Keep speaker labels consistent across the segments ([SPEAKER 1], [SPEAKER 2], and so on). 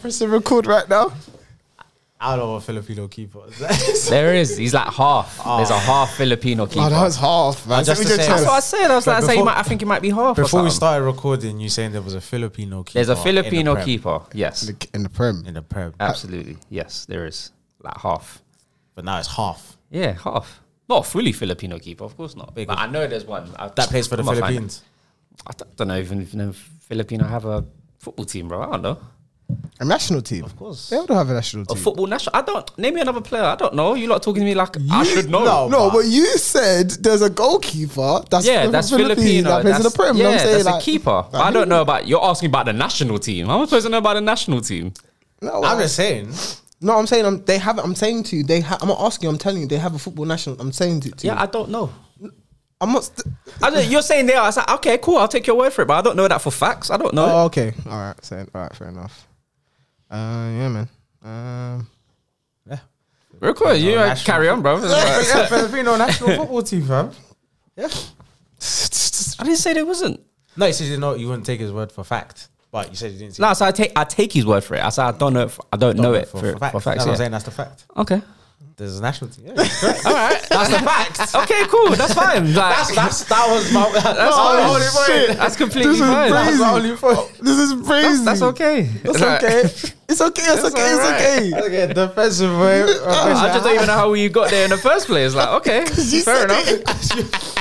[SPEAKER 1] pressing record right now.
[SPEAKER 2] I don't want Filipino keepers.
[SPEAKER 3] There is. He's like half. There's
[SPEAKER 4] Ah.
[SPEAKER 3] a half Filipino keeper.
[SPEAKER 1] Oh, that was half, man.
[SPEAKER 2] just
[SPEAKER 1] Let me
[SPEAKER 2] to say-
[SPEAKER 1] check.
[SPEAKER 4] That's what I said. I was
[SPEAKER 2] But
[SPEAKER 4] like, I, say you
[SPEAKER 2] before-
[SPEAKER 4] might, I think you might be half. or
[SPEAKER 2] Before
[SPEAKER 4] something.
[SPEAKER 2] we started recording, you saying there was a Filipino keeper. Uh,
[SPEAKER 3] There's a
[SPEAKER 2] in the
[SPEAKER 3] Filipino
[SPEAKER 2] Prem-
[SPEAKER 3] keeper. Yes,
[SPEAKER 1] In the- in the prem.
[SPEAKER 2] in the prem,
[SPEAKER 3] absolutely. Yes, there is. Like half.
[SPEAKER 2] but now it's half.
[SPEAKER 3] Yeah, half. Not a fully Filipino keeper, of course not. But I know there's one I-
[SPEAKER 2] That plays for the
[SPEAKER 3] I'm a fan.
[SPEAKER 2] Philippines.
[SPEAKER 3] I don't- don't know even if no Filipino have a football team, bro. I don't know.
[SPEAKER 1] A national team. Of
[SPEAKER 2] course.
[SPEAKER 1] They all have a national team.
[SPEAKER 3] A football national. I don't name me another player. I don't know. You lot talking to me like I should know.
[SPEAKER 2] No.
[SPEAKER 1] No, but you said there's a goalkeeper that's
[SPEAKER 3] Yeah,
[SPEAKER 1] from
[SPEAKER 3] that's
[SPEAKER 1] Philippines
[SPEAKER 3] Filipino.
[SPEAKER 1] that plays in the
[SPEAKER 3] That's-
[SPEAKER 1] prem. you know
[SPEAKER 3] Yeah,
[SPEAKER 1] what I'm saying?
[SPEAKER 3] that's
[SPEAKER 1] Like,
[SPEAKER 3] a keeper. But I don't know about. You're asking about the national team. How am I supposed to know about the national team?
[SPEAKER 1] No,
[SPEAKER 2] I'm
[SPEAKER 1] I-
[SPEAKER 2] just saying.
[SPEAKER 1] no, I'm saying I'm, they have. I'm saying to you, they. Ha- I'm not asking. I'm telling you, they have a football national. I'm saying to, to you.
[SPEAKER 3] Yeah, I don't know.
[SPEAKER 1] I'm not. St-
[SPEAKER 3] I don't, you're saying there. I was like, okay, cool. I'll take your word for it, but I don't know that for facts. I don't know.
[SPEAKER 1] oh, okay. All right. So, all right. Fair enough. Uh, yeah, man. Um,
[SPEAKER 2] Yeah.
[SPEAKER 3] Real cool. You uh,
[SPEAKER 2] national-
[SPEAKER 3] carry on, bro.
[SPEAKER 2] yeah, Filipino national football team, fam. Yeah.
[SPEAKER 3] I didn't say there wasn't.
[SPEAKER 2] No, you said you know you wouldn't take his word for fact, but you said you didn't. Take
[SPEAKER 3] No, so I take I take his word for it. I said I don't know. If, I don't, know it for, for,
[SPEAKER 2] fact.
[SPEAKER 3] facts.
[SPEAKER 2] That's what
[SPEAKER 3] yeah.
[SPEAKER 2] I'm saying. That's the fact.
[SPEAKER 3] Okay.
[SPEAKER 2] There's a national team. Yeah, correct.
[SPEAKER 3] All right. That's the fact. okay, cool. That's fine. Like, that's,
[SPEAKER 2] that's that was my. That's
[SPEAKER 3] fine.
[SPEAKER 2] my only point.
[SPEAKER 3] That's completely fine.
[SPEAKER 2] That's
[SPEAKER 3] That's,
[SPEAKER 2] my only point.
[SPEAKER 1] this is crazy.
[SPEAKER 3] Oh. that's okay.
[SPEAKER 1] That's
[SPEAKER 3] Like,
[SPEAKER 1] okay. It's okay. It's okay. It's okay.
[SPEAKER 2] Okay, defensive way.
[SPEAKER 3] I just don't even know how you got there in the first place. Like, okay,
[SPEAKER 1] you said
[SPEAKER 3] fair enough.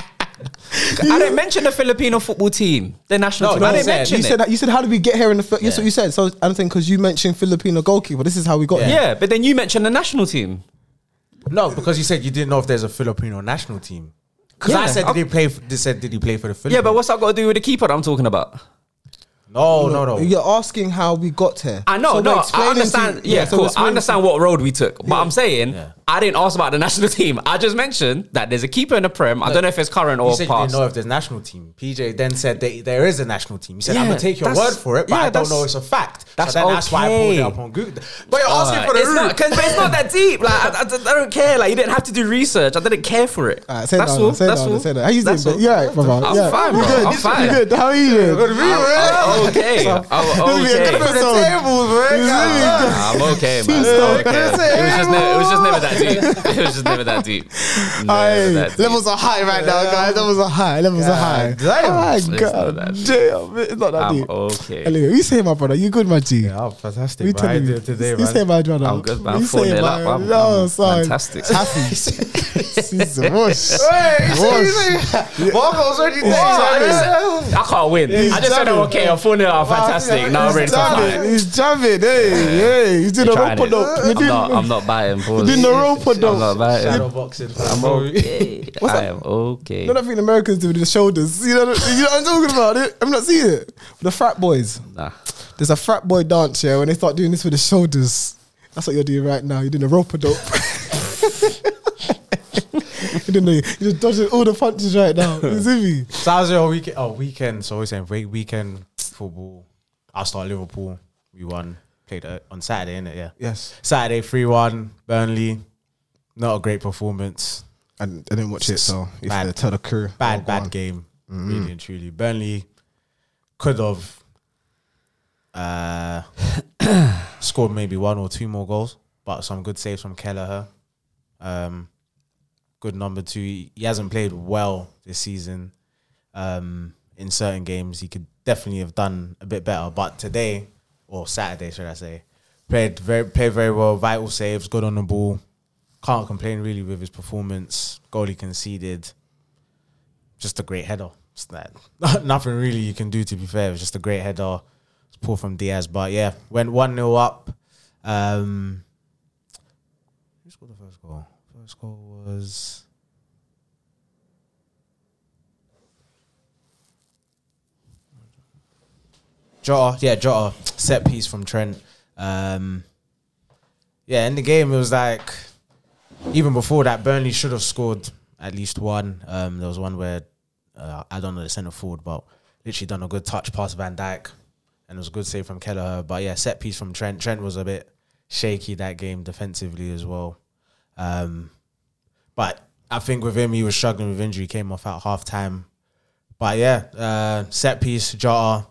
[SPEAKER 3] I didn't mention the Filipino football team, the national
[SPEAKER 2] No,
[SPEAKER 3] team.
[SPEAKER 2] no,
[SPEAKER 3] I
[SPEAKER 2] you
[SPEAKER 3] didn't
[SPEAKER 2] said-
[SPEAKER 3] mention
[SPEAKER 1] You
[SPEAKER 3] it.
[SPEAKER 1] said that. You said how did we get here in the first? That's what you said. So I'm saying because you mentioned Filipino goalkeeper. This is how we got here.
[SPEAKER 3] yeah, but then you mentioned the national team.
[SPEAKER 2] No, because you said you didn't know if there's a Filipino national team. Because I
[SPEAKER 3] Yeah.
[SPEAKER 2] said, did he play? f- They said, did he play for the Philippines?
[SPEAKER 3] Yeah, but what's that got to do with the keeper that I'm talking about?
[SPEAKER 2] No, no, no.
[SPEAKER 1] You're asking how we got here.
[SPEAKER 3] I know,
[SPEAKER 1] So we're
[SPEAKER 3] no, I
[SPEAKER 1] explaining to-
[SPEAKER 3] understand. yeah,
[SPEAKER 1] so we're
[SPEAKER 3] cool. I
[SPEAKER 1] explaining-
[SPEAKER 3] understand what road we took, but I'm saying
[SPEAKER 2] Yeah.
[SPEAKER 3] I didn't ask about the national team. I just mentioned that there's a keeper in the prem. I don't know if it's current or
[SPEAKER 2] You said you
[SPEAKER 3] past.
[SPEAKER 2] didn't know if there's national team. PJ then said they, there is a national team. You said I'm
[SPEAKER 3] Yeah,
[SPEAKER 2] gonna take your
[SPEAKER 3] that's-
[SPEAKER 2] word for it, but
[SPEAKER 3] yeah,
[SPEAKER 2] I don't
[SPEAKER 3] that's-
[SPEAKER 2] know it's a fact.
[SPEAKER 3] that's
[SPEAKER 2] so then That's why I pulled it
[SPEAKER 3] okay.
[SPEAKER 2] up on Google. But you're asking
[SPEAKER 3] Alright.
[SPEAKER 2] for the
[SPEAKER 3] it's
[SPEAKER 2] root.
[SPEAKER 3] not, 'cause- but it's not that deep. Like I, I- I don't care. Like you didn't have to do research. I didn't care for it.
[SPEAKER 1] Alright, say
[SPEAKER 3] that's
[SPEAKER 1] that,
[SPEAKER 3] all.
[SPEAKER 1] say
[SPEAKER 3] that's
[SPEAKER 1] that,
[SPEAKER 3] all.
[SPEAKER 1] Say that. How you doing?
[SPEAKER 3] That's
[SPEAKER 1] bro?
[SPEAKER 3] all.
[SPEAKER 1] You alright, brother?
[SPEAKER 3] I'm
[SPEAKER 1] yeah.
[SPEAKER 3] fine,
[SPEAKER 1] You
[SPEAKER 3] bro.
[SPEAKER 1] good?
[SPEAKER 3] I'm
[SPEAKER 1] You
[SPEAKER 3] fine.
[SPEAKER 1] good? How are you doing?
[SPEAKER 3] I'm okay. I'm
[SPEAKER 1] This is a good episode. This
[SPEAKER 3] okay.
[SPEAKER 1] is really good.
[SPEAKER 3] Nah, I'm okay, man.
[SPEAKER 1] Stop.
[SPEAKER 3] I'm okay. It was just ne- it was just never that deep. It was just never that deep. Never
[SPEAKER 1] Aye,
[SPEAKER 3] that deep.
[SPEAKER 1] levels are high right now, guys. Levels are high. Levels are high.
[SPEAKER 2] damn.
[SPEAKER 1] Oh my
[SPEAKER 3] not
[SPEAKER 1] god,
[SPEAKER 3] that deep.
[SPEAKER 1] damn, it's not that
[SPEAKER 3] I'm
[SPEAKER 1] deep.
[SPEAKER 3] okay.
[SPEAKER 1] Anyway, you say my brother, you good, my G?
[SPEAKER 2] Yeah, Oh, fantastic.
[SPEAKER 1] We
[SPEAKER 2] man. How
[SPEAKER 1] telling
[SPEAKER 2] you
[SPEAKER 1] you
[SPEAKER 2] doing today,
[SPEAKER 1] You say
[SPEAKER 2] man?
[SPEAKER 1] my brother.
[SPEAKER 3] I'm good, man.
[SPEAKER 1] You
[SPEAKER 3] Four
[SPEAKER 1] say
[SPEAKER 3] nil
[SPEAKER 1] my-
[SPEAKER 3] up. I'm-
[SPEAKER 1] No,
[SPEAKER 3] I'm
[SPEAKER 1] son.
[SPEAKER 3] fantastic.
[SPEAKER 1] Happy. She's a wuss.
[SPEAKER 2] Hey, you see- you
[SPEAKER 1] Wuss.
[SPEAKER 2] see- Waffles already did.
[SPEAKER 3] I,
[SPEAKER 2] Yeah.
[SPEAKER 3] just, I can't win.
[SPEAKER 1] He's
[SPEAKER 3] I just said I'm
[SPEAKER 1] jamming.
[SPEAKER 3] okay. I'm 4 0. I'm fantastic. Now I'm ready
[SPEAKER 1] He's
[SPEAKER 3] to
[SPEAKER 1] jamming.
[SPEAKER 3] fight.
[SPEAKER 1] He's jamming. Hey, hey. You did a
[SPEAKER 3] Trying
[SPEAKER 1] rope
[SPEAKER 3] it.
[SPEAKER 1] dope. You
[SPEAKER 3] I'm
[SPEAKER 1] did.
[SPEAKER 3] not, I'm not buying. Pause.
[SPEAKER 1] did the rope
[SPEAKER 3] I'm
[SPEAKER 1] dope.
[SPEAKER 3] not buying.
[SPEAKER 2] Shadow boxing.
[SPEAKER 3] I'm okay. I am okay.
[SPEAKER 1] You know that thing Americans do with the shoulders. You know, what- you know what I'm talking about. I'm not seeing it. The frat boys.
[SPEAKER 3] Nah.
[SPEAKER 1] There's a frat boy dance here when they start doing this with the shoulders. That's what you're doing right now. You're doing a rope a dope. you didn't know you- you're just dodging all the punches right now. You see me?
[SPEAKER 2] So how's your weekend? Oh, weekend. So we're saying wait, weekend football. I start Liverpool. We won. Played uh, on Saturday, innit? Yeah.
[SPEAKER 1] Yes.
[SPEAKER 2] Saturday three one. Burnley. Not a great performance.
[SPEAKER 1] I didn't, I didn't watch it, so if
[SPEAKER 2] Bad.
[SPEAKER 1] they tell the crew. I'll Oh,
[SPEAKER 2] Bad,
[SPEAKER 1] go
[SPEAKER 2] bad
[SPEAKER 1] on. Mm-hmm.
[SPEAKER 2] game. Really and truly. Burnley could have uh, scored maybe one or two more goals, but some good saves from Kelleher. Um, good number two. He hasn't played well this season. Um, in certain games, he could definitely have done a bit better. But today, or Saturday, should I say, played very played very well. Vital saves, good on the ball. Can't complain really with his performance. Goalie conceded. Just a great header. It's that nothing really you can do to be fair. It was just a great header. It's poor from Diaz, but yeah, went one 0 up. Um, who scored the first goal? First goal was. Jota, yeah, Jota, set piece from Trent. Um, yeah, in the game, it was like, even before that, Burnley should have scored at least one. Um, there was one where, uh, I don't know the centre forward, but literally done a good touch past Van Dijk, and it was a good save from Kelleher. But yeah, set piece from Trent. Trent was a bit shaky that game defensively as well. Um, but I think with him, he was struggling with injury, came off at half time. But yeah, uh, set piece, Jota,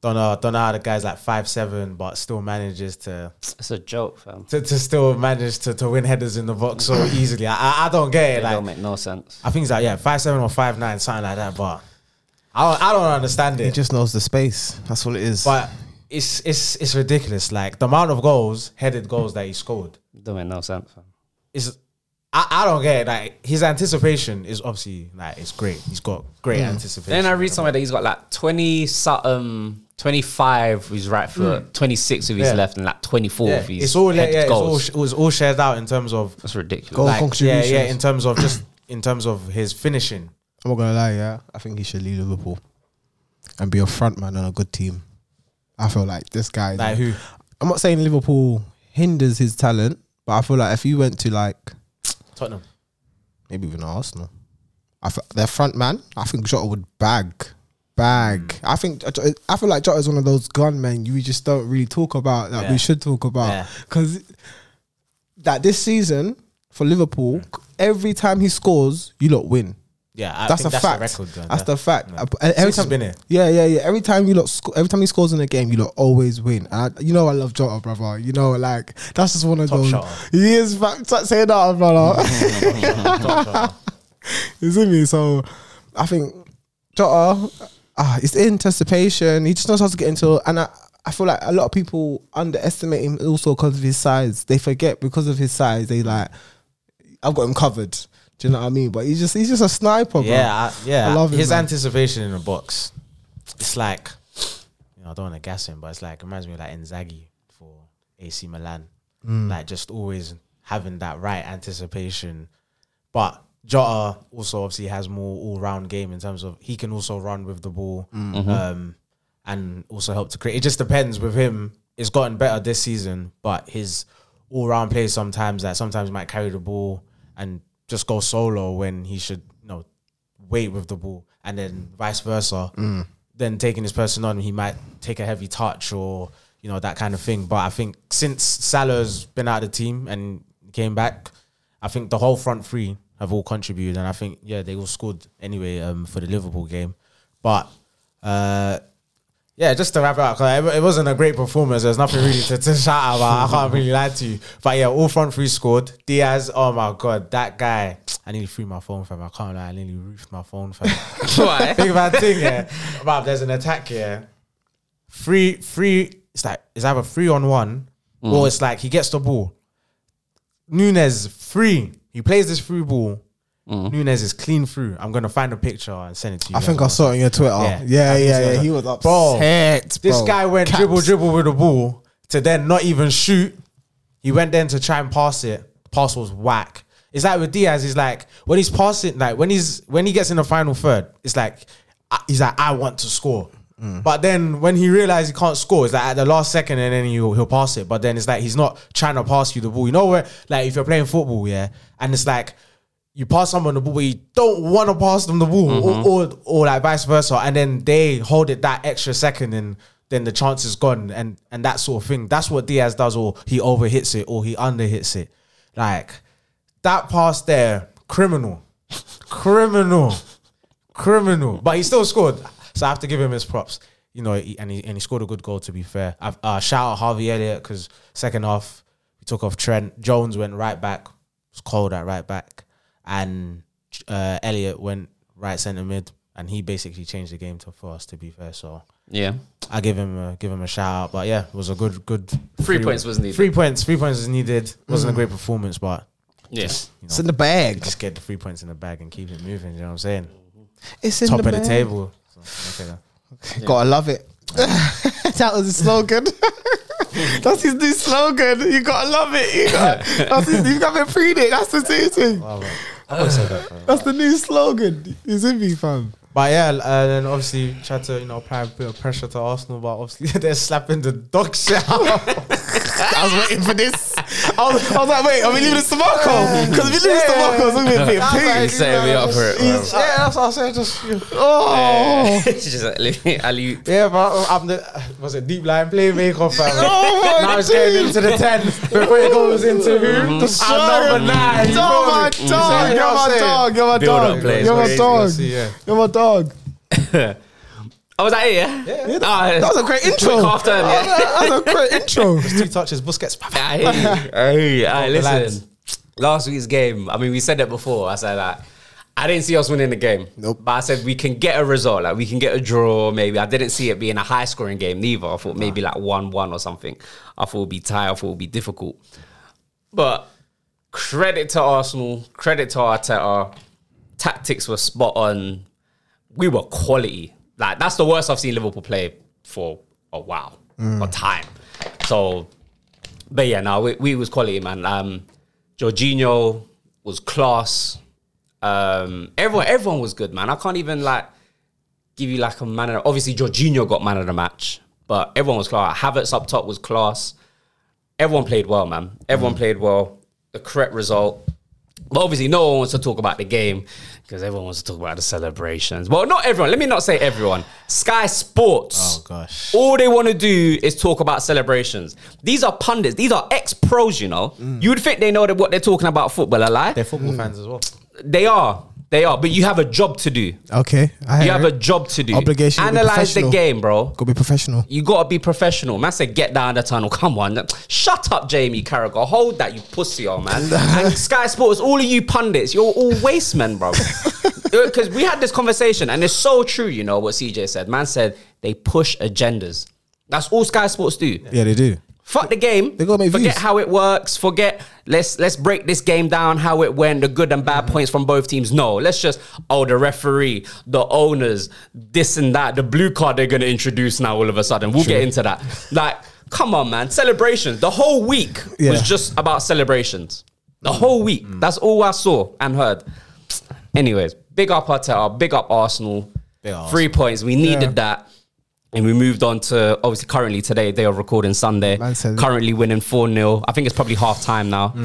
[SPEAKER 2] Don't know. Don't know how the guy's like five seven, but still manages to
[SPEAKER 3] It's a joke, fam.
[SPEAKER 2] to, to still manage to, to win headers in the box so easily. I, I, I don't get
[SPEAKER 3] It
[SPEAKER 2] it. Like
[SPEAKER 3] don't make no sense.
[SPEAKER 2] I think it's like yeah, five seven or five nine, something like that. But I don't, I don't understand
[SPEAKER 1] He
[SPEAKER 2] it.
[SPEAKER 1] just knows the space. That's all it is.
[SPEAKER 2] But it's it's it's ridiculous. Like the amount of goals, headed goals that he scored
[SPEAKER 3] Don't make no sense, fam.
[SPEAKER 2] is. I, I don't get it. Like his anticipation is obviously like it's great. He's got great anticipation.
[SPEAKER 3] Then I read somewhere that he's got like 20 something, 25 with his right foot, 26 with his
[SPEAKER 2] Yeah.
[SPEAKER 3] left, and like 24
[SPEAKER 2] yeah,
[SPEAKER 3] with his
[SPEAKER 2] it's all yeah,
[SPEAKER 3] head
[SPEAKER 2] yeah, it's
[SPEAKER 3] goals.
[SPEAKER 2] all sh- it was all shared out in terms of
[SPEAKER 3] That's ridiculous.
[SPEAKER 5] Goal
[SPEAKER 2] like, yeah
[SPEAKER 5] contributions.
[SPEAKER 2] yeah in terms of just in terms of his finishing.
[SPEAKER 1] I'm not gonna lie, yeah. I think he should leave Liverpool and be a front man on a good team. I feel like this guy.
[SPEAKER 2] Like who?
[SPEAKER 1] I'm not saying Liverpool hinders his talent, but I feel like if he went to like
[SPEAKER 2] Tottenham.
[SPEAKER 1] maybe even Arsenal, I f- their front man, I think Jota would bag, bag.
[SPEAKER 2] Hmm.
[SPEAKER 1] I think uh, I feel like Jota is one of those gunmen you just don't really talk about that
[SPEAKER 2] Yeah.
[SPEAKER 1] we should talk
[SPEAKER 2] Yeah.
[SPEAKER 1] about because that this season for Liverpool, every time he scores, you lot win.
[SPEAKER 2] Yeah, Hmm. I
[SPEAKER 1] that's
[SPEAKER 2] think
[SPEAKER 1] a fact.
[SPEAKER 2] That's the record. though.
[SPEAKER 1] that's the fact.
[SPEAKER 2] Yeah.
[SPEAKER 1] Uh, Every
[SPEAKER 2] Since he's
[SPEAKER 1] time,
[SPEAKER 2] been here.
[SPEAKER 1] yeah, yeah, yeah. Every time you lot, sc- every time he scores in a game, you lot always win. And I, you know, I love Jota, brother. You know, like that's just one of
[SPEAKER 2] Top
[SPEAKER 1] those.
[SPEAKER 2] shotter.
[SPEAKER 1] He is fact saying that, brother.
[SPEAKER 2] Top shot.
[SPEAKER 1] you see me? So, I think Jota, ah, it's anticipation. He just knows how to get into, and I, I feel like a lot of people underestimate him also because of his size. They forget because of his size. They like, I've got him covered. Do you know what I mean? But he's just, he's just a sniper, bro.
[SPEAKER 2] Yeah, I, yeah.
[SPEAKER 1] I love him,
[SPEAKER 2] his
[SPEAKER 1] man.
[SPEAKER 2] anticipation in the box. It's like, you know, I don't want to gas him, but it's like reminds me of like Inzaghi for AC Milan,
[SPEAKER 1] Mm.
[SPEAKER 2] like just always having that right anticipation. But Jota also obviously has more all-round game in terms of he can also run with the ball,
[SPEAKER 1] Mm.
[SPEAKER 2] um, and also help to create. It just depends with him. It's gotten better this season, but his all-round play sometimes that sometimes might carry the ball and just go solo when he should, you know, weight with the ball, and then vice versa. Then taking this person on, he might take a heavy touch or you know that kind of thing. But I think since Salah's been out of the team and came back, I think the whole front three have all contributed, and I think yeah they all scored anyway um, for the Liverpool game. But uh, yeah, just to wrap it up, 'cause it, it wasn't a great performance. There's nothing really to, to shout about. I can't really lie to you. But yeah, all front three scored. Diaz, oh my god, that guy. I nearly threw my phone fam. I can't lie, I nearly roofed my phone fam.
[SPEAKER 6] Why?
[SPEAKER 2] Big bad thing, yeah. But there's an attack here. Three, three. It's like it's either three on one, or it's like he gets the ball. Nunes free. He plays this free ball. Nunes is clean through. I'm gonna find a picture and send it to you.
[SPEAKER 1] I
[SPEAKER 2] guys
[SPEAKER 1] think I
[SPEAKER 2] on
[SPEAKER 1] saw it on your Twitter.
[SPEAKER 2] Yeah.
[SPEAKER 1] Yeah, yeah,
[SPEAKER 2] I think
[SPEAKER 1] yeah.
[SPEAKER 2] so.
[SPEAKER 1] He was upset.
[SPEAKER 2] Bro, This
[SPEAKER 1] bro.
[SPEAKER 2] guy went
[SPEAKER 1] Caps.
[SPEAKER 2] dribble dribble with the ball to then not even shoot. He went then to try and pass it. Pass was whack. It's like with Diaz. He's like when he's passing, like when he's when he gets in the final third, it's like I- he's like I want to score.
[SPEAKER 1] Mm.
[SPEAKER 2] But then when he realized he can't score, it's like at the last second, and then he'll he'll pass it. But then it's like he's not trying to pass you the ball. You know where like if you're playing football, yeah, and it's like you pass someone the ball, but you don't want to pass them the ball, or, or or like vice versa, and then they hold it that extra second, and then the chance is gone, and and that sort of thing. That's what Diaz does, or he overhits it, or he underhits it. Like that pass there, criminal, criminal, criminal. But he still scored, so I have to give him his props. You know, he- and he and he scored a good goal. To be fair, I've, uh, shout out Harvey Elliott because second half we took off Trent Jones went right back. It's cold at right back, and uh, Elliott went right centre mid, and he basically changed the game to for us. To be fair, so
[SPEAKER 3] Yeah.
[SPEAKER 2] I give him a, give him a shout out. But yeah, it was a good good
[SPEAKER 6] Three points was needed.
[SPEAKER 2] Three points, three points is needed.
[SPEAKER 1] Mm.
[SPEAKER 2] Wasn't a great performance, but
[SPEAKER 6] Yes.
[SPEAKER 1] It's in the bag.
[SPEAKER 2] just get the three points in the bag and keep it moving. You know what I'm saying?
[SPEAKER 1] It's in
[SPEAKER 2] Top
[SPEAKER 1] the
[SPEAKER 2] of
[SPEAKER 1] bag.
[SPEAKER 2] the table. So, okay then.
[SPEAKER 1] Gotta love it. that was his slogan. That's his new slogan. You gotta love it. You got. That's his, you gotta read it. That's the new thing. That's the new slogan. Is it me, fam?
[SPEAKER 2] But yeah, and then obviously tried to you know apply a bit of pressure to Arsenal, but obviously they're slapping the dog shit out.
[SPEAKER 1] I was waiting for this. I was, I was like, wait, are we leaving this to Marco? Because if we leave this to Marco, it's gonna be a bit of pig.
[SPEAKER 6] He's setting me up for it. bro.
[SPEAKER 1] He's- Yeah, that's what I was saying. Just oh.
[SPEAKER 6] She's just like, Ali,
[SPEAKER 2] Yeah, but I'm the was it deep line playmaker fam.
[SPEAKER 1] oh my
[SPEAKER 2] now it's going into the ten before it goes into who? Our number nine. you
[SPEAKER 1] Oh my
[SPEAKER 2] feel
[SPEAKER 1] dog,
[SPEAKER 2] me? You
[SPEAKER 1] you're
[SPEAKER 2] know what
[SPEAKER 1] my
[SPEAKER 2] I'm saying?
[SPEAKER 1] dog, you're my
[SPEAKER 6] Build up
[SPEAKER 1] dog,
[SPEAKER 6] plays,
[SPEAKER 1] you're
[SPEAKER 2] It's
[SPEAKER 1] my
[SPEAKER 2] crazy,
[SPEAKER 1] dog,
[SPEAKER 2] obviously, yeah.
[SPEAKER 1] you're my dog.
[SPEAKER 3] Oh,
[SPEAKER 7] I was at it, yeah.
[SPEAKER 2] Yeah.
[SPEAKER 7] Ah,
[SPEAKER 8] That was a great intro.
[SPEAKER 7] Quick half turn, yeah.
[SPEAKER 8] That was a great intro.
[SPEAKER 2] Two touches, Busquets. pa, pa.
[SPEAKER 7] I hear you. I hear you. All right, listen.
[SPEAKER 3] Listen, Oh, last week's game. I mean, we said that before. I said that I didn't see us winning the game.
[SPEAKER 1] Nope.
[SPEAKER 3] But I said we can get a result. Like we can get a draw. Maybe I didn't see it being a high scoring game neither. I thought maybe like one one or something. I thought it'd be tight. I thought it'd be difficult. But credit to Arsenal. Credit to Arteta. Tactics were spot on. We were quality. Like that's the worst I've seen Liverpool play for a while or time. So but yeah, no, we, we was quality, man. Um, Jorginho was class. Um, everyone, everyone was good, man. I can't even like give you like a man of the, obviously Jorginho got man of the match, but everyone was class. Havertz up top was class. Everyone played well, man. Everyone
[SPEAKER 2] Mm.
[SPEAKER 3] played well. The correct result. But obviously, no one wants to talk about the game because everyone wants to talk about the celebrations. Well, not everyone. Let me not say everyone. Sky Sports.
[SPEAKER 2] Oh, gosh.
[SPEAKER 3] All they want to do is talk about celebrations. These are pundits. These are ex pros. You know,
[SPEAKER 2] Mm.
[SPEAKER 3] you would think they know that what they're talking about football. A lie.
[SPEAKER 2] They're football
[SPEAKER 1] Mm.
[SPEAKER 2] fans as well.
[SPEAKER 3] They are. They are. But you have a job to do.
[SPEAKER 1] Okay. I
[SPEAKER 3] You
[SPEAKER 1] hear
[SPEAKER 3] have
[SPEAKER 1] it.
[SPEAKER 3] a job to do.
[SPEAKER 1] Obligation to be
[SPEAKER 3] Analyze the
[SPEAKER 1] professional.
[SPEAKER 3] game, bro.
[SPEAKER 1] Gotta be professional.
[SPEAKER 3] You gotta be professional. Man said, get down the tunnel. Come on. Shut up, Jamie Carragher. Hold that, you pussy, oh man. and Sky Sports, all of you pundits, you're all waste men, bro. Because we had this conversation, and it's so true, you know, what CJ said. Man said, they push agendas. That's all Sky Sports do.
[SPEAKER 1] Yeah, they do.
[SPEAKER 3] Fuck the game.
[SPEAKER 1] They gotta make
[SPEAKER 3] forget
[SPEAKER 1] views.
[SPEAKER 3] how it works. Forget let's let's break this game down, how it went, the good and bad
[SPEAKER 1] Mm.
[SPEAKER 3] points from both teams. No, let's just oh the referee, the owners, this and that, the blue card they're gonna introduce now all of a sudden. We'll get into that. Like, come on, man. Celebrations. The whole week
[SPEAKER 1] Yeah. Mm.
[SPEAKER 3] was just about celebrations. The whole week. That's all I saw and heard. Anyways, big up Arteta, big up Arsenal.
[SPEAKER 2] Big up
[SPEAKER 3] Three points. We needed that. And we moved on to obviously currently today, they are recording Sunday.
[SPEAKER 1] Man said- Mm.
[SPEAKER 3] Currently winning 4 0. I think it's probably half time now.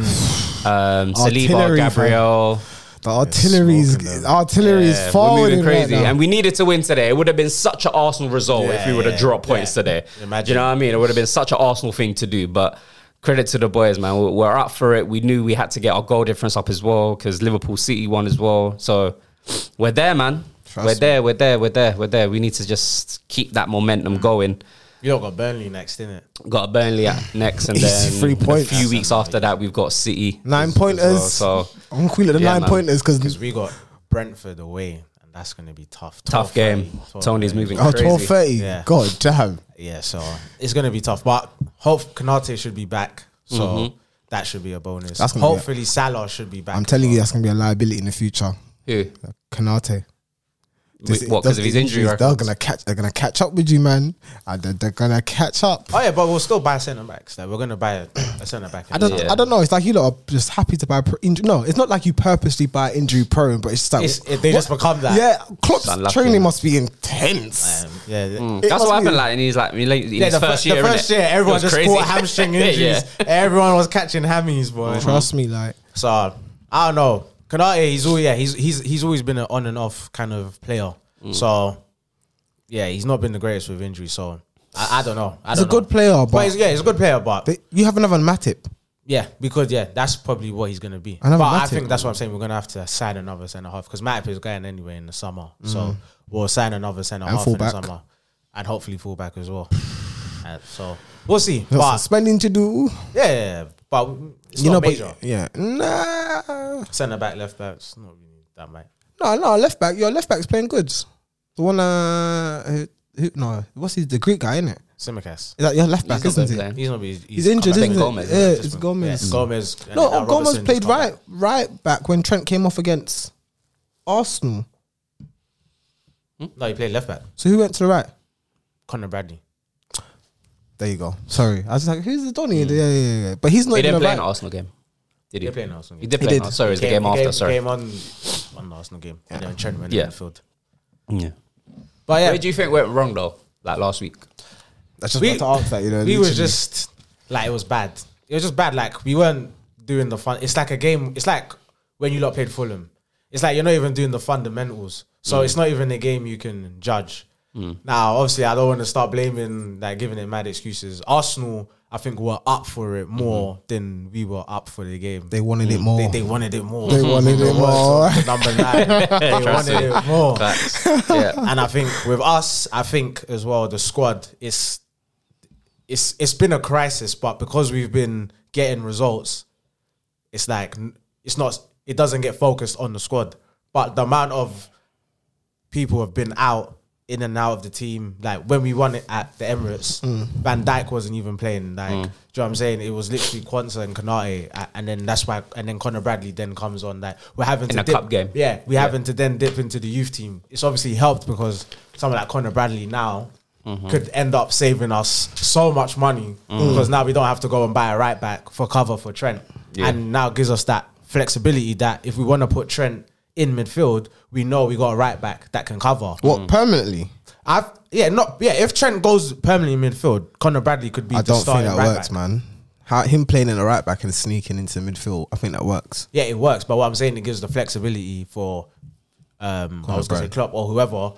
[SPEAKER 3] Um, Saliba,
[SPEAKER 1] Artillery, fam.
[SPEAKER 3] Gabriel.
[SPEAKER 1] The artillery's
[SPEAKER 2] smoking them.
[SPEAKER 1] artillery's
[SPEAKER 3] Yeah, we're
[SPEAKER 1] forward
[SPEAKER 3] moving crazy.
[SPEAKER 1] Right now.
[SPEAKER 3] and we needed to win today. It would have been such an Arsenal result if
[SPEAKER 2] Yeah,
[SPEAKER 3] we would have
[SPEAKER 2] yeah,
[SPEAKER 3] dropped points
[SPEAKER 2] yeah.
[SPEAKER 3] today.
[SPEAKER 2] Imagine.
[SPEAKER 3] Do you know what I mean? It would have been such an Arsenal thing to do. But credit to the boys, man. We- We're up for it. We knew we had to get our goal difference up as well because Liverpool City won as well. So we're there, man. we're there, we're there, we're there, we're there. We need to just keep that
[SPEAKER 1] Mm.
[SPEAKER 3] momentum going.
[SPEAKER 2] You don't got Burnley next, innit?
[SPEAKER 3] Got Burnley at next, and
[SPEAKER 1] Easy
[SPEAKER 3] then
[SPEAKER 1] three points.
[SPEAKER 3] a few weeks after that, we've got City.
[SPEAKER 1] Nine
[SPEAKER 3] as- as
[SPEAKER 1] pointers.
[SPEAKER 3] well, so
[SPEAKER 1] I'm gonna call it the
[SPEAKER 3] Yeah,
[SPEAKER 1] nine
[SPEAKER 3] man.
[SPEAKER 1] pointers because
[SPEAKER 2] Because we got Brentford away, and that's going to be tough.
[SPEAKER 3] tough game.
[SPEAKER 2] 12-30.
[SPEAKER 3] Tony's moving
[SPEAKER 1] oh,
[SPEAKER 3] crazy.
[SPEAKER 1] 12.30.
[SPEAKER 2] Yeah.
[SPEAKER 1] God damn.
[SPEAKER 2] Yeah, so it's going to be tough. But hope Kanate should be back. So
[SPEAKER 3] Mm-hmm.
[SPEAKER 2] that should be a bonus.
[SPEAKER 1] That's gonna be
[SPEAKER 2] Hopefully, Salah should be back.
[SPEAKER 1] I'm telling you, that's gonna be a liability in the future.
[SPEAKER 3] Who?
[SPEAKER 1] Kanate.
[SPEAKER 3] Wait, what? Because of his injury
[SPEAKER 1] They're
[SPEAKER 3] records?
[SPEAKER 1] gonna catch. They're gonna catch up with you, man. And they're, they're gonna catch up.
[SPEAKER 2] Oh, yeah, but we'll still buy centre backs. Like, we're going to buy a, a centre back.
[SPEAKER 1] I don't.
[SPEAKER 3] Yeah.
[SPEAKER 1] I don't know. It's like you lot are just happy to buy. Pro- injury. No, it's not like you purposely buy injury prone, but it's just like
[SPEAKER 2] It's- it- they just become that.
[SPEAKER 1] Yeah, Klopp's
[SPEAKER 3] unlucky.
[SPEAKER 1] training must be intense.
[SPEAKER 2] Um, yeah.
[SPEAKER 1] It
[SPEAKER 3] That's
[SPEAKER 1] must
[SPEAKER 3] what
[SPEAKER 1] be-
[SPEAKER 3] happened. Like, and he's like, in late, in
[SPEAKER 2] Yeah,
[SPEAKER 3] Mm. his
[SPEAKER 2] the
[SPEAKER 3] first
[SPEAKER 2] first,
[SPEAKER 3] year,
[SPEAKER 2] the first
[SPEAKER 3] innit?
[SPEAKER 2] year, everyone
[SPEAKER 3] It was
[SPEAKER 2] just
[SPEAKER 3] crazy.
[SPEAKER 2] caught hamstring
[SPEAKER 3] Yeah,
[SPEAKER 2] injuries.
[SPEAKER 3] yeah.
[SPEAKER 2] Everyone was catching hammies, boy.
[SPEAKER 1] Trust me, like
[SPEAKER 2] So I don't know. Kanate, he's all yeah, he's he's he's always been an on and off kind of player.
[SPEAKER 3] Mm.
[SPEAKER 2] So yeah, he's not been the greatest with injury. So I, I don't know. I
[SPEAKER 1] He's
[SPEAKER 2] don't
[SPEAKER 1] a good
[SPEAKER 2] know.
[SPEAKER 1] player, but-
[SPEAKER 2] he's, yeah, he's a good player. But
[SPEAKER 1] they- you have another Matip.
[SPEAKER 2] yeah, because yeah, that's probably what he's gonna be.
[SPEAKER 1] Another
[SPEAKER 2] but I
[SPEAKER 1] Matip.
[SPEAKER 2] think that's what I'm saying. We're gonna have to sign another centre half because Matip is going anyway in the summer. So we'll sign another centre half in
[SPEAKER 1] Mm.
[SPEAKER 2] the
[SPEAKER 1] fullback.
[SPEAKER 2] summer, and hopefully fullback as well. And so we'll see.
[SPEAKER 1] Got
[SPEAKER 2] But
[SPEAKER 1] spending to do.
[SPEAKER 2] yeah, yeah, yeah, but it's
[SPEAKER 1] you know,
[SPEAKER 2] not
[SPEAKER 1] but-
[SPEAKER 2] major.
[SPEAKER 1] yeah, nah,
[SPEAKER 2] Centre back, left back, it's not really that much.
[SPEAKER 1] no, no, left back. Your left back's playing good. The one, uh, who, who, no, what's he? The Greek guy, isn't it?
[SPEAKER 2] Simicast.
[SPEAKER 1] Is that your left back,
[SPEAKER 3] not
[SPEAKER 1] isn't
[SPEAKER 3] been
[SPEAKER 1] it?
[SPEAKER 3] playing.
[SPEAKER 2] He's not. He's,
[SPEAKER 1] He's injured,
[SPEAKER 3] Ben
[SPEAKER 1] isn't it?
[SPEAKER 3] Gomez,
[SPEAKER 1] yeah,
[SPEAKER 3] isn't it? Mm.
[SPEAKER 1] it's Gomez.
[SPEAKER 2] Gomez. and
[SPEAKER 1] No,
[SPEAKER 2] now
[SPEAKER 1] oh, Gomez
[SPEAKER 2] Robertson
[SPEAKER 1] played
[SPEAKER 2] just come
[SPEAKER 1] right,
[SPEAKER 2] back.
[SPEAKER 1] right back when Trent came off against Arsenal.
[SPEAKER 2] No, he played left back.
[SPEAKER 1] So who went to the right?
[SPEAKER 2] Connor Bradley.
[SPEAKER 1] There you go. Sorry, I was like, who's the Donny?
[SPEAKER 2] Mm.
[SPEAKER 1] Yeah, yeah, yeah, yeah. But he's not
[SPEAKER 3] He
[SPEAKER 1] even
[SPEAKER 3] didn't
[SPEAKER 1] a
[SPEAKER 3] play in the
[SPEAKER 1] right.
[SPEAKER 3] Arsenal game. Did
[SPEAKER 2] He
[SPEAKER 3] he?
[SPEAKER 2] played in Arsenal.
[SPEAKER 3] He
[SPEAKER 2] game.
[SPEAKER 3] did play.
[SPEAKER 1] He
[SPEAKER 3] in
[SPEAKER 1] did.
[SPEAKER 3] Arsenal. Sorry, it was the
[SPEAKER 2] Came-
[SPEAKER 3] game
[SPEAKER 2] he
[SPEAKER 3] after.
[SPEAKER 2] came-
[SPEAKER 3] Sorry.
[SPEAKER 2] Came on on the Arsenal game. And then Trent went
[SPEAKER 3] Yeah.
[SPEAKER 2] in the field.
[SPEAKER 3] Yeah.
[SPEAKER 2] But Oh, yeah,
[SPEAKER 3] Where do you think went wrong though? Like last week.
[SPEAKER 1] That's just
[SPEAKER 2] we,
[SPEAKER 1] about to ask that, you know.
[SPEAKER 2] we were
[SPEAKER 1] literally.
[SPEAKER 2] just like it was bad. It was just bad. Like we weren't doing the fun. It's like a game. It's like when you lot played Fulham. It's like you're not even doing the fundamentals. So
[SPEAKER 1] Mm.
[SPEAKER 2] it's not even a game you can judge. Now, obviously, I don't want to start blaming like giving it mad excuses. Arsenal, I think were up for it more than we were up for the game.
[SPEAKER 1] Mm. They wanted it more.
[SPEAKER 2] Mm. They, they wanted it more.
[SPEAKER 5] They wanted it more.
[SPEAKER 2] Number nine. they wanted it more.
[SPEAKER 3] Facts. yeah.
[SPEAKER 2] And I think with us, I think as well the squad is it's it's been a crisis, but because we've been getting results, it's like n- it's not it doesn't get focused on the squad. But the amount of people have been out in and out of the team, like when we won it at the Emirates, Van Dijk wasn't even playing. Like,
[SPEAKER 3] Mm.
[SPEAKER 2] do you know what I'm saying? It was literally Kwanzaa and Kanate, a- and then that's why, and then Connor Bradley then comes on. Like, we're having
[SPEAKER 3] In
[SPEAKER 2] to
[SPEAKER 3] a
[SPEAKER 2] dip-
[SPEAKER 3] cup game.
[SPEAKER 2] yeah, we having to then dip into the youth team. It's obviously helped because someone like Connor Bradley now
[SPEAKER 1] Mm-hmm.
[SPEAKER 2] could end up saving us so much money
[SPEAKER 1] Mm.
[SPEAKER 2] because now we don't have to go and buy a right back for cover for Trent,
[SPEAKER 3] Yeah.
[SPEAKER 2] and now gives us that flexibility that if we want to put Trent in midfield, we know we got a right back that can cover.
[SPEAKER 1] What permanently?
[SPEAKER 2] I've yeah, not yeah. If Trent goes permanently in midfield, Connor Bradley could be
[SPEAKER 1] I
[SPEAKER 2] the
[SPEAKER 1] don't think
[SPEAKER 2] starting
[SPEAKER 1] that
[SPEAKER 2] right
[SPEAKER 1] works,
[SPEAKER 2] back.
[SPEAKER 1] man. How, him playing in the right back and sneaking into midfield, I think that works.
[SPEAKER 2] Yeah, it works. But what I'm saying, it gives the flexibility for um, I was going to say
[SPEAKER 1] Bradley.
[SPEAKER 2] Klopp or whoever,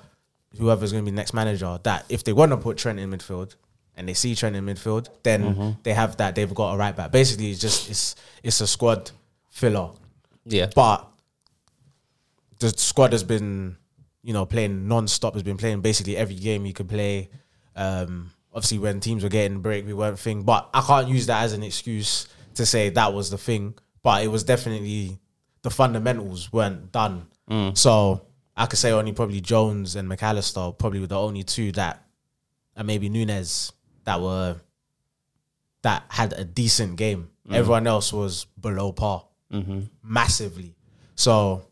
[SPEAKER 2] whoever's going to be next manager. That if they want to put Trent in midfield and they see Trent in midfield, then they have that. They've got a right back. Basically, it's just it's it's a squad filler.
[SPEAKER 3] Yeah.
[SPEAKER 2] But the squad has been, you know, playing non-stop. Has been playing basically every game you could play. Um, obviously, when teams were getting break, we weren't thing. But I can't use that as an excuse to say that was the thing. But it was definitely the fundamentals weren't done. So I could say only probably Jones and McAllister probably were the only two that, and maybe Nunes that were that had a decent game. Everyone else was below par massively. So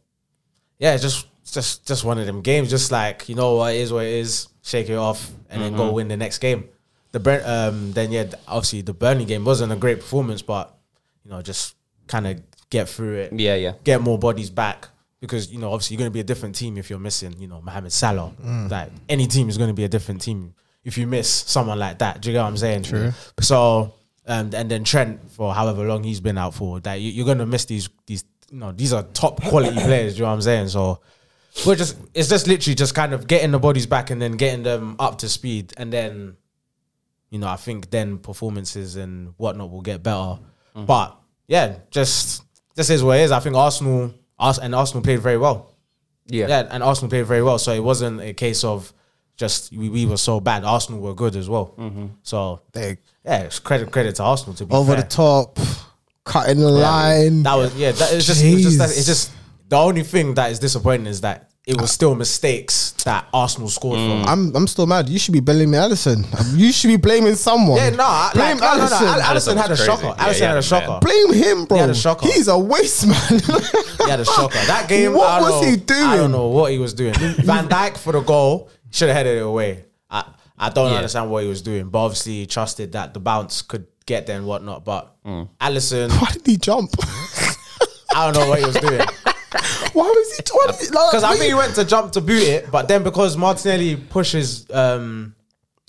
[SPEAKER 2] yeah, it's just it's just just one of them games. Just like you know what it is, what it is, shake it off, and then go win the next game. The Brent, um, then yeah, obviously the Burnley game wasn't a great performance, but you know just kind of get through it
[SPEAKER 3] Yeah, yeah.
[SPEAKER 2] get more bodies back because you know obviously you're going to be a different team if you're missing you know Mohamed Salah. Like any team is going to be a different team if you miss someone like that. Do you get what I'm saying? True. So um, and then Trent for however long he's been out for that you, you're going to miss these these you know these are top quality players. Do you know what I'm saying? So we're just it's just literally just kind of getting the bodies back and then getting them up to speed and then you know I think then performances and whatnot will get better. But yeah, just this is what it is. I think Arsenal Ars- and Arsenal played very well.
[SPEAKER 3] Yeah.
[SPEAKER 2] Yeah, and Arsenal played very well. So it wasn't a case of just we, we were so bad. Arsenal were good as well.
[SPEAKER 3] Mm-hmm.
[SPEAKER 2] So
[SPEAKER 1] They
[SPEAKER 2] yeah, it's credit credit to Arsenal to be
[SPEAKER 1] over
[SPEAKER 2] fair.
[SPEAKER 1] the top, cutting the line.
[SPEAKER 2] That was yeah. That is just, it was just that,
[SPEAKER 1] Jeez.
[SPEAKER 2] it's just the only thing that is disappointing is that it was still mistakes that Arsenal scored
[SPEAKER 3] Mm.
[SPEAKER 2] from.
[SPEAKER 1] I'm I'm still mad. You should be blaming Allison. You should be blaming someone.
[SPEAKER 2] Yeah, no, I-
[SPEAKER 1] blame
[SPEAKER 2] like, no, no, no,
[SPEAKER 1] Allison.
[SPEAKER 2] Al- Allison
[SPEAKER 3] Alisson
[SPEAKER 2] had a
[SPEAKER 3] was crazy.
[SPEAKER 2] shocker.
[SPEAKER 3] Yeah,
[SPEAKER 2] Allison
[SPEAKER 3] yeah,
[SPEAKER 2] had a
[SPEAKER 3] man.
[SPEAKER 2] shocker.
[SPEAKER 1] blame him, bro.
[SPEAKER 2] had a shocker.
[SPEAKER 1] He's a waste man.
[SPEAKER 2] He had a shocker. That game,
[SPEAKER 1] What
[SPEAKER 2] I don't
[SPEAKER 1] was
[SPEAKER 2] know-
[SPEAKER 1] he doing?
[SPEAKER 2] I don't know what he was doing. Van Dijk for the goal should have headed it away. I, I don't
[SPEAKER 3] Yeah.
[SPEAKER 2] understand what he was doing, but obviously he trusted that the bounce could get there and whatnot. But
[SPEAKER 1] Mm.
[SPEAKER 2] Allison,
[SPEAKER 1] Why did he jump?
[SPEAKER 2] I don't know what he was doing.
[SPEAKER 1] Why was he? Why did, like,
[SPEAKER 2] Because I
[SPEAKER 1] what
[SPEAKER 2] think he
[SPEAKER 1] you-
[SPEAKER 2] went to jump to boot it, but then because Martinelli pushes um,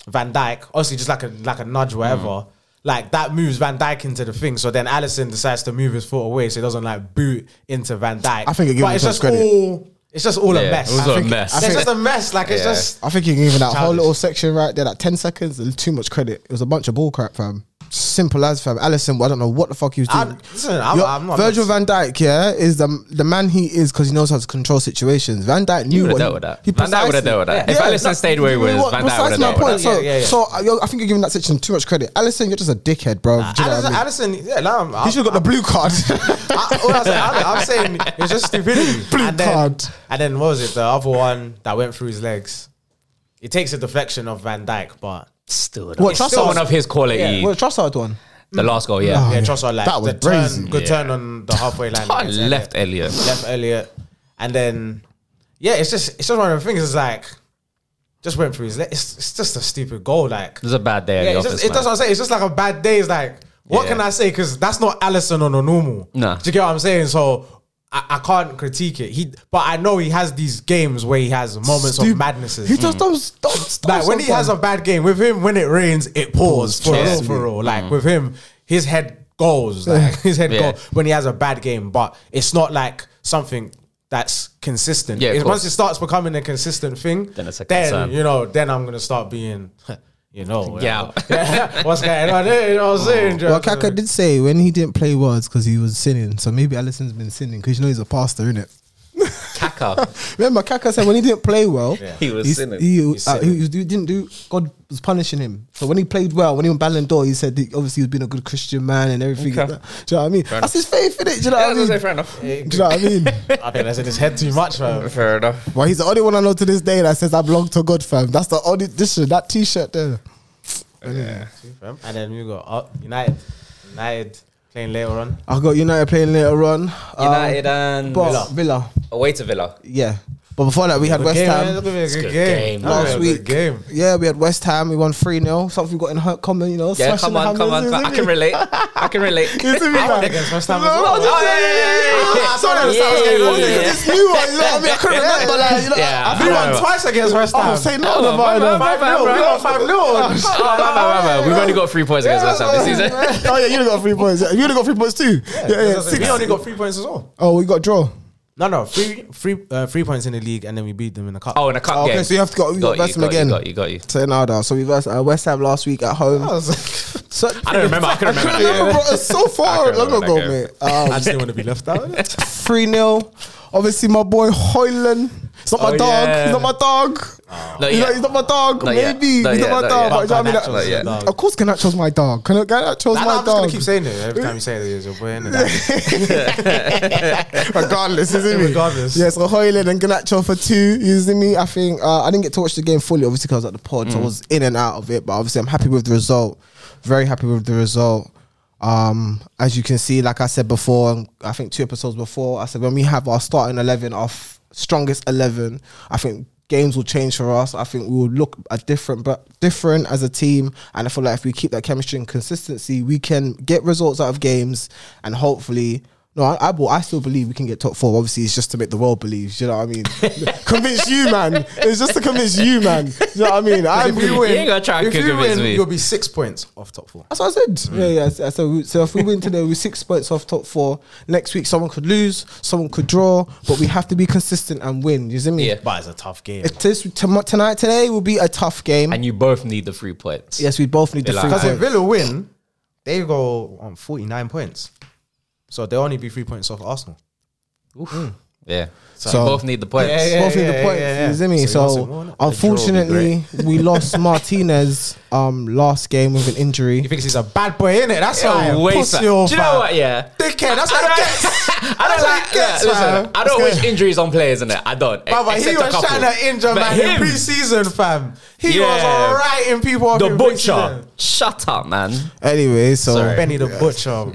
[SPEAKER 2] Van Dyke, obviously just like a like a nudge, whatever.
[SPEAKER 3] Mm.
[SPEAKER 2] Like that moves Van Dyke into the thing, so then Allison decides to move his foot away, so he doesn't like boot into Van Dyke.
[SPEAKER 1] I think it gives him
[SPEAKER 2] but it's
[SPEAKER 1] some
[SPEAKER 2] just
[SPEAKER 1] credit.
[SPEAKER 2] all it's just all a
[SPEAKER 3] Yeah,
[SPEAKER 2] mess.
[SPEAKER 3] it was
[SPEAKER 2] I
[SPEAKER 3] all a
[SPEAKER 2] think-
[SPEAKER 3] mess. I
[SPEAKER 2] It's
[SPEAKER 1] think-
[SPEAKER 2] just a mess. Like it's
[SPEAKER 3] Yeah.
[SPEAKER 2] just
[SPEAKER 1] I think you're giving that whole
[SPEAKER 2] Childish.
[SPEAKER 1] little section right there, that 10 seconds, is too much credit. It was a bunch of ball crap, fam. Simple as, fam. Allison, I don't know what the fuck he was
[SPEAKER 2] I-
[SPEAKER 1] doing.
[SPEAKER 2] listen, I'm-
[SPEAKER 1] Your-
[SPEAKER 2] I'm not-
[SPEAKER 1] Virgil van Dijk, yeah, is the, the man he is because he knows how to control situations. Van Dijk knew
[SPEAKER 3] would've
[SPEAKER 1] what
[SPEAKER 3] dealt with that.
[SPEAKER 1] he
[SPEAKER 3] Van Dijk would've dealt with that. If Alisson
[SPEAKER 1] that-
[SPEAKER 3] stayed where he
[SPEAKER 1] you know what?
[SPEAKER 3] was, Van Dijk
[SPEAKER 1] Precisely
[SPEAKER 3] would've
[SPEAKER 1] my
[SPEAKER 3] dealt with
[SPEAKER 1] point.
[SPEAKER 3] that.
[SPEAKER 1] So,
[SPEAKER 2] Yeah, yeah, yeah.
[SPEAKER 1] so I, you're- I think you're giving that section too much credit. Allison, you're just a dickhead, bro. Do you know what I
[SPEAKER 2] Allison,
[SPEAKER 1] mean?
[SPEAKER 2] Allison, yeah, nah, I'm,
[SPEAKER 1] He
[SPEAKER 2] I'm,
[SPEAKER 1] should have got the blue card.
[SPEAKER 2] I, all I was- I'm, I'm saying it's just stupidity.
[SPEAKER 1] Blue
[SPEAKER 2] and then,
[SPEAKER 1] card.
[SPEAKER 2] And then what was it? The other one that went through his legs. It takes a deflection of Van Dyke, but
[SPEAKER 3] Still,
[SPEAKER 1] What,
[SPEAKER 3] it's still
[SPEAKER 1] Trossard?
[SPEAKER 3] one of his quality.
[SPEAKER 1] well, Trossard one.
[SPEAKER 3] The last goal, yeah.
[SPEAKER 1] Oh,
[SPEAKER 2] yeah,
[SPEAKER 1] yeah.
[SPEAKER 2] Trossard like
[SPEAKER 1] That was
[SPEAKER 2] the turn-
[SPEAKER 1] brazen.
[SPEAKER 2] good
[SPEAKER 3] Yeah.
[SPEAKER 2] turn on the halfway line.
[SPEAKER 3] I
[SPEAKER 2] against
[SPEAKER 3] left
[SPEAKER 2] Elliot.
[SPEAKER 3] Elliot.
[SPEAKER 2] left Elliot, and then yeah, it's just it's just one of the things. It's like just went through his. Leg. It's it's just a stupid goal. Like
[SPEAKER 3] It was a bad day at
[SPEAKER 2] yeah,
[SPEAKER 3] the
[SPEAKER 2] it's
[SPEAKER 3] office.
[SPEAKER 2] just, it
[SPEAKER 3] man.
[SPEAKER 2] doesn't say. It's just like a bad day. It's like, what
[SPEAKER 3] Yeah.
[SPEAKER 2] can I say? Because that's not Allison on a normal.
[SPEAKER 3] Nah.
[SPEAKER 2] Do you get what I'm saying? So I, I can't critique it. He, but I know he has these games where he has moments of
[SPEAKER 1] Dude,
[SPEAKER 2] madnesses.
[SPEAKER 1] He
[SPEAKER 3] Hmm.
[SPEAKER 1] just don't stop. stop
[SPEAKER 2] like when he has a bad game with him, when it rains, it pours for
[SPEAKER 3] Yeah.
[SPEAKER 2] real, for real. Like with him, his head goes. Like his head
[SPEAKER 3] Yeah.
[SPEAKER 2] goes when he has a bad game. But it's not like something. That's consistent.
[SPEAKER 3] Yeah, of
[SPEAKER 2] It's- once
[SPEAKER 3] course.
[SPEAKER 2] it starts becoming a consistent thing,
[SPEAKER 3] Then it's a
[SPEAKER 2] then
[SPEAKER 3] concern.
[SPEAKER 2] you know, then I'm gonna start being, you You know,
[SPEAKER 3] Get out.
[SPEAKER 2] yeah. what's going on? there? You know what I'm saying?
[SPEAKER 1] Well,
[SPEAKER 2] Jack?
[SPEAKER 1] Kaka did say when he didn't play words because he was sinning. So maybe Allison's been sinning because you know he's a pastor, innit?
[SPEAKER 3] Kaka.
[SPEAKER 1] Remember, Kaka said when he didn't play well,
[SPEAKER 3] He was
[SPEAKER 1] he's-
[SPEAKER 3] sinning.
[SPEAKER 1] He,
[SPEAKER 2] He's
[SPEAKER 1] uh, he
[SPEAKER 2] sinning.
[SPEAKER 1] was- he didn't do. God was punishing him. So when he played well, when he won Ballon d'Or, he said that obviously he's been a good Christian man and everything.
[SPEAKER 3] Okay.
[SPEAKER 1] Do you know what I mean? That's his faith in it. Do you know
[SPEAKER 3] Yeah, I
[SPEAKER 1] what I
[SPEAKER 3] was gonna say,
[SPEAKER 1] mean?
[SPEAKER 3] fair enough.
[SPEAKER 1] Do you know what I mean?
[SPEAKER 2] I think that's in his head too much, man.
[SPEAKER 3] Fair enough.
[SPEAKER 1] well, he's the only one I know to this day that says I belong to God, fam. That's the only this shit, that T-shirt there.
[SPEAKER 2] And then we got uh, United, United playing later on.
[SPEAKER 1] I got United playing later on. Um,
[SPEAKER 3] United and
[SPEAKER 1] but
[SPEAKER 3] Villa.
[SPEAKER 1] Villa.
[SPEAKER 3] away to Villa.
[SPEAKER 1] yeah. But before that, we had
[SPEAKER 2] Good
[SPEAKER 1] West
[SPEAKER 2] game,
[SPEAKER 1] Ham.
[SPEAKER 2] man. It's gonna be a
[SPEAKER 3] a
[SPEAKER 2] good
[SPEAKER 3] good game.
[SPEAKER 2] game. That'll be
[SPEAKER 1] last
[SPEAKER 2] a
[SPEAKER 1] week.
[SPEAKER 2] good game.
[SPEAKER 1] Yeah, we had West Ham. We won 3 0. Something we got in her- common, you know.
[SPEAKER 3] Yeah,
[SPEAKER 1] smashing
[SPEAKER 3] come
[SPEAKER 1] the
[SPEAKER 3] on, come on,
[SPEAKER 1] hammers,
[SPEAKER 3] come on. I
[SPEAKER 1] isn't
[SPEAKER 3] can
[SPEAKER 1] it?
[SPEAKER 3] relate. I can relate.
[SPEAKER 1] You see me
[SPEAKER 2] I went
[SPEAKER 1] like-
[SPEAKER 2] against West Ham as well.
[SPEAKER 3] Oh, yeah, yeah, yeah,
[SPEAKER 1] Sorry,
[SPEAKER 3] yeah. Yeah,
[SPEAKER 1] sorry,
[SPEAKER 3] yeah,
[SPEAKER 1] sorry.
[SPEAKER 3] yeah, yeah.
[SPEAKER 1] It's new one, you know what I mean? I couldn't remember, like, you know.
[SPEAKER 3] Yeah.
[SPEAKER 1] I
[SPEAKER 2] We
[SPEAKER 1] feel like,
[SPEAKER 2] won twice against West Ham.
[SPEAKER 1] oh, say no,
[SPEAKER 3] Oh, my bad,
[SPEAKER 1] no,
[SPEAKER 3] my bad,
[SPEAKER 2] we
[SPEAKER 3] bro.
[SPEAKER 2] won five 0
[SPEAKER 3] Oh, man, man, man, man. We've only got three points against West Ham this season.
[SPEAKER 1] Oh, yeah, you only got three points. You only got three points, too. Yeah, yeah.
[SPEAKER 2] We
[SPEAKER 1] six.
[SPEAKER 2] only got three points as well.
[SPEAKER 1] Oh, we got draw.
[SPEAKER 2] No, no, three, three, uh, three points in the league, and then we beat them in the cup.
[SPEAKER 3] Oh, in a cup
[SPEAKER 1] Okay,
[SPEAKER 3] game.
[SPEAKER 1] so you have to go. We got,
[SPEAKER 3] got,
[SPEAKER 1] West
[SPEAKER 3] you,
[SPEAKER 1] Ham
[SPEAKER 3] got, you,
[SPEAKER 1] again.
[SPEAKER 3] got you, got you.
[SPEAKER 1] So now, though. So we versed uh, West Ham last week at home. So,
[SPEAKER 3] I don't remember. I can remember.
[SPEAKER 1] couldn't remember, bro. It's so
[SPEAKER 3] I
[SPEAKER 1] far
[SPEAKER 3] can't
[SPEAKER 1] long
[SPEAKER 3] remember
[SPEAKER 1] ago,
[SPEAKER 3] that
[SPEAKER 1] mate. Um,
[SPEAKER 2] I just didn't want to be left out. innit?
[SPEAKER 1] 3 0. Obviously, my boy Hoyland. It's not my
[SPEAKER 2] Oh,
[SPEAKER 1] dog.
[SPEAKER 2] yeah. Oh.
[SPEAKER 1] He's not my dog.
[SPEAKER 3] Not
[SPEAKER 1] He's,
[SPEAKER 3] yet.
[SPEAKER 1] not, he's not my dog.
[SPEAKER 3] Not yet.
[SPEAKER 1] Maybe.
[SPEAKER 3] Not
[SPEAKER 1] he's
[SPEAKER 3] yet,
[SPEAKER 1] not my
[SPEAKER 3] not
[SPEAKER 1] dog.
[SPEAKER 3] yet.
[SPEAKER 1] But you know what I mean?
[SPEAKER 2] Garnacho's
[SPEAKER 1] Like,
[SPEAKER 2] your
[SPEAKER 3] Not
[SPEAKER 2] dog.
[SPEAKER 1] Of course, Ganacho's my dog. Can Ganacho's
[SPEAKER 2] Nah, nah,
[SPEAKER 1] my
[SPEAKER 2] I'm just gonna
[SPEAKER 1] dog.
[SPEAKER 2] keep saying it every time you say it. It's your boy, innit?
[SPEAKER 1] Regardless, isn't it?
[SPEAKER 2] Regardless.
[SPEAKER 1] Yeah, so Hoyland and Ganacho for two. You see me? I think uh, I didn't get to watch the game fully, obviously, because I was at the pod. So I was in and out of it. But obviously, I'm happy with the result. Very happy with the result. Um, as you can see, like I said before, and I think two episodes before, I said when we have our starting 11, our f- strongest 11, I think games will change for us. I think we will look a different, but different as a team. And I feel like if we keep that chemistry and consistency, we can get results out of games and hopefully. No, I, I, well, I still believe we can get top four. Obviously, it's just to make the world believe. You know what I mean? convince you, man. It's just to convince you, man. You know what I mean? I
[SPEAKER 2] If we
[SPEAKER 1] believe-
[SPEAKER 2] win-
[SPEAKER 3] ain't gotta try and
[SPEAKER 2] if you
[SPEAKER 3] convince
[SPEAKER 2] win,
[SPEAKER 3] me.
[SPEAKER 2] You'll be six points off top four.
[SPEAKER 1] That's what I said.
[SPEAKER 2] Mm.
[SPEAKER 1] Yeah, yeah. So, so we- so if we win today, we're six points off top four. Next week, someone could lose, someone could draw, but we have to be consistent and win. You see me?
[SPEAKER 3] Yeah.
[SPEAKER 2] But it's a tough game.
[SPEAKER 1] It is, tom- tonight, today will be a tough game.
[SPEAKER 3] And you both need the three points.
[SPEAKER 1] yes, we both need the
[SPEAKER 3] Be
[SPEAKER 1] three
[SPEAKER 3] like-
[SPEAKER 2] Because if
[SPEAKER 1] points.
[SPEAKER 2] Villa win, they go on 49 points. So they'll only be three points off Arsenal.
[SPEAKER 3] Yeah. So,
[SPEAKER 1] So-
[SPEAKER 3] you both need the points.
[SPEAKER 2] Yeah, yeah.
[SPEAKER 1] both need the points.
[SPEAKER 2] yeah, yeah.
[SPEAKER 1] You see me?
[SPEAKER 2] So
[SPEAKER 1] So,
[SPEAKER 2] you lost it, won't it?
[SPEAKER 1] unfortunately, we lost Martinez um last game with an
[SPEAKER 2] He
[SPEAKER 1] injury.
[SPEAKER 2] thinks he's a bad boy, innit? That's why.
[SPEAKER 3] Yeah, waste
[SPEAKER 2] Pussy
[SPEAKER 3] that. Do
[SPEAKER 2] old
[SPEAKER 3] you know
[SPEAKER 2] fam.
[SPEAKER 3] what? Yeah.
[SPEAKER 2] Dickhead, that's
[SPEAKER 3] I
[SPEAKER 2] what
[SPEAKER 3] don't,
[SPEAKER 2] he gets.
[SPEAKER 3] I don't
[SPEAKER 2] That's what
[SPEAKER 3] like.
[SPEAKER 2] he gets,
[SPEAKER 3] look, listen,
[SPEAKER 2] man.
[SPEAKER 3] I
[SPEAKER 2] Let's
[SPEAKER 3] don't
[SPEAKER 2] go.
[SPEAKER 3] wish injuries on players, innit? I don't. e-
[SPEAKER 2] Brother, he
[SPEAKER 3] except a
[SPEAKER 2] was
[SPEAKER 3] couple.
[SPEAKER 2] trying to injure
[SPEAKER 3] But
[SPEAKER 2] man
[SPEAKER 3] him,
[SPEAKER 2] in preseason, fam. He was
[SPEAKER 3] Yeah.
[SPEAKER 2] alright in people. off
[SPEAKER 3] the
[SPEAKER 2] in
[SPEAKER 3] butcher.
[SPEAKER 2] pre-season.
[SPEAKER 3] Shut up, man.
[SPEAKER 1] Anyway, so
[SPEAKER 3] Sorry.
[SPEAKER 2] Benny the butcher.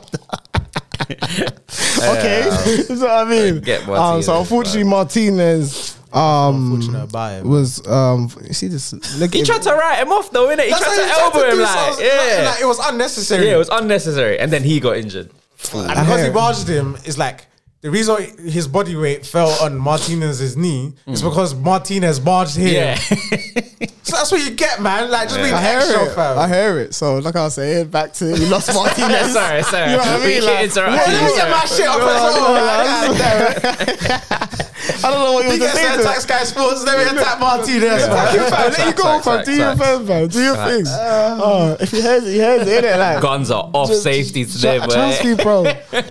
[SPEAKER 3] Mm.
[SPEAKER 1] okay, you know what I mean?
[SPEAKER 3] Get
[SPEAKER 1] um,
[SPEAKER 3] Martinez,
[SPEAKER 1] so unfortunately, Martinez um
[SPEAKER 2] Unfortunate about him.
[SPEAKER 1] was um. You see this?
[SPEAKER 3] He tried to write him off, though, innit? He
[SPEAKER 2] That's how
[SPEAKER 3] tried to
[SPEAKER 2] he tried
[SPEAKER 3] elbow
[SPEAKER 2] to
[SPEAKER 3] him,
[SPEAKER 2] do
[SPEAKER 3] like,
[SPEAKER 2] something, like,
[SPEAKER 3] yeah.
[SPEAKER 2] like, it was unnecessary.
[SPEAKER 3] Yeah, it was unnecessary. And then he got injured.
[SPEAKER 2] and because he barged him, it's like the reason his body weight fell on Martinez's knee is because Martinez barged him.
[SPEAKER 3] Mm. Yeah.
[SPEAKER 2] So that's what you get, man. Like just being
[SPEAKER 1] I hear
[SPEAKER 2] extra,
[SPEAKER 1] it.
[SPEAKER 2] fam.
[SPEAKER 1] I hear it. So like I was saying, back to we lost Martinez.
[SPEAKER 3] Sorry, sorry.
[SPEAKER 1] You know what I
[SPEAKER 3] We
[SPEAKER 1] mean?
[SPEAKER 3] can
[SPEAKER 1] Like,
[SPEAKER 3] interrupt
[SPEAKER 1] what-
[SPEAKER 3] you.
[SPEAKER 1] let me get my shit oh, up as well, man. I don't know what you want to
[SPEAKER 2] He gets
[SPEAKER 1] say.
[SPEAKER 2] to
[SPEAKER 1] to
[SPEAKER 2] attack
[SPEAKER 1] that.
[SPEAKER 2] Sky Sports, let me attack Martinez.
[SPEAKER 1] Fuck
[SPEAKER 2] man.
[SPEAKER 1] you, fam. Let you go,
[SPEAKER 3] Facts,
[SPEAKER 1] fam.
[SPEAKER 3] facts,
[SPEAKER 1] Do your
[SPEAKER 3] facts. Uh,
[SPEAKER 1] thing, fam. Do your thing. Oh, If he hears it, he hears it, innit? Like,
[SPEAKER 3] Guns are off
[SPEAKER 1] Just-
[SPEAKER 3] safety
[SPEAKER 1] just-
[SPEAKER 3] today,
[SPEAKER 1] just
[SPEAKER 3] boy.
[SPEAKER 1] Trust me, bro.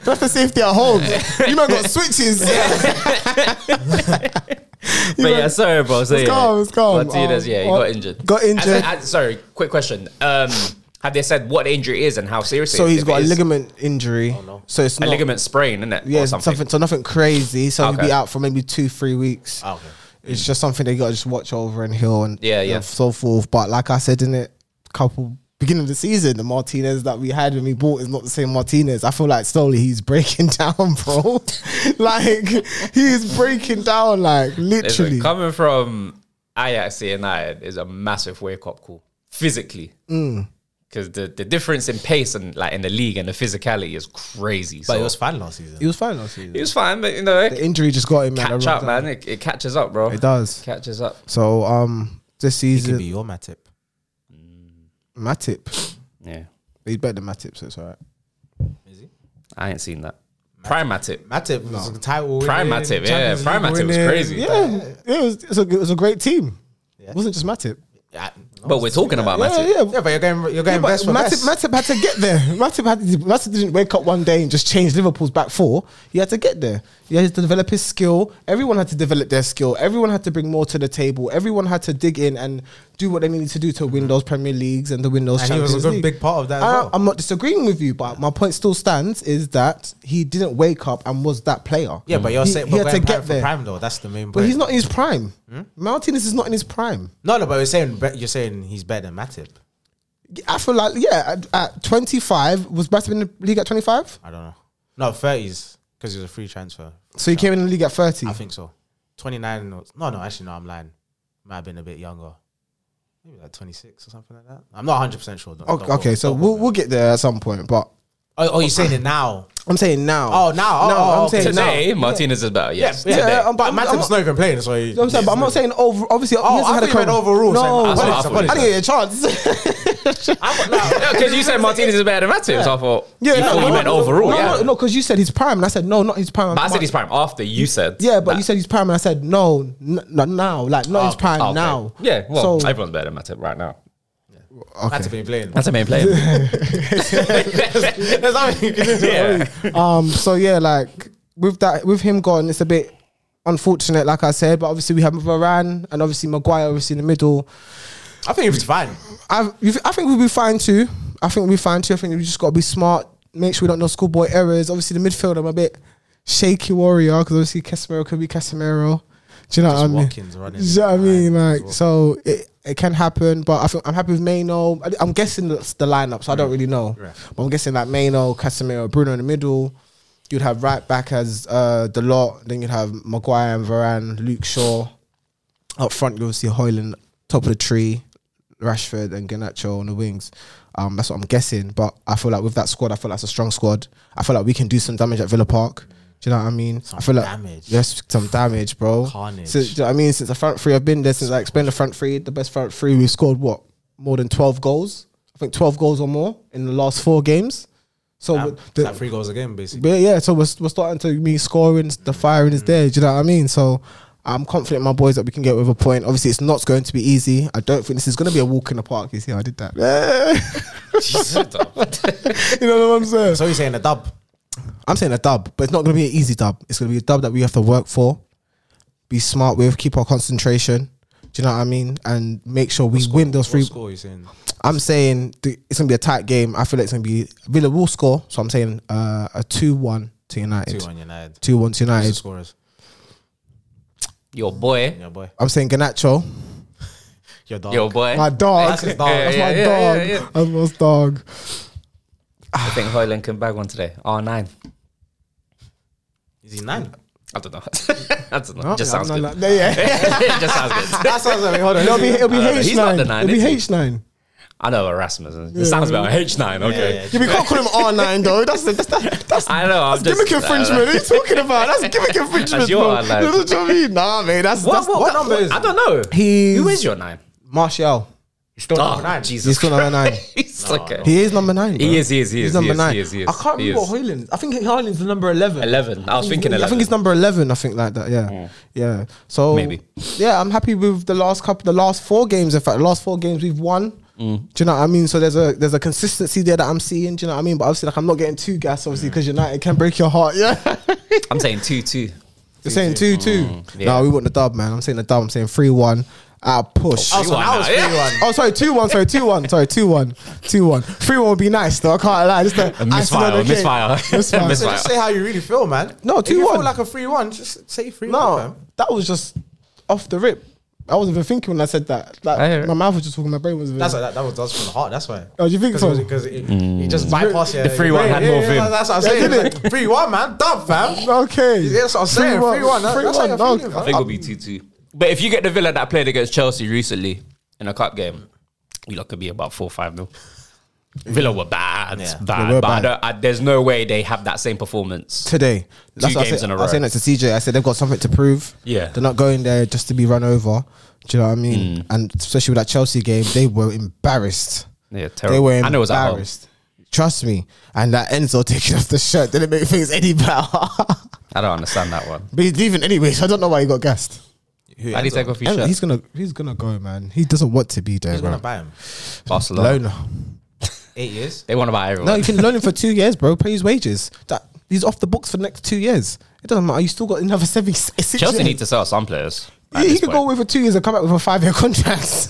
[SPEAKER 1] That's the safety at home. You man got switches.
[SPEAKER 3] But yeah, sorry, bro. So,
[SPEAKER 1] It's
[SPEAKER 3] yeah.
[SPEAKER 1] calm, it's calm.
[SPEAKER 3] Martinez,
[SPEAKER 1] Um,
[SPEAKER 3] yeah, he
[SPEAKER 1] what-
[SPEAKER 3] got injured.
[SPEAKER 1] got
[SPEAKER 3] And so-
[SPEAKER 1] injured.
[SPEAKER 3] and- sorry, quick question. Um, have they said what the injury is and how serious? it
[SPEAKER 1] So
[SPEAKER 3] is?
[SPEAKER 1] he's
[SPEAKER 3] If
[SPEAKER 1] got a
[SPEAKER 3] it is Oh,
[SPEAKER 1] ligament injury. So it's
[SPEAKER 3] a
[SPEAKER 1] not
[SPEAKER 3] ligament sprain, isn't it?
[SPEAKER 1] Yeah, it's something. So nothing crazy. So he'll
[SPEAKER 3] Okay. Oh.
[SPEAKER 1] be out for maybe two, three weeks.
[SPEAKER 2] Ah, Okay.
[SPEAKER 1] It's just something they got to just watch over and heal and
[SPEAKER 3] Yeah,
[SPEAKER 1] and
[SPEAKER 3] yeah.
[SPEAKER 1] so forth. But like I said in it, couple beginning of the season, the Martinez that we had when we bought is not the same Martinez. I feel like slowly he's breaking down, bro. like he's breaking down, like
[SPEAKER 3] Listen,
[SPEAKER 1] literally.
[SPEAKER 3] coming from Ajax to United is a massive wake up call physically.
[SPEAKER 1] Mm.
[SPEAKER 3] Because the, the difference in pace and like in the league and the physicality is crazy.
[SPEAKER 2] But
[SPEAKER 3] so
[SPEAKER 2] it was fun last season.
[SPEAKER 1] He was fine last season.
[SPEAKER 3] it was fine, but you know, it
[SPEAKER 1] The injury just got him, man.
[SPEAKER 3] catch up, man. It, it catches up, bro.
[SPEAKER 1] It does.
[SPEAKER 3] catches up.
[SPEAKER 1] So um, this
[SPEAKER 2] He could be
[SPEAKER 1] season,
[SPEAKER 2] your Matip.
[SPEAKER 1] Matip.
[SPEAKER 3] Yeah,
[SPEAKER 1] He's better than Matip, so it's alright.
[SPEAKER 3] I ain't seen that. Primatip.
[SPEAKER 2] Matip was the title.
[SPEAKER 3] Prime
[SPEAKER 2] winning,
[SPEAKER 3] Matip, yeah,
[SPEAKER 2] Champions
[SPEAKER 3] Prime
[SPEAKER 2] League
[SPEAKER 3] Matip was
[SPEAKER 2] winning.
[SPEAKER 3] crazy.
[SPEAKER 1] Yeah, it was. It's a, it was a great team. It wasn't just Matip.
[SPEAKER 2] Yeah,
[SPEAKER 3] But we're talking about Matip.
[SPEAKER 1] Yeah, yeah.
[SPEAKER 2] yeah, but you're going, you're going
[SPEAKER 1] but
[SPEAKER 2] best for
[SPEAKER 1] Matip,
[SPEAKER 2] best.
[SPEAKER 1] Matip had to get there. Matip, had to, Matip didn't wake up one day and just change Liverpool's back four. He had to get there. He had to develop his skill. Everyone had to develop their skill. Everyone had to bring more to the table. Everyone had to dig in and do what they needed to do to win those Premier Leagues and the win those
[SPEAKER 2] And he was
[SPEAKER 1] Champions
[SPEAKER 2] a good
[SPEAKER 1] League.
[SPEAKER 2] big part of that as
[SPEAKER 1] I-
[SPEAKER 2] well.
[SPEAKER 1] I'm not disagreeing with you, but my point still stands is that he didn't wake up and was that player.
[SPEAKER 2] yeah, but you're
[SPEAKER 1] He-
[SPEAKER 2] saying
[SPEAKER 1] he had
[SPEAKER 2] but
[SPEAKER 1] to
[SPEAKER 2] going prime
[SPEAKER 1] get
[SPEAKER 2] for
[SPEAKER 1] there.
[SPEAKER 2] prime though. That's the main point.
[SPEAKER 1] But he's not in his prime.
[SPEAKER 3] Hmm?
[SPEAKER 1] Martinez is not in his prime.
[SPEAKER 2] No, no, but you're saying but you're saying he's better than Matip.
[SPEAKER 1] I feel like yeah, at, at 25 was Matip in the league at 25.
[SPEAKER 2] I don't know. No, thirties because he's a free transfer.
[SPEAKER 1] So he came in the league at 30.
[SPEAKER 2] I think so. Twenty nine. No, no, actually, no. I'm lying. Might have been a bit younger. Maybe like twenty six or something like that. I'm not hundred percent sure. Don't- don't
[SPEAKER 1] Okay,
[SPEAKER 2] quote-
[SPEAKER 1] okay so
[SPEAKER 2] don't
[SPEAKER 1] we'll,
[SPEAKER 2] quote me.
[SPEAKER 1] we'll get there at some point, but
[SPEAKER 2] Oh, oh, you're saying it now?
[SPEAKER 1] I'm saying now.
[SPEAKER 2] Oh, now? Oh,
[SPEAKER 1] no,
[SPEAKER 2] oh,
[SPEAKER 1] I'm
[SPEAKER 2] okay.
[SPEAKER 1] saying
[SPEAKER 3] Today, Martinez is better. Yes.
[SPEAKER 1] now. Yeah, I'm, but I'm,
[SPEAKER 2] Matip's
[SPEAKER 1] I'm, not-
[SPEAKER 2] not even playing, so he,
[SPEAKER 1] you know what I'm saying, but I'm not saying over. Obviously, he hasn't
[SPEAKER 2] Oh, I
[SPEAKER 1] had a
[SPEAKER 2] thought you meant
[SPEAKER 1] career-
[SPEAKER 2] overall,
[SPEAKER 1] No,
[SPEAKER 2] saying-
[SPEAKER 1] I,
[SPEAKER 2] I
[SPEAKER 3] thought- I
[SPEAKER 1] didn't
[SPEAKER 3] thought
[SPEAKER 1] get a chance.
[SPEAKER 3] Because you said Martinez is better than Matip, so I thought you
[SPEAKER 1] no,
[SPEAKER 3] thought
[SPEAKER 1] no,
[SPEAKER 3] you meant
[SPEAKER 1] no,
[SPEAKER 3] overall.
[SPEAKER 1] No,
[SPEAKER 3] yeah.
[SPEAKER 1] no, no, because you said he's prime, and I said no, not his prime.
[SPEAKER 3] But I said he's prime after you said.
[SPEAKER 1] Yeah, but
[SPEAKER 3] that.
[SPEAKER 1] you said he's prime, and I said no, n- not now. Like not his prime
[SPEAKER 3] Oh, okay.
[SPEAKER 1] now.
[SPEAKER 3] Yeah, well,
[SPEAKER 1] so
[SPEAKER 3] everyone's better than Matip right now.
[SPEAKER 2] Matip ain't playing.
[SPEAKER 3] That's a main player.
[SPEAKER 2] There's nothing you can do.
[SPEAKER 3] yeah.
[SPEAKER 1] um, so yeah, like with that, with him gone, it's a bit unfortunate, like I said. But obviously, we have Varane and obviously Maguire, obviously in the middle.
[SPEAKER 2] I think he was fine.
[SPEAKER 1] I, you- I think we'll be fine too. I think we'll be fine too. I think we just got to be smart. Make sure we don't know schoolboy errors. Obviously, the midfield, I'm a bit shaky warrior because obviously Casemiro could be Casemiro. Do you know
[SPEAKER 2] Just
[SPEAKER 1] what I mean?
[SPEAKER 2] Watkins running
[SPEAKER 1] Do Um, you know what I
[SPEAKER 2] behind
[SPEAKER 1] mean?
[SPEAKER 2] as
[SPEAKER 1] Like,
[SPEAKER 2] well.
[SPEAKER 1] so it, it can happen, but I think I'm happy with Maino. I- I'm guessing that's the lineup, so I don't really know.
[SPEAKER 2] Right.
[SPEAKER 1] But I'm guessing like Maino, Casemiro, Bruno in the middle. You'd have right back as uh, the lot. Then you'd have Maguire and Varane, Luke Shaw. Up front, you'll see Hoyland, top of the tree, Rashford and Ganacho on the wings. Um, that's what I'm guessing. But I feel like with that squad, I feel like it's a strong squad. I feel like we can do some damage at Villa Park. Do you know what I mean? I feel like
[SPEAKER 2] damage.
[SPEAKER 1] yes, some damage, bro.
[SPEAKER 2] Carnage.
[SPEAKER 1] So, do you know what I mean? Since the front three, I've been there since I explained the front three, the best front three. We've scored what more than twelve goals. I think twelve goals or more in the last four games. So
[SPEAKER 2] Um,
[SPEAKER 1] with
[SPEAKER 2] it's
[SPEAKER 1] the-
[SPEAKER 2] like three goals a game, basically.
[SPEAKER 1] but yeah, so we're, we're starting to mean scoring, the firing is there. Do you know what I mean? So I'm confident, in my boys, that we can get with a point. Obviously, it's not going to be easy. I don't think this is going to be a walk in the park. You see how I did that? you know what I'm saying?
[SPEAKER 2] So he's saying a dub.
[SPEAKER 1] I'm saying a dub, but it's not going to be an easy dub. It's going to be a dub that we have to work for, be smart with, keep our concentration. Do you know what I mean? And make sure we win those
[SPEAKER 2] What
[SPEAKER 1] three.
[SPEAKER 2] score you saying?
[SPEAKER 1] I'm saying th- it's going to be a tight game. I feel like it's going to be Villa will score. So I'm saying uh, a 2 1 to United.
[SPEAKER 2] 2 1 United.
[SPEAKER 1] 2 1 to
[SPEAKER 2] Who's the
[SPEAKER 1] United.
[SPEAKER 2] scorers?
[SPEAKER 3] Your boy.
[SPEAKER 2] Your boy.
[SPEAKER 1] I'm saying Ganacho.
[SPEAKER 2] Your dog.
[SPEAKER 3] Your boy.
[SPEAKER 1] My dog.
[SPEAKER 2] That's his
[SPEAKER 1] That's
[SPEAKER 2] dog.
[SPEAKER 3] Yeah,
[SPEAKER 1] my
[SPEAKER 3] yeah, yeah,
[SPEAKER 1] dog.
[SPEAKER 3] yeah, yeah.
[SPEAKER 1] That's my dog.
[SPEAKER 3] I think Hoyland can bag one today. R9.
[SPEAKER 2] Is he nine?
[SPEAKER 3] I don't know. I don't know. just
[SPEAKER 1] No,
[SPEAKER 3] sounds
[SPEAKER 1] no,
[SPEAKER 3] good.
[SPEAKER 1] no, no, yeah.
[SPEAKER 3] it just sounds good.
[SPEAKER 2] That sounds like, hold on.
[SPEAKER 1] It'll be, it'll be
[SPEAKER 3] No, no, no,
[SPEAKER 1] H
[SPEAKER 3] he's not the nine,
[SPEAKER 1] nine. It'll be
[SPEAKER 3] is he?
[SPEAKER 1] H nine.
[SPEAKER 3] I know Erasmus. It sounds better. H9. Okay.
[SPEAKER 1] Yeah, we can't call him R nine though. That's that's that's, that's
[SPEAKER 3] I know. I'm just. uh,
[SPEAKER 1] gimmick infringement. what are you talking about? That's gimmick infringement.
[SPEAKER 3] your
[SPEAKER 1] bro.
[SPEAKER 3] R9.
[SPEAKER 1] You know what I mean? Nah, man. That's
[SPEAKER 3] What,
[SPEAKER 1] that's
[SPEAKER 3] what,
[SPEAKER 2] what number is
[SPEAKER 3] I
[SPEAKER 2] it?
[SPEAKER 3] don't know.
[SPEAKER 1] He's
[SPEAKER 3] Who is your nine?
[SPEAKER 1] Martial.
[SPEAKER 2] He's still
[SPEAKER 3] Oh,
[SPEAKER 2] number nine.
[SPEAKER 3] Jesus.
[SPEAKER 1] He's still number nine.
[SPEAKER 3] He's okay.
[SPEAKER 1] He is number nine. bro.
[SPEAKER 3] He is, he is, he
[SPEAKER 1] He's
[SPEAKER 3] is,
[SPEAKER 1] number
[SPEAKER 3] he is,
[SPEAKER 1] nine.
[SPEAKER 3] he is, he is,
[SPEAKER 1] I can't
[SPEAKER 3] he
[SPEAKER 1] remember
[SPEAKER 3] is.
[SPEAKER 1] Hoyland. I think Hoyland's the number eleven.
[SPEAKER 3] 11. I was thinking 11.
[SPEAKER 1] I think it's number eleven. I think like that. Yeah, yeah. So
[SPEAKER 3] Maybe.
[SPEAKER 1] Yeah, I'm happy with the last couple, the last four games. In fact, the last four games we've won.
[SPEAKER 3] Hmm.
[SPEAKER 1] Do you know what I mean? So there's a there's a consistency there that I'm seeing. Do you know what I mean? But obviously, like I'm not getting too gas, obviously, because United can break your heart. Yeah,
[SPEAKER 3] I'm saying 2 2.
[SPEAKER 1] you're saying two two.
[SPEAKER 3] yeah.
[SPEAKER 1] No, we want the dub, man. I'm saying the dub. I'm saying three one. Ah, push.
[SPEAKER 2] Oh, so
[SPEAKER 3] Three-one
[SPEAKER 2] now it's
[SPEAKER 3] now, yeah.
[SPEAKER 2] 3 1.
[SPEAKER 1] Oh, sorry, two one. Sorry, two one. Sorry, two one. Two one. Three one would be nice, though. I can't lie. Just the icing on the
[SPEAKER 3] misfire,
[SPEAKER 1] cake.
[SPEAKER 3] misfire.
[SPEAKER 1] misfire.
[SPEAKER 2] So just say how you really feel, man.
[SPEAKER 1] No,
[SPEAKER 2] If you
[SPEAKER 1] 2-1.
[SPEAKER 2] feel like a 3 1, just say 3 1.
[SPEAKER 1] No, that was just off the rip. I wasn't even thinking when I said that. Like,
[SPEAKER 3] I hear it.
[SPEAKER 1] my mouth was just talking. My brain was.
[SPEAKER 2] That's why that, that was that's from the heart. That's why.
[SPEAKER 1] Oh, you think so?
[SPEAKER 2] Because it, it just bypassed your-
[SPEAKER 3] Mm. The
[SPEAKER 2] your
[SPEAKER 3] 3-1
[SPEAKER 2] brain.
[SPEAKER 3] had
[SPEAKER 2] Yeah,
[SPEAKER 3] more
[SPEAKER 2] yeah,
[SPEAKER 3] vim.
[SPEAKER 2] yeah, That's what I'm
[SPEAKER 1] Yeah,
[SPEAKER 2] saying.
[SPEAKER 1] didn't
[SPEAKER 2] Like, three one, man. Dub, fam.
[SPEAKER 1] okay.
[SPEAKER 2] That's what I'm saying.
[SPEAKER 1] Three-one,
[SPEAKER 2] 3-1, that- that's how
[SPEAKER 1] three-one,
[SPEAKER 2] you're
[SPEAKER 1] dog.
[SPEAKER 2] feeling,
[SPEAKER 3] I think it'll be 2 2. But if you get the Villa that played against Chelsea recently in a cup game, you lot could be about 4 5 nil. Villa were bad,
[SPEAKER 2] Yeah.
[SPEAKER 3] bad,
[SPEAKER 1] They were
[SPEAKER 3] but I
[SPEAKER 1] bad.
[SPEAKER 3] don't- I, there's no way they have that same performance.
[SPEAKER 1] Today, that's
[SPEAKER 3] Two
[SPEAKER 1] what I
[SPEAKER 3] games
[SPEAKER 1] said,
[SPEAKER 3] in a
[SPEAKER 1] I
[SPEAKER 3] row.
[SPEAKER 1] was saying that to CJ. I said they've got something to prove.
[SPEAKER 3] Yeah. Mm.
[SPEAKER 1] they're not going there just to be run over. Do you know what I mean? And especially with that Chelsea game, they were embarrassed.
[SPEAKER 3] Yeah,
[SPEAKER 1] They
[SPEAKER 3] terrible.
[SPEAKER 1] were
[SPEAKER 3] I know it was at home.
[SPEAKER 1] embarrassed. Trust me. And that Enzo taking off the shirt didn't make things any better.
[SPEAKER 3] I don't understand that one.
[SPEAKER 1] but he's leaving anyway, so I don't know why he got gassed.
[SPEAKER 2] Who
[SPEAKER 9] I need
[SPEAKER 2] ends
[SPEAKER 9] to take
[SPEAKER 2] up-
[SPEAKER 9] off your
[SPEAKER 1] Anyway,
[SPEAKER 9] shirt.
[SPEAKER 1] he's gonna he's gonna go, man. He doesn't want to be there,
[SPEAKER 2] Who's gonna
[SPEAKER 1] bro.
[SPEAKER 2] buy him?
[SPEAKER 3] Barcelona.
[SPEAKER 1] Loan.
[SPEAKER 2] Eight years.
[SPEAKER 9] They want to buy everyone.
[SPEAKER 1] No, you can loan him for two years, bro. Pay his wages. That he's off the books for the next two years. It doesn't matter. You still got another seven. Six
[SPEAKER 3] Chelsea
[SPEAKER 1] years.
[SPEAKER 3] need to sell some players.
[SPEAKER 1] Yeah, he could go away for two years and come back with a five year contract.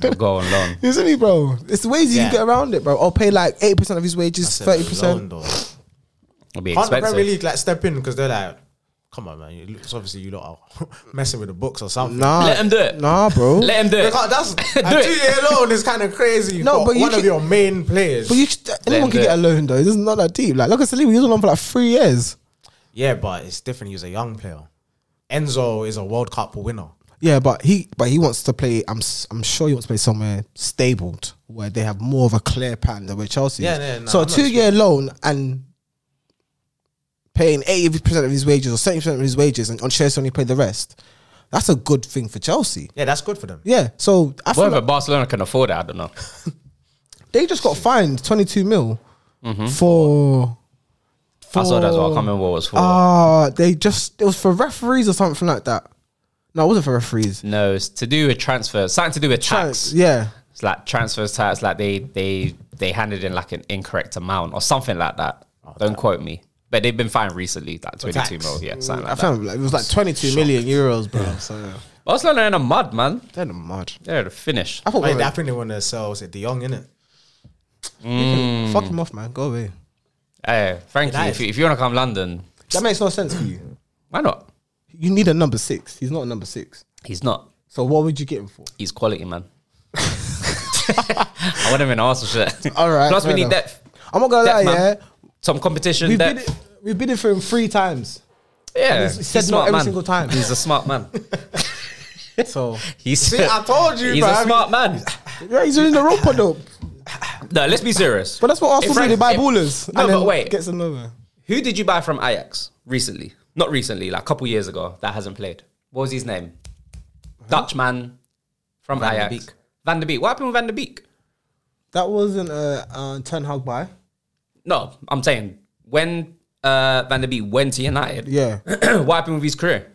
[SPEAKER 3] go, go on loan.
[SPEAKER 1] Isn't he, bro? It's the ways you
[SPEAKER 2] Yeah.
[SPEAKER 1] can get around it, bro. Or pay like eight percent of his wages, thirty percent.
[SPEAKER 3] It'll be
[SPEAKER 2] Can't the Premier
[SPEAKER 3] expensive.
[SPEAKER 2] League like step in because they're like, come on, man. You, it's obviously you lot are messing with the books or something.
[SPEAKER 1] Nah,
[SPEAKER 3] Let him do it.
[SPEAKER 1] Nah, bro.
[SPEAKER 3] Let him do
[SPEAKER 2] They
[SPEAKER 3] it.
[SPEAKER 2] can't- that's a
[SPEAKER 3] it.
[SPEAKER 2] two year loan is kind of crazy. You've
[SPEAKER 1] No,
[SPEAKER 2] got
[SPEAKER 1] but you
[SPEAKER 2] one of
[SPEAKER 1] can-
[SPEAKER 2] your main players.
[SPEAKER 1] but you, should- anyone
[SPEAKER 3] him
[SPEAKER 1] can
[SPEAKER 3] do
[SPEAKER 1] get a
[SPEAKER 3] it.
[SPEAKER 1] loan though. It's not that deep. Like, look at Saliba. He was on for like three years.
[SPEAKER 2] yeah, but it's different. He was a young player. Enzo is a World Cup winner.
[SPEAKER 1] Yeah, but he but he wants to play. I'm s- I'm sure he wants to play somewhere stabled where they have more of a clear pattern than where Chelsea.
[SPEAKER 2] Yeah,
[SPEAKER 1] is.
[SPEAKER 2] yeah, no,
[SPEAKER 1] so
[SPEAKER 2] I'm
[SPEAKER 1] a
[SPEAKER 2] not
[SPEAKER 1] two year loan and paying eighty percent of his wages or seventy percent of his wages, and on Chelsea only pay the rest. That's a good thing for Chelsea.
[SPEAKER 2] Yeah, that's good for them.
[SPEAKER 1] Yeah, so I feel
[SPEAKER 3] Whether
[SPEAKER 1] like
[SPEAKER 3] Barcelona can afford it, I don't know.
[SPEAKER 1] they just got fined twenty two mil for.
[SPEAKER 3] I saw that as well. I can't remember what it was for.
[SPEAKER 1] Ah, they just it was for referees or something like that. No, it wasn't for referees.
[SPEAKER 3] no, it's to do with transfers. Something to do with
[SPEAKER 1] Tran-
[SPEAKER 3] tax.
[SPEAKER 1] Yeah,
[SPEAKER 3] It's like transfers tax. Like they they they handed in like an incorrect amount or something like that.
[SPEAKER 1] Oh,
[SPEAKER 3] don't quote me. But they've been fined recently, like twenty two
[SPEAKER 2] tax.
[SPEAKER 3] mil. Yeah, something
[SPEAKER 1] Mm, I
[SPEAKER 3] like that.
[SPEAKER 1] found like, it was like twenty two million euros, bro. So yeah.
[SPEAKER 3] Barcelona in the mud, man.
[SPEAKER 1] they're in the mud.
[SPEAKER 3] They're the finish.
[SPEAKER 1] I thought
[SPEAKER 2] Like,
[SPEAKER 1] like,
[SPEAKER 2] I think they want to sell is it De Jong, innit?
[SPEAKER 3] Mm.
[SPEAKER 1] fuck him off, man. Go away.
[SPEAKER 3] Hey, frankly,
[SPEAKER 2] Nice.
[SPEAKER 3] if Uh, you, if you want to come London,
[SPEAKER 1] That makes no sense for you.
[SPEAKER 3] why not?
[SPEAKER 1] You need a number six. He's not a number six.
[SPEAKER 3] He's not.
[SPEAKER 1] So what would you get him for?
[SPEAKER 3] He's quality, man. I want him in Arsenal shit.
[SPEAKER 1] All right,
[SPEAKER 3] Plus, we
[SPEAKER 1] fair
[SPEAKER 3] need
[SPEAKER 1] enough.
[SPEAKER 3] depth.
[SPEAKER 1] I'm not gonna
[SPEAKER 3] Depth,
[SPEAKER 1] lie,
[SPEAKER 3] man.
[SPEAKER 1] yeah.
[SPEAKER 3] Some competition
[SPEAKER 1] We've been,
[SPEAKER 3] depth.
[SPEAKER 1] we've been in for him three times.
[SPEAKER 3] yeah,
[SPEAKER 1] he's- he said no every
[SPEAKER 3] man.
[SPEAKER 1] single time.
[SPEAKER 3] He's a smart man.
[SPEAKER 1] So
[SPEAKER 3] He's,
[SPEAKER 2] See, I told you,
[SPEAKER 3] he's
[SPEAKER 2] bruv.
[SPEAKER 3] a smart man.
[SPEAKER 1] yeah, he's in the rope though.
[SPEAKER 3] No, let's be serious.
[SPEAKER 1] But that's what Arsenal
[SPEAKER 3] If
[SPEAKER 1] do. They
[SPEAKER 3] Frank-
[SPEAKER 1] buy
[SPEAKER 3] if-
[SPEAKER 1] ballers.
[SPEAKER 3] No,
[SPEAKER 1] and
[SPEAKER 3] but
[SPEAKER 1] then
[SPEAKER 3] wait.
[SPEAKER 1] gets them nowhere.
[SPEAKER 3] Who did you buy from Ajax recently? Not recently, like a couple years ago. That hasn't played. What was his name? Dutch man from
[SPEAKER 2] Van de
[SPEAKER 3] Ajax.
[SPEAKER 2] Beek.
[SPEAKER 3] Van der Beek. What happened with Van der Beek?
[SPEAKER 1] That wasn't a uh, Ten Hag buy.
[SPEAKER 3] No, I'm saying when uh, Van der Beek went to United,
[SPEAKER 1] Yeah.
[SPEAKER 3] what happened with his career?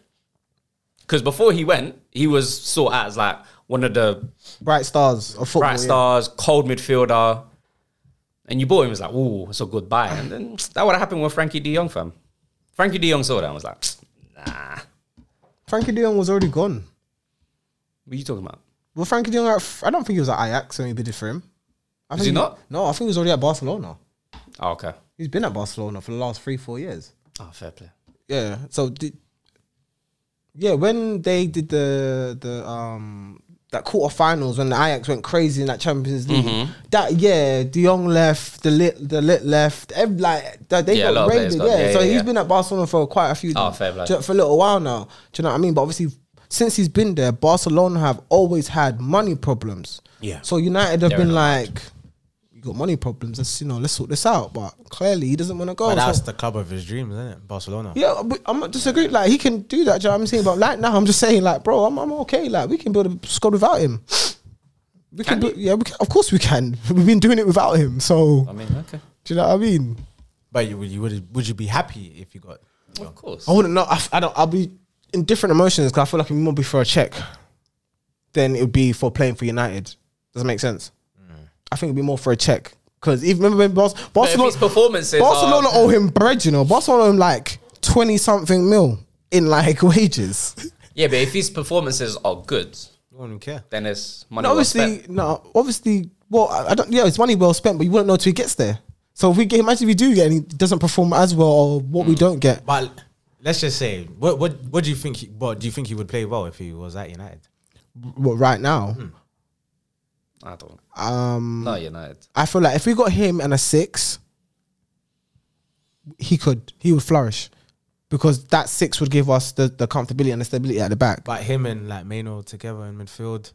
[SPEAKER 3] Because before he went, he was sort of as like one of the
[SPEAKER 1] Bright stars of football.
[SPEAKER 3] bright
[SPEAKER 1] yeah.
[SPEAKER 3] stars, cold midfielder. And you bought him, it was like, ooh, it's a good buy. And then that would have happened with Frankie de Jong, fam. Frankie de Jong saw that and was like, nah.
[SPEAKER 1] Frankie De Jong was already gone.
[SPEAKER 3] What are you talking about?
[SPEAKER 1] Well, Frankie De Jong, at F- I don't think he was at Ajax when he bidded for him. I
[SPEAKER 3] Was
[SPEAKER 1] think
[SPEAKER 3] he not?
[SPEAKER 1] No, I think he was already at Barcelona.
[SPEAKER 3] Oh, okay.
[SPEAKER 1] He's been at Barcelona for the last three, four years.
[SPEAKER 3] Oh, fair play.
[SPEAKER 1] Yeah. So did yeah when they did the the um that quarterfinals when the Ajax went crazy in that Champions League
[SPEAKER 3] Mm-hmm.
[SPEAKER 1] that yeah De Jong left the lit the lit left ev- like that they
[SPEAKER 3] Yeah, a lot
[SPEAKER 1] got
[SPEAKER 3] of players
[SPEAKER 1] raided yeah.
[SPEAKER 3] gone. Yeah,
[SPEAKER 1] so
[SPEAKER 3] yeah,
[SPEAKER 1] he's
[SPEAKER 3] yeah.
[SPEAKER 1] been at Barcelona for quite a few
[SPEAKER 3] Oh, fair play.
[SPEAKER 1] ju- for a little while now do you know what I mean but obviously since he's been there Barcelona have always had money problems
[SPEAKER 2] Yeah.
[SPEAKER 1] so United have
[SPEAKER 3] They're
[SPEAKER 1] been
[SPEAKER 3] in a
[SPEAKER 1] like you got money problems let's you know let's sort this out but clearly he doesn't want to go
[SPEAKER 2] But
[SPEAKER 1] Oh, so-
[SPEAKER 2] that's the club of his dreams, isn't it? Barcelona.
[SPEAKER 1] yeah, but I'm not disagreeing. Like he can do that. Do you know what I'm saying? But like now, I'm just saying, like, bro, I'm, I'm okay. Like we can build a squad without him. We can, bu- yeah, we can, of course we can. We've been doing it without him. So
[SPEAKER 3] I mean, okay.
[SPEAKER 1] do you know what I mean?
[SPEAKER 2] But you, you would would you be happy if you got?
[SPEAKER 3] Of course.
[SPEAKER 1] I wouldn't know. I, I don't. I'll be in different emotions because I feel like it would more be for a check than it would be for playing for United. Does that make sense? I think it'd be more for a check because even remember when Bas-
[SPEAKER 3] Mm. if his
[SPEAKER 1] Barcelona,
[SPEAKER 3] performances
[SPEAKER 1] Barcelona
[SPEAKER 3] are-
[SPEAKER 1] owe him bread. You know, Barcelona owe him like twenty something mil in like wages.
[SPEAKER 3] Yeah, but if his performances are good,
[SPEAKER 2] You wouldn't care.
[SPEAKER 3] then it's money.
[SPEAKER 1] No,
[SPEAKER 3] well
[SPEAKER 1] obviously,
[SPEAKER 3] spent.
[SPEAKER 1] no, obviously. Well, I, I don't. Yeah, it's money well spent, but you won't know till he gets there. So if we get, imagine if we do get, and he doesn't perform as well, or what
[SPEAKER 3] Hmm.
[SPEAKER 1] we don't get.
[SPEAKER 2] But let's just say, what what what do you think? He, what do you think he would play well if he was at United?
[SPEAKER 1] Well, right now,
[SPEAKER 3] Hmm. I don't.
[SPEAKER 1] um,
[SPEAKER 3] No, United.
[SPEAKER 1] I feel like if we got him and a six, he could, he would flourish, because that six would give us the, the comfortability and the stability at the back.
[SPEAKER 2] But him and like Maino together in midfield,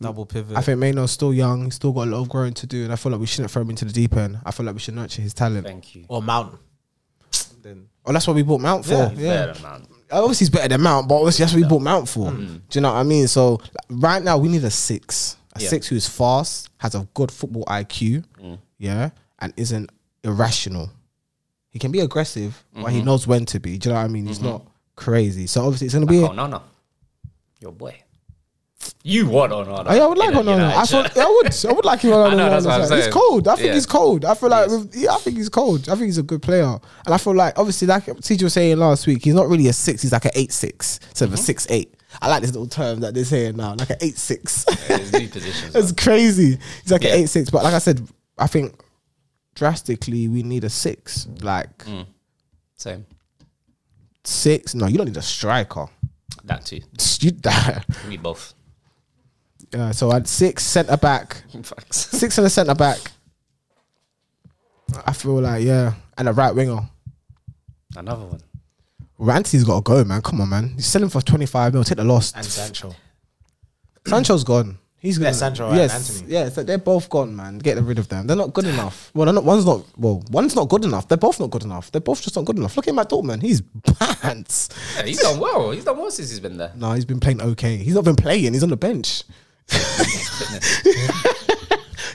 [SPEAKER 2] double pivot.
[SPEAKER 1] Mm. I think Mayno's still young, he's still got a lot of growing to do, and I feel like we shouldn't throw him into the deep end. I feel like we should nurture his talent.
[SPEAKER 3] Thank you.
[SPEAKER 2] or Mount. Then
[SPEAKER 1] Oh, that's what we bought Mount for.
[SPEAKER 2] Yeah.
[SPEAKER 1] yeah.
[SPEAKER 3] Better, man.
[SPEAKER 1] obviously he's better than Mount, but obviously that's what we bought Mount for. Do you know what I mean? So like, right now we need a six, a
[SPEAKER 3] Yeah.
[SPEAKER 1] six who's fast, has a good football IQ, yeah, and isn't irrational. He can be aggressive, but he knows when to be. Do you know what I mean? He's not crazy. So obviously it's gonna be
[SPEAKER 3] Oh no, no. Your boy. You want Onana?
[SPEAKER 1] Oh, I, I would like
[SPEAKER 3] in a
[SPEAKER 1] Onana. I,
[SPEAKER 3] United
[SPEAKER 1] thought,
[SPEAKER 3] shirt.
[SPEAKER 1] I would. I would like him on
[SPEAKER 3] I know, that's what I'm
[SPEAKER 1] He's
[SPEAKER 3] saying.
[SPEAKER 1] cold. I think
[SPEAKER 3] Yeah.
[SPEAKER 1] he's cold. I feel like with- yeah, I think he's cold. I think he's a good player, and I feel like obviously, like TJ was saying last week, he's not really a six. He's like an eight six instead of
[SPEAKER 3] Mm-hmm.
[SPEAKER 1] a six eight. I like this little term that they're saying now, like an eight six.
[SPEAKER 3] His new positions.
[SPEAKER 1] That's crazy. He's like
[SPEAKER 3] Yeah.
[SPEAKER 1] an eight six, but like I said, I think drastically we need a six. Like
[SPEAKER 3] Mm. Same.
[SPEAKER 1] six? No, you don't need a striker.
[SPEAKER 3] That too.
[SPEAKER 1] You,
[SPEAKER 3] We both.
[SPEAKER 1] uh, so I'd six centre back,
[SPEAKER 3] Facts.
[SPEAKER 1] six and a centre back. I feel like yeah, and a right winger.
[SPEAKER 3] Another one.
[SPEAKER 1] Ranty's got to go, man. Come on, man. You sell him for twenty five mil. Take the loss.
[SPEAKER 2] and Sancho.
[SPEAKER 1] Sancho's gone. He's gonna,
[SPEAKER 2] Yeah, Sancho and
[SPEAKER 1] yes,
[SPEAKER 2] Anthony.
[SPEAKER 1] Yeah, so they're both gone, man. Get rid of them. They're not good enough. Well, they're not, one's not. Well, one's not good enough. They're both not good enough. They're both just not good enough. Look at Matt Dortmund. He's pants.
[SPEAKER 3] Yeah, he's done well. He's done well since he's been there.
[SPEAKER 1] No, he's been playing okay. He's not been playing. He's on the bench.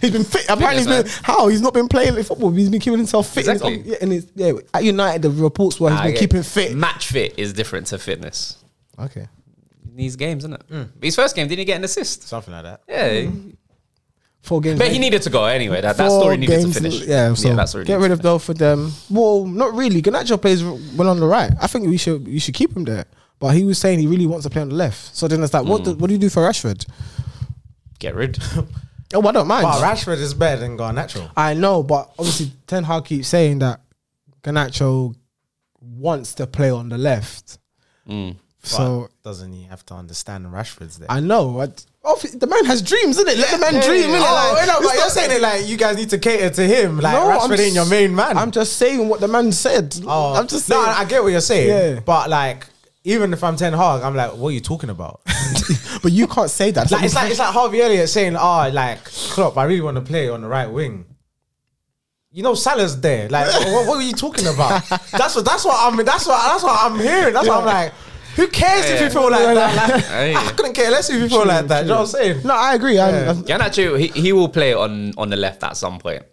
[SPEAKER 1] he's been fit. Apparently, he's
[SPEAKER 3] Fitness,
[SPEAKER 1] been, how he's not been playing football. He's been keeping himself fit.
[SPEAKER 3] Exactly.
[SPEAKER 1] And, yeah, and it's, yeah, at United, the reports were he's
[SPEAKER 3] Ah,
[SPEAKER 1] been
[SPEAKER 3] yeah.
[SPEAKER 1] keeping fit.
[SPEAKER 3] Match fit is different to fitness.
[SPEAKER 1] Okay.
[SPEAKER 3] He needs games, isn't it? His first game, didn't he get an assist?
[SPEAKER 2] Something like that.
[SPEAKER 3] Yeah.
[SPEAKER 1] Four games.
[SPEAKER 3] But he
[SPEAKER 1] late.
[SPEAKER 3] needed to go anyway. That, that
[SPEAKER 1] Mm. Four
[SPEAKER 3] story needed to
[SPEAKER 1] games
[SPEAKER 3] finish.
[SPEAKER 1] l- Yeah, so
[SPEAKER 3] that story
[SPEAKER 1] get
[SPEAKER 3] needed
[SPEAKER 1] rid
[SPEAKER 3] to
[SPEAKER 1] of both of them. Well, not really. Ganacho plays r- well on the right. I think we should you should keep him there. But he was saying he really wants to play on the left. So then it's like,
[SPEAKER 3] Hmm.
[SPEAKER 1] what, do, what do you do for Rashford?
[SPEAKER 3] finish. Get rid.
[SPEAKER 1] Oh, I don't mind.
[SPEAKER 2] But Rashford is better than Garnacho.
[SPEAKER 1] I know, but obviously Ten Hag keeps saying that Ganacho wants to play on the left. So
[SPEAKER 2] But doesn't he have to understand Rashford's there?
[SPEAKER 1] I know. I, obvi- the man has dreams, isn't it? Let the man
[SPEAKER 2] Yeah,
[SPEAKER 1] dream.
[SPEAKER 2] yeah,
[SPEAKER 1] innit?
[SPEAKER 2] yeah.
[SPEAKER 1] Like,
[SPEAKER 2] Oh, no,
[SPEAKER 1] it's
[SPEAKER 2] but you're
[SPEAKER 1] not-
[SPEAKER 2] saying it like you guys need to cater to him. Like
[SPEAKER 1] No, I'm
[SPEAKER 2] Rashford ain't your
[SPEAKER 1] s-
[SPEAKER 2] main man.
[SPEAKER 1] I'm just saying what the man said.
[SPEAKER 2] Oh.
[SPEAKER 1] I'm just
[SPEAKER 2] no,
[SPEAKER 1] saying.
[SPEAKER 2] I get what you're saying.
[SPEAKER 1] Yeah.
[SPEAKER 2] But like, even if I'm Ten Hag, I'm like, what are you talking about?
[SPEAKER 1] but you can't say that.
[SPEAKER 2] like it's like it's like Harvey Elliott saying, "Ah, like Klopp, I really want to play on the right wing." You know Salah's there. Like, what, what are you talking about? That's what that's what I'm that's what that's what I'm hearing. That's what I'm like. Who cares if you feel like that? Like,
[SPEAKER 3] Yeah.
[SPEAKER 2] I couldn't care less if you feel like that. You know what I'm saying?
[SPEAKER 1] no, I agree. I, I,
[SPEAKER 3] Garnacho, he, he will play on, on the left at some point.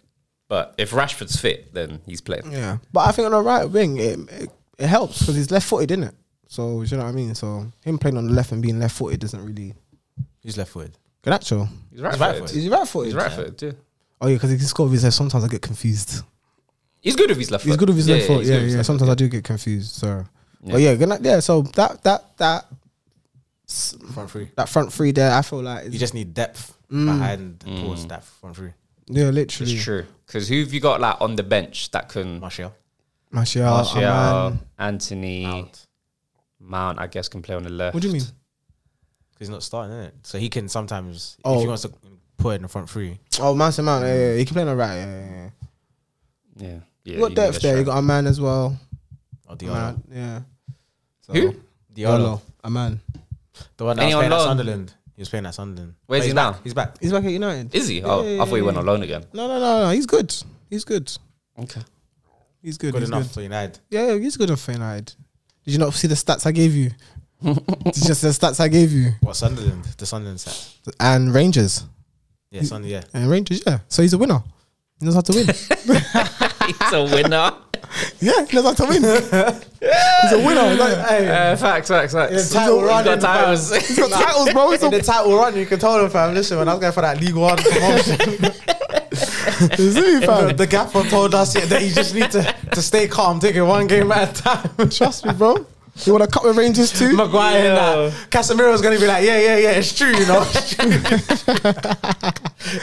[SPEAKER 3] But if Rashford's fit, then he's playing.
[SPEAKER 1] yeah, but I think on the right wing it it, it helps because he's left footed, isn't it? So do you know what I mean. So him playing on the left and being left footed doesn't really.
[SPEAKER 2] He's left footed.
[SPEAKER 1] Ganacho,
[SPEAKER 3] He's right
[SPEAKER 2] right
[SPEAKER 3] footed.
[SPEAKER 2] footed.
[SPEAKER 1] is he right
[SPEAKER 3] He's
[SPEAKER 1] footed?
[SPEAKER 3] right footed, yeah.
[SPEAKER 1] Oh yeah, because he can score with his left. Sometimes I get confused.
[SPEAKER 3] He's good with his left foot.
[SPEAKER 1] He's good with his left foot.
[SPEAKER 3] he's
[SPEAKER 1] Yeah,
[SPEAKER 3] good with
[SPEAKER 1] yeah.
[SPEAKER 3] his left
[SPEAKER 1] Sometimes I do get confused. So, but yeah, good night. yeah. So that that that
[SPEAKER 2] Front three.
[SPEAKER 1] that front three there, I feel like
[SPEAKER 2] You
[SPEAKER 1] is,
[SPEAKER 2] just need depth
[SPEAKER 1] Mm.
[SPEAKER 2] behind towards that front three.
[SPEAKER 1] yeah,
[SPEAKER 3] foot. It's
[SPEAKER 1] literally.
[SPEAKER 3] true. Because who've you got like on the bench that can
[SPEAKER 2] Martial.
[SPEAKER 1] Martial,
[SPEAKER 3] Martial,
[SPEAKER 1] Aman.
[SPEAKER 3] uh, Anthony,
[SPEAKER 2] Out.
[SPEAKER 3] Mount, I guess, can play on the left.
[SPEAKER 1] What do you mean?
[SPEAKER 2] He's not starting, is it? So he can sometimes,
[SPEAKER 1] Oh.
[SPEAKER 2] if he wants to put in the front three,
[SPEAKER 1] Oh, Mason Mount. Yeah, yeah, yeah. He can play on the right. Yeah, yeah, yeah.
[SPEAKER 3] Yeah.
[SPEAKER 1] You got depth there. You got a man as well.
[SPEAKER 2] or oh, Diallo.
[SPEAKER 1] Aman, yeah. So,
[SPEAKER 3] Who?
[SPEAKER 2] Diallo.
[SPEAKER 1] A man.
[SPEAKER 2] The one that was
[SPEAKER 3] Anyone
[SPEAKER 2] playing at
[SPEAKER 3] loan?
[SPEAKER 2] Sunderland. He was playing at Sunderland.
[SPEAKER 3] Where's
[SPEAKER 2] But
[SPEAKER 3] he
[SPEAKER 2] he's back.
[SPEAKER 3] now?
[SPEAKER 2] He's back.
[SPEAKER 1] He's back at United.
[SPEAKER 3] Is he? Oh, I thought he went on loan again.
[SPEAKER 1] No, no, no, no. He's good. He's good.
[SPEAKER 3] Okay.
[SPEAKER 1] He's good.
[SPEAKER 2] Good
[SPEAKER 1] he's
[SPEAKER 2] enough
[SPEAKER 1] Good.
[SPEAKER 2] for United.
[SPEAKER 1] Yeah, he's good enough for United. Did you not see the stats I gave you? Did you just the stats I gave you?
[SPEAKER 2] What Sunderland? The Sunderland set.
[SPEAKER 1] And Rangers.
[SPEAKER 2] Yeah, Sunderland. Yeah.
[SPEAKER 1] And Rangers, yeah. So he's a winner. He knows how to win.
[SPEAKER 3] He's a winner.
[SPEAKER 1] yeah, he knows how to win. he's a winner. Like,
[SPEAKER 3] Uh, facts, facts, facts.
[SPEAKER 2] the title
[SPEAKER 3] He's
[SPEAKER 2] run in
[SPEAKER 3] got
[SPEAKER 2] the
[SPEAKER 3] titles.
[SPEAKER 1] he's got titles, bro. He's
[SPEAKER 2] In the
[SPEAKER 1] a,
[SPEAKER 2] title run, you can tell them, fam. Listen, when I was going for that League One promotion,
[SPEAKER 1] he's really
[SPEAKER 2] the,
[SPEAKER 1] fam.
[SPEAKER 2] the gaffer told us yeah, that you just need to, to stay calm, take it one game at a time.
[SPEAKER 1] Trust me, bro. You want to cut with Rangers too?
[SPEAKER 2] Maguire and
[SPEAKER 3] Yo.
[SPEAKER 2] that. Casemiro's gonna be like, yeah, yeah, yeah, it's true, you know. It's true.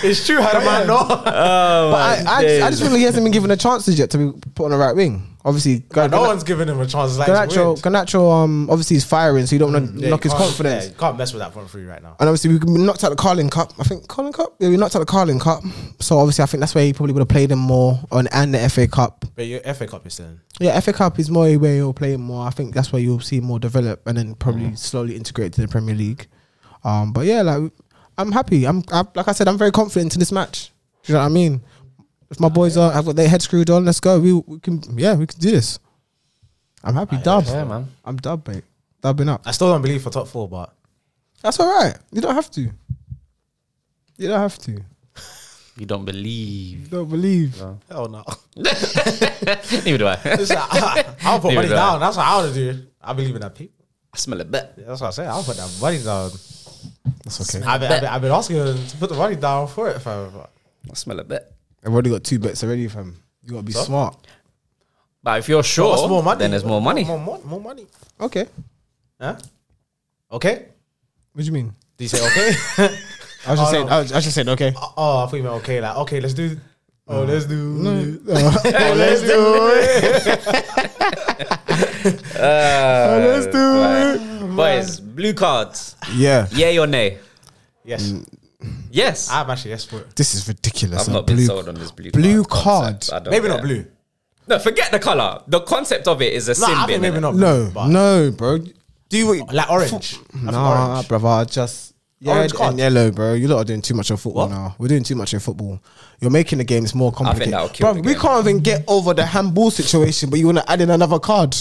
[SPEAKER 2] it's true, how do I know?
[SPEAKER 3] Oh,
[SPEAKER 1] But I, I, just, I just feel like he hasn't been given a chances yet to be put on the right wing. Obviously, Gar-
[SPEAKER 2] No one's giving him a chance. It's Like, it's
[SPEAKER 1] Garnacho,
[SPEAKER 2] weird. Mm,
[SPEAKER 1] Garnacho, um, obviously he's firing, so you don't want to
[SPEAKER 2] Yeah,
[SPEAKER 1] knock
[SPEAKER 2] you
[SPEAKER 1] his
[SPEAKER 2] can't-
[SPEAKER 1] confidence.
[SPEAKER 2] yeah, you can't mess with that front three right now.
[SPEAKER 1] And obviously we we knocked out the Carling Cup. I think Carling Cup. Yeah, we knocked out the Carling Cup. So obviously I think that's where he probably would have played him more on and the FA Cup.
[SPEAKER 2] But your FA Cup is still in.
[SPEAKER 1] Yeah, FA Cup is more where you'll play him more. I think that's where you'll see him more develop and then probably
[SPEAKER 2] Mm.
[SPEAKER 1] slowly integrate to the Premier League. Um, but yeah, like I'm happy. I'm I, like I said, I'm very confident in this match. Do you know what I mean? If my boys are, I've got their head screwed on. Let's go. We, we can, yeah, we can do this. I'm happy. Dub,
[SPEAKER 3] yeah, man.
[SPEAKER 1] I'm dub, mate. Dubbing up.
[SPEAKER 2] I still don't believe for top four, but
[SPEAKER 1] That's all right. You don't have to. You don't have to. You
[SPEAKER 3] You don't believe.
[SPEAKER 1] don't believe.
[SPEAKER 2] hell no.
[SPEAKER 3] Neither do I.
[SPEAKER 2] Listen, I, I'll put
[SPEAKER 3] Neither
[SPEAKER 2] money
[SPEAKER 3] do I.
[SPEAKER 2] down. That's what I would do. I believe in that people.
[SPEAKER 3] I smell a bit.
[SPEAKER 2] That's what I said. I'll put that money down.
[SPEAKER 1] That's okay.
[SPEAKER 2] I've been, I've been, I've been asking her to put the money down for it, fam. but-
[SPEAKER 3] I smell a bit.
[SPEAKER 1] I've already got two bets already, fam. You gotta be smart.
[SPEAKER 3] But if you're sure,
[SPEAKER 2] What's more money?
[SPEAKER 3] then there's more money.
[SPEAKER 2] More, more, more money.
[SPEAKER 1] Okay.
[SPEAKER 2] Huh? Okay.
[SPEAKER 1] What do you mean?
[SPEAKER 2] Do you say okay?
[SPEAKER 1] I was just
[SPEAKER 2] Oh,
[SPEAKER 1] saying.
[SPEAKER 2] no.
[SPEAKER 1] I, was, I was just saying. Okay.
[SPEAKER 2] oh, I thought you meant okay. Like okay, let's do. Oh, let's do.
[SPEAKER 1] Oh, let's do it. Oh,
[SPEAKER 3] Uh,
[SPEAKER 1] Let's do
[SPEAKER 3] right. Boys, blue cards.
[SPEAKER 1] Yeah.
[SPEAKER 3] Yay or nay?
[SPEAKER 2] Yes,
[SPEAKER 1] Mm.
[SPEAKER 3] Yes.
[SPEAKER 2] I'm actually yes for it.
[SPEAKER 1] This is ridiculous.
[SPEAKER 3] I've
[SPEAKER 1] A
[SPEAKER 3] not
[SPEAKER 1] blue,
[SPEAKER 3] been sold on this blue
[SPEAKER 1] blue
[SPEAKER 3] card.
[SPEAKER 1] card.
[SPEAKER 3] concept. I don't
[SPEAKER 2] Maybe
[SPEAKER 3] get
[SPEAKER 2] not
[SPEAKER 3] it.
[SPEAKER 2] blue.
[SPEAKER 3] No, forget the color. The concept of it is a
[SPEAKER 2] No,
[SPEAKER 3] sin
[SPEAKER 2] I
[SPEAKER 3] bin.
[SPEAKER 2] think maybe
[SPEAKER 3] innit?
[SPEAKER 2] not. Blue,
[SPEAKER 1] No,
[SPEAKER 2] but
[SPEAKER 1] no, bro. Do you
[SPEAKER 2] Like orange. I think
[SPEAKER 1] Nah,
[SPEAKER 2] orange.
[SPEAKER 1] brother. I Just
[SPEAKER 2] Orange
[SPEAKER 1] red
[SPEAKER 2] card.
[SPEAKER 1] and yellow, bro. You lot are doing too much of football now. We're doing too much in football. You're making the games more complicated,
[SPEAKER 3] that'll kill
[SPEAKER 1] Bruv,
[SPEAKER 3] the
[SPEAKER 1] We
[SPEAKER 3] game.
[SPEAKER 1] can't even get over the handball situation, but you want to add in another card.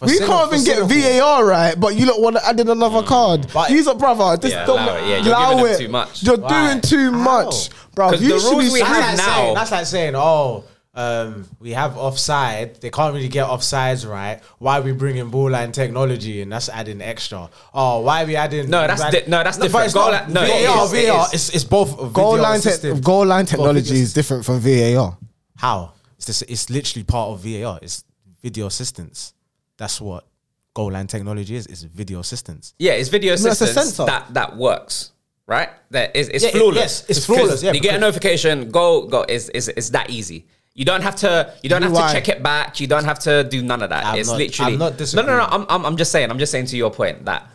[SPEAKER 1] we
[SPEAKER 2] Senegal-
[SPEAKER 1] can't even
[SPEAKER 2] for
[SPEAKER 1] get
[SPEAKER 2] Senegal.
[SPEAKER 1] VAR right, but you lot want to add in another card.
[SPEAKER 2] But-
[SPEAKER 1] He's a brother. Just
[SPEAKER 3] Mm. Yeah,
[SPEAKER 1] don't
[SPEAKER 3] allow it. Yeah, you're
[SPEAKER 1] allow
[SPEAKER 3] giving
[SPEAKER 1] it.
[SPEAKER 3] them too much.
[SPEAKER 1] You're
[SPEAKER 2] Why?
[SPEAKER 1] doing too
[SPEAKER 2] How?
[SPEAKER 1] much, bro.
[SPEAKER 3] 'Cause
[SPEAKER 1] You
[SPEAKER 3] the
[SPEAKER 1] should be.
[SPEAKER 3] rules we
[SPEAKER 1] sat-
[SPEAKER 3] have
[SPEAKER 2] that's like
[SPEAKER 3] now-
[SPEAKER 2] Saying, that's like saying, oh, um, we have offside. They can't really get offsides right. Why we bringing ball line technology and that's adding extra. Oh, why we adding?
[SPEAKER 3] No, that's di- no, that's
[SPEAKER 2] but
[SPEAKER 3] different.
[SPEAKER 2] it's
[SPEAKER 3] Goal
[SPEAKER 2] not.
[SPEAKER 3] line- no, it
[SPEAKER 2] VAR,
[SPEAKER 3] is, it
[SPEAKER 2] VAR,
[SPEAKER 3] is.
[SPEAKER 2] it's, it's both video
[SPEAKER 1] Goal line, te-
[SPEAKER 2] assisted.
[SPEAKER 1] goal line
[SPEAKER 2] video
[SPEAKER 1] technology is different from VAR.
[SPEAKER 2] How? It's this, It's literally part of VAR. It's video assistance. That's what goal line technology is. It's video assistance.
[SPEAKER 3] Yeah, it's video
[SPEAKER 1] No, it's a
[SPEAKER 3] assistance
[SPEAKER 1] sensor.
[SPEAKER 3] that that works, right? That is it's
[SPEAKER 2] Yeah, it-
[SPEAKER 3] flawless.
[SPEAKER 2] yes, it's
[SPEAKER 3] 'Cause
[SPEAKER 2] flawless, yeah,
[SPEAKER 3] you get a
[SPEAKER 2] because-
[SPEAKER 3] notification. Go go. Is is it's that easy. You don't have to. You don't have
[SPEAKER 1] Why?
[SPEAKER 3] to check it back. You don't have to do none of that.
[SPEAKER 2] I'm
[SPEAKER 3] it's
[SPEAKER 2] not-
[SPEAKER 3] literally.
[SPEAKER 2] I'm not
[SPEAKER 3] no, no, no.
[SPEAKER 2] disagreeing.
[SPEAKER 3] I'm, I'm I'm just saying. I'm just saying to your point that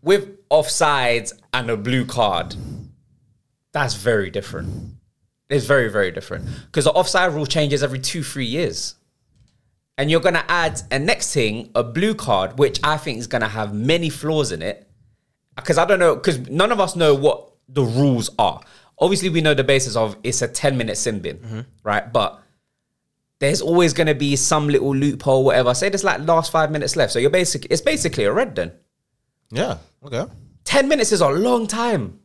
[SPEAKER 3] with offsides and a blue card, that's very different. It's very very different because the offside rule changes every two three years and you're going to add a next thing, a blue card, which I think is going to have many flaws in it. Because I don't know, because none of us know what the rules are. Obviously, we know the basis of it's a 10 minute sin bin,
[SPEAKER 2] Mm-hmm.
[SPEAKER 3] right? But there's always going to be some little loophole, whatever. Say there's like last five minutes left. So you're basically, it's basically a red then.
[SPEAKER 2] Yeah. Okay.
[SPEAKER 3] 10 minutes is a long time.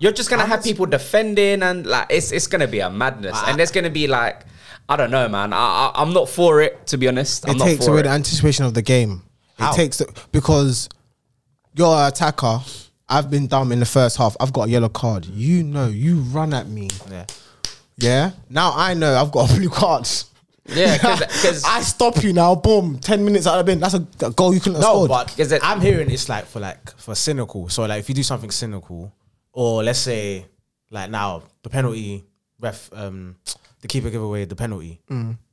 [SPEAKER 3] You're just gonna have people defending and like it's it's gonna be a madness, and there's gonna be like I don't know, man. I, I I'm not for it to be honest. I'm
[SPEAKER 1] it
[SPEAKER 3] not
[SPEAKER 1] takes
[SPEAKER 3] for
[SPEAKER 1] away
[SPEAKER 3] it.
[SPEAKER 1] the anticipation of the game.
[SPEAKER 2] How?
[SPEAKER 1] It takes the, because you're an attacker. I've been dumb in the first half. I've got a yellow card. You know, you run at me.
[SPEAKER 2] Yeah.
[SPEAKER 1] Yeah. Now I know I've got a blue card.
[SPEAKER 3] Yeah, 'cause- 'cause-
[SPEAKER 1] I stop you now. Boom. Ten minutes out of bin. That's a, a goal you couldn't have
[SPEAKER 2] No,
[SPEAKER 1] scored.
[SPEAKER 2] but
[SPEAKER 3] Is it-
[SPEAKER 2] I'm hearing it's like for like for cynical. So like if you do something cynical, or let's say like now the penalty ref, um, the keeper give away the penalty,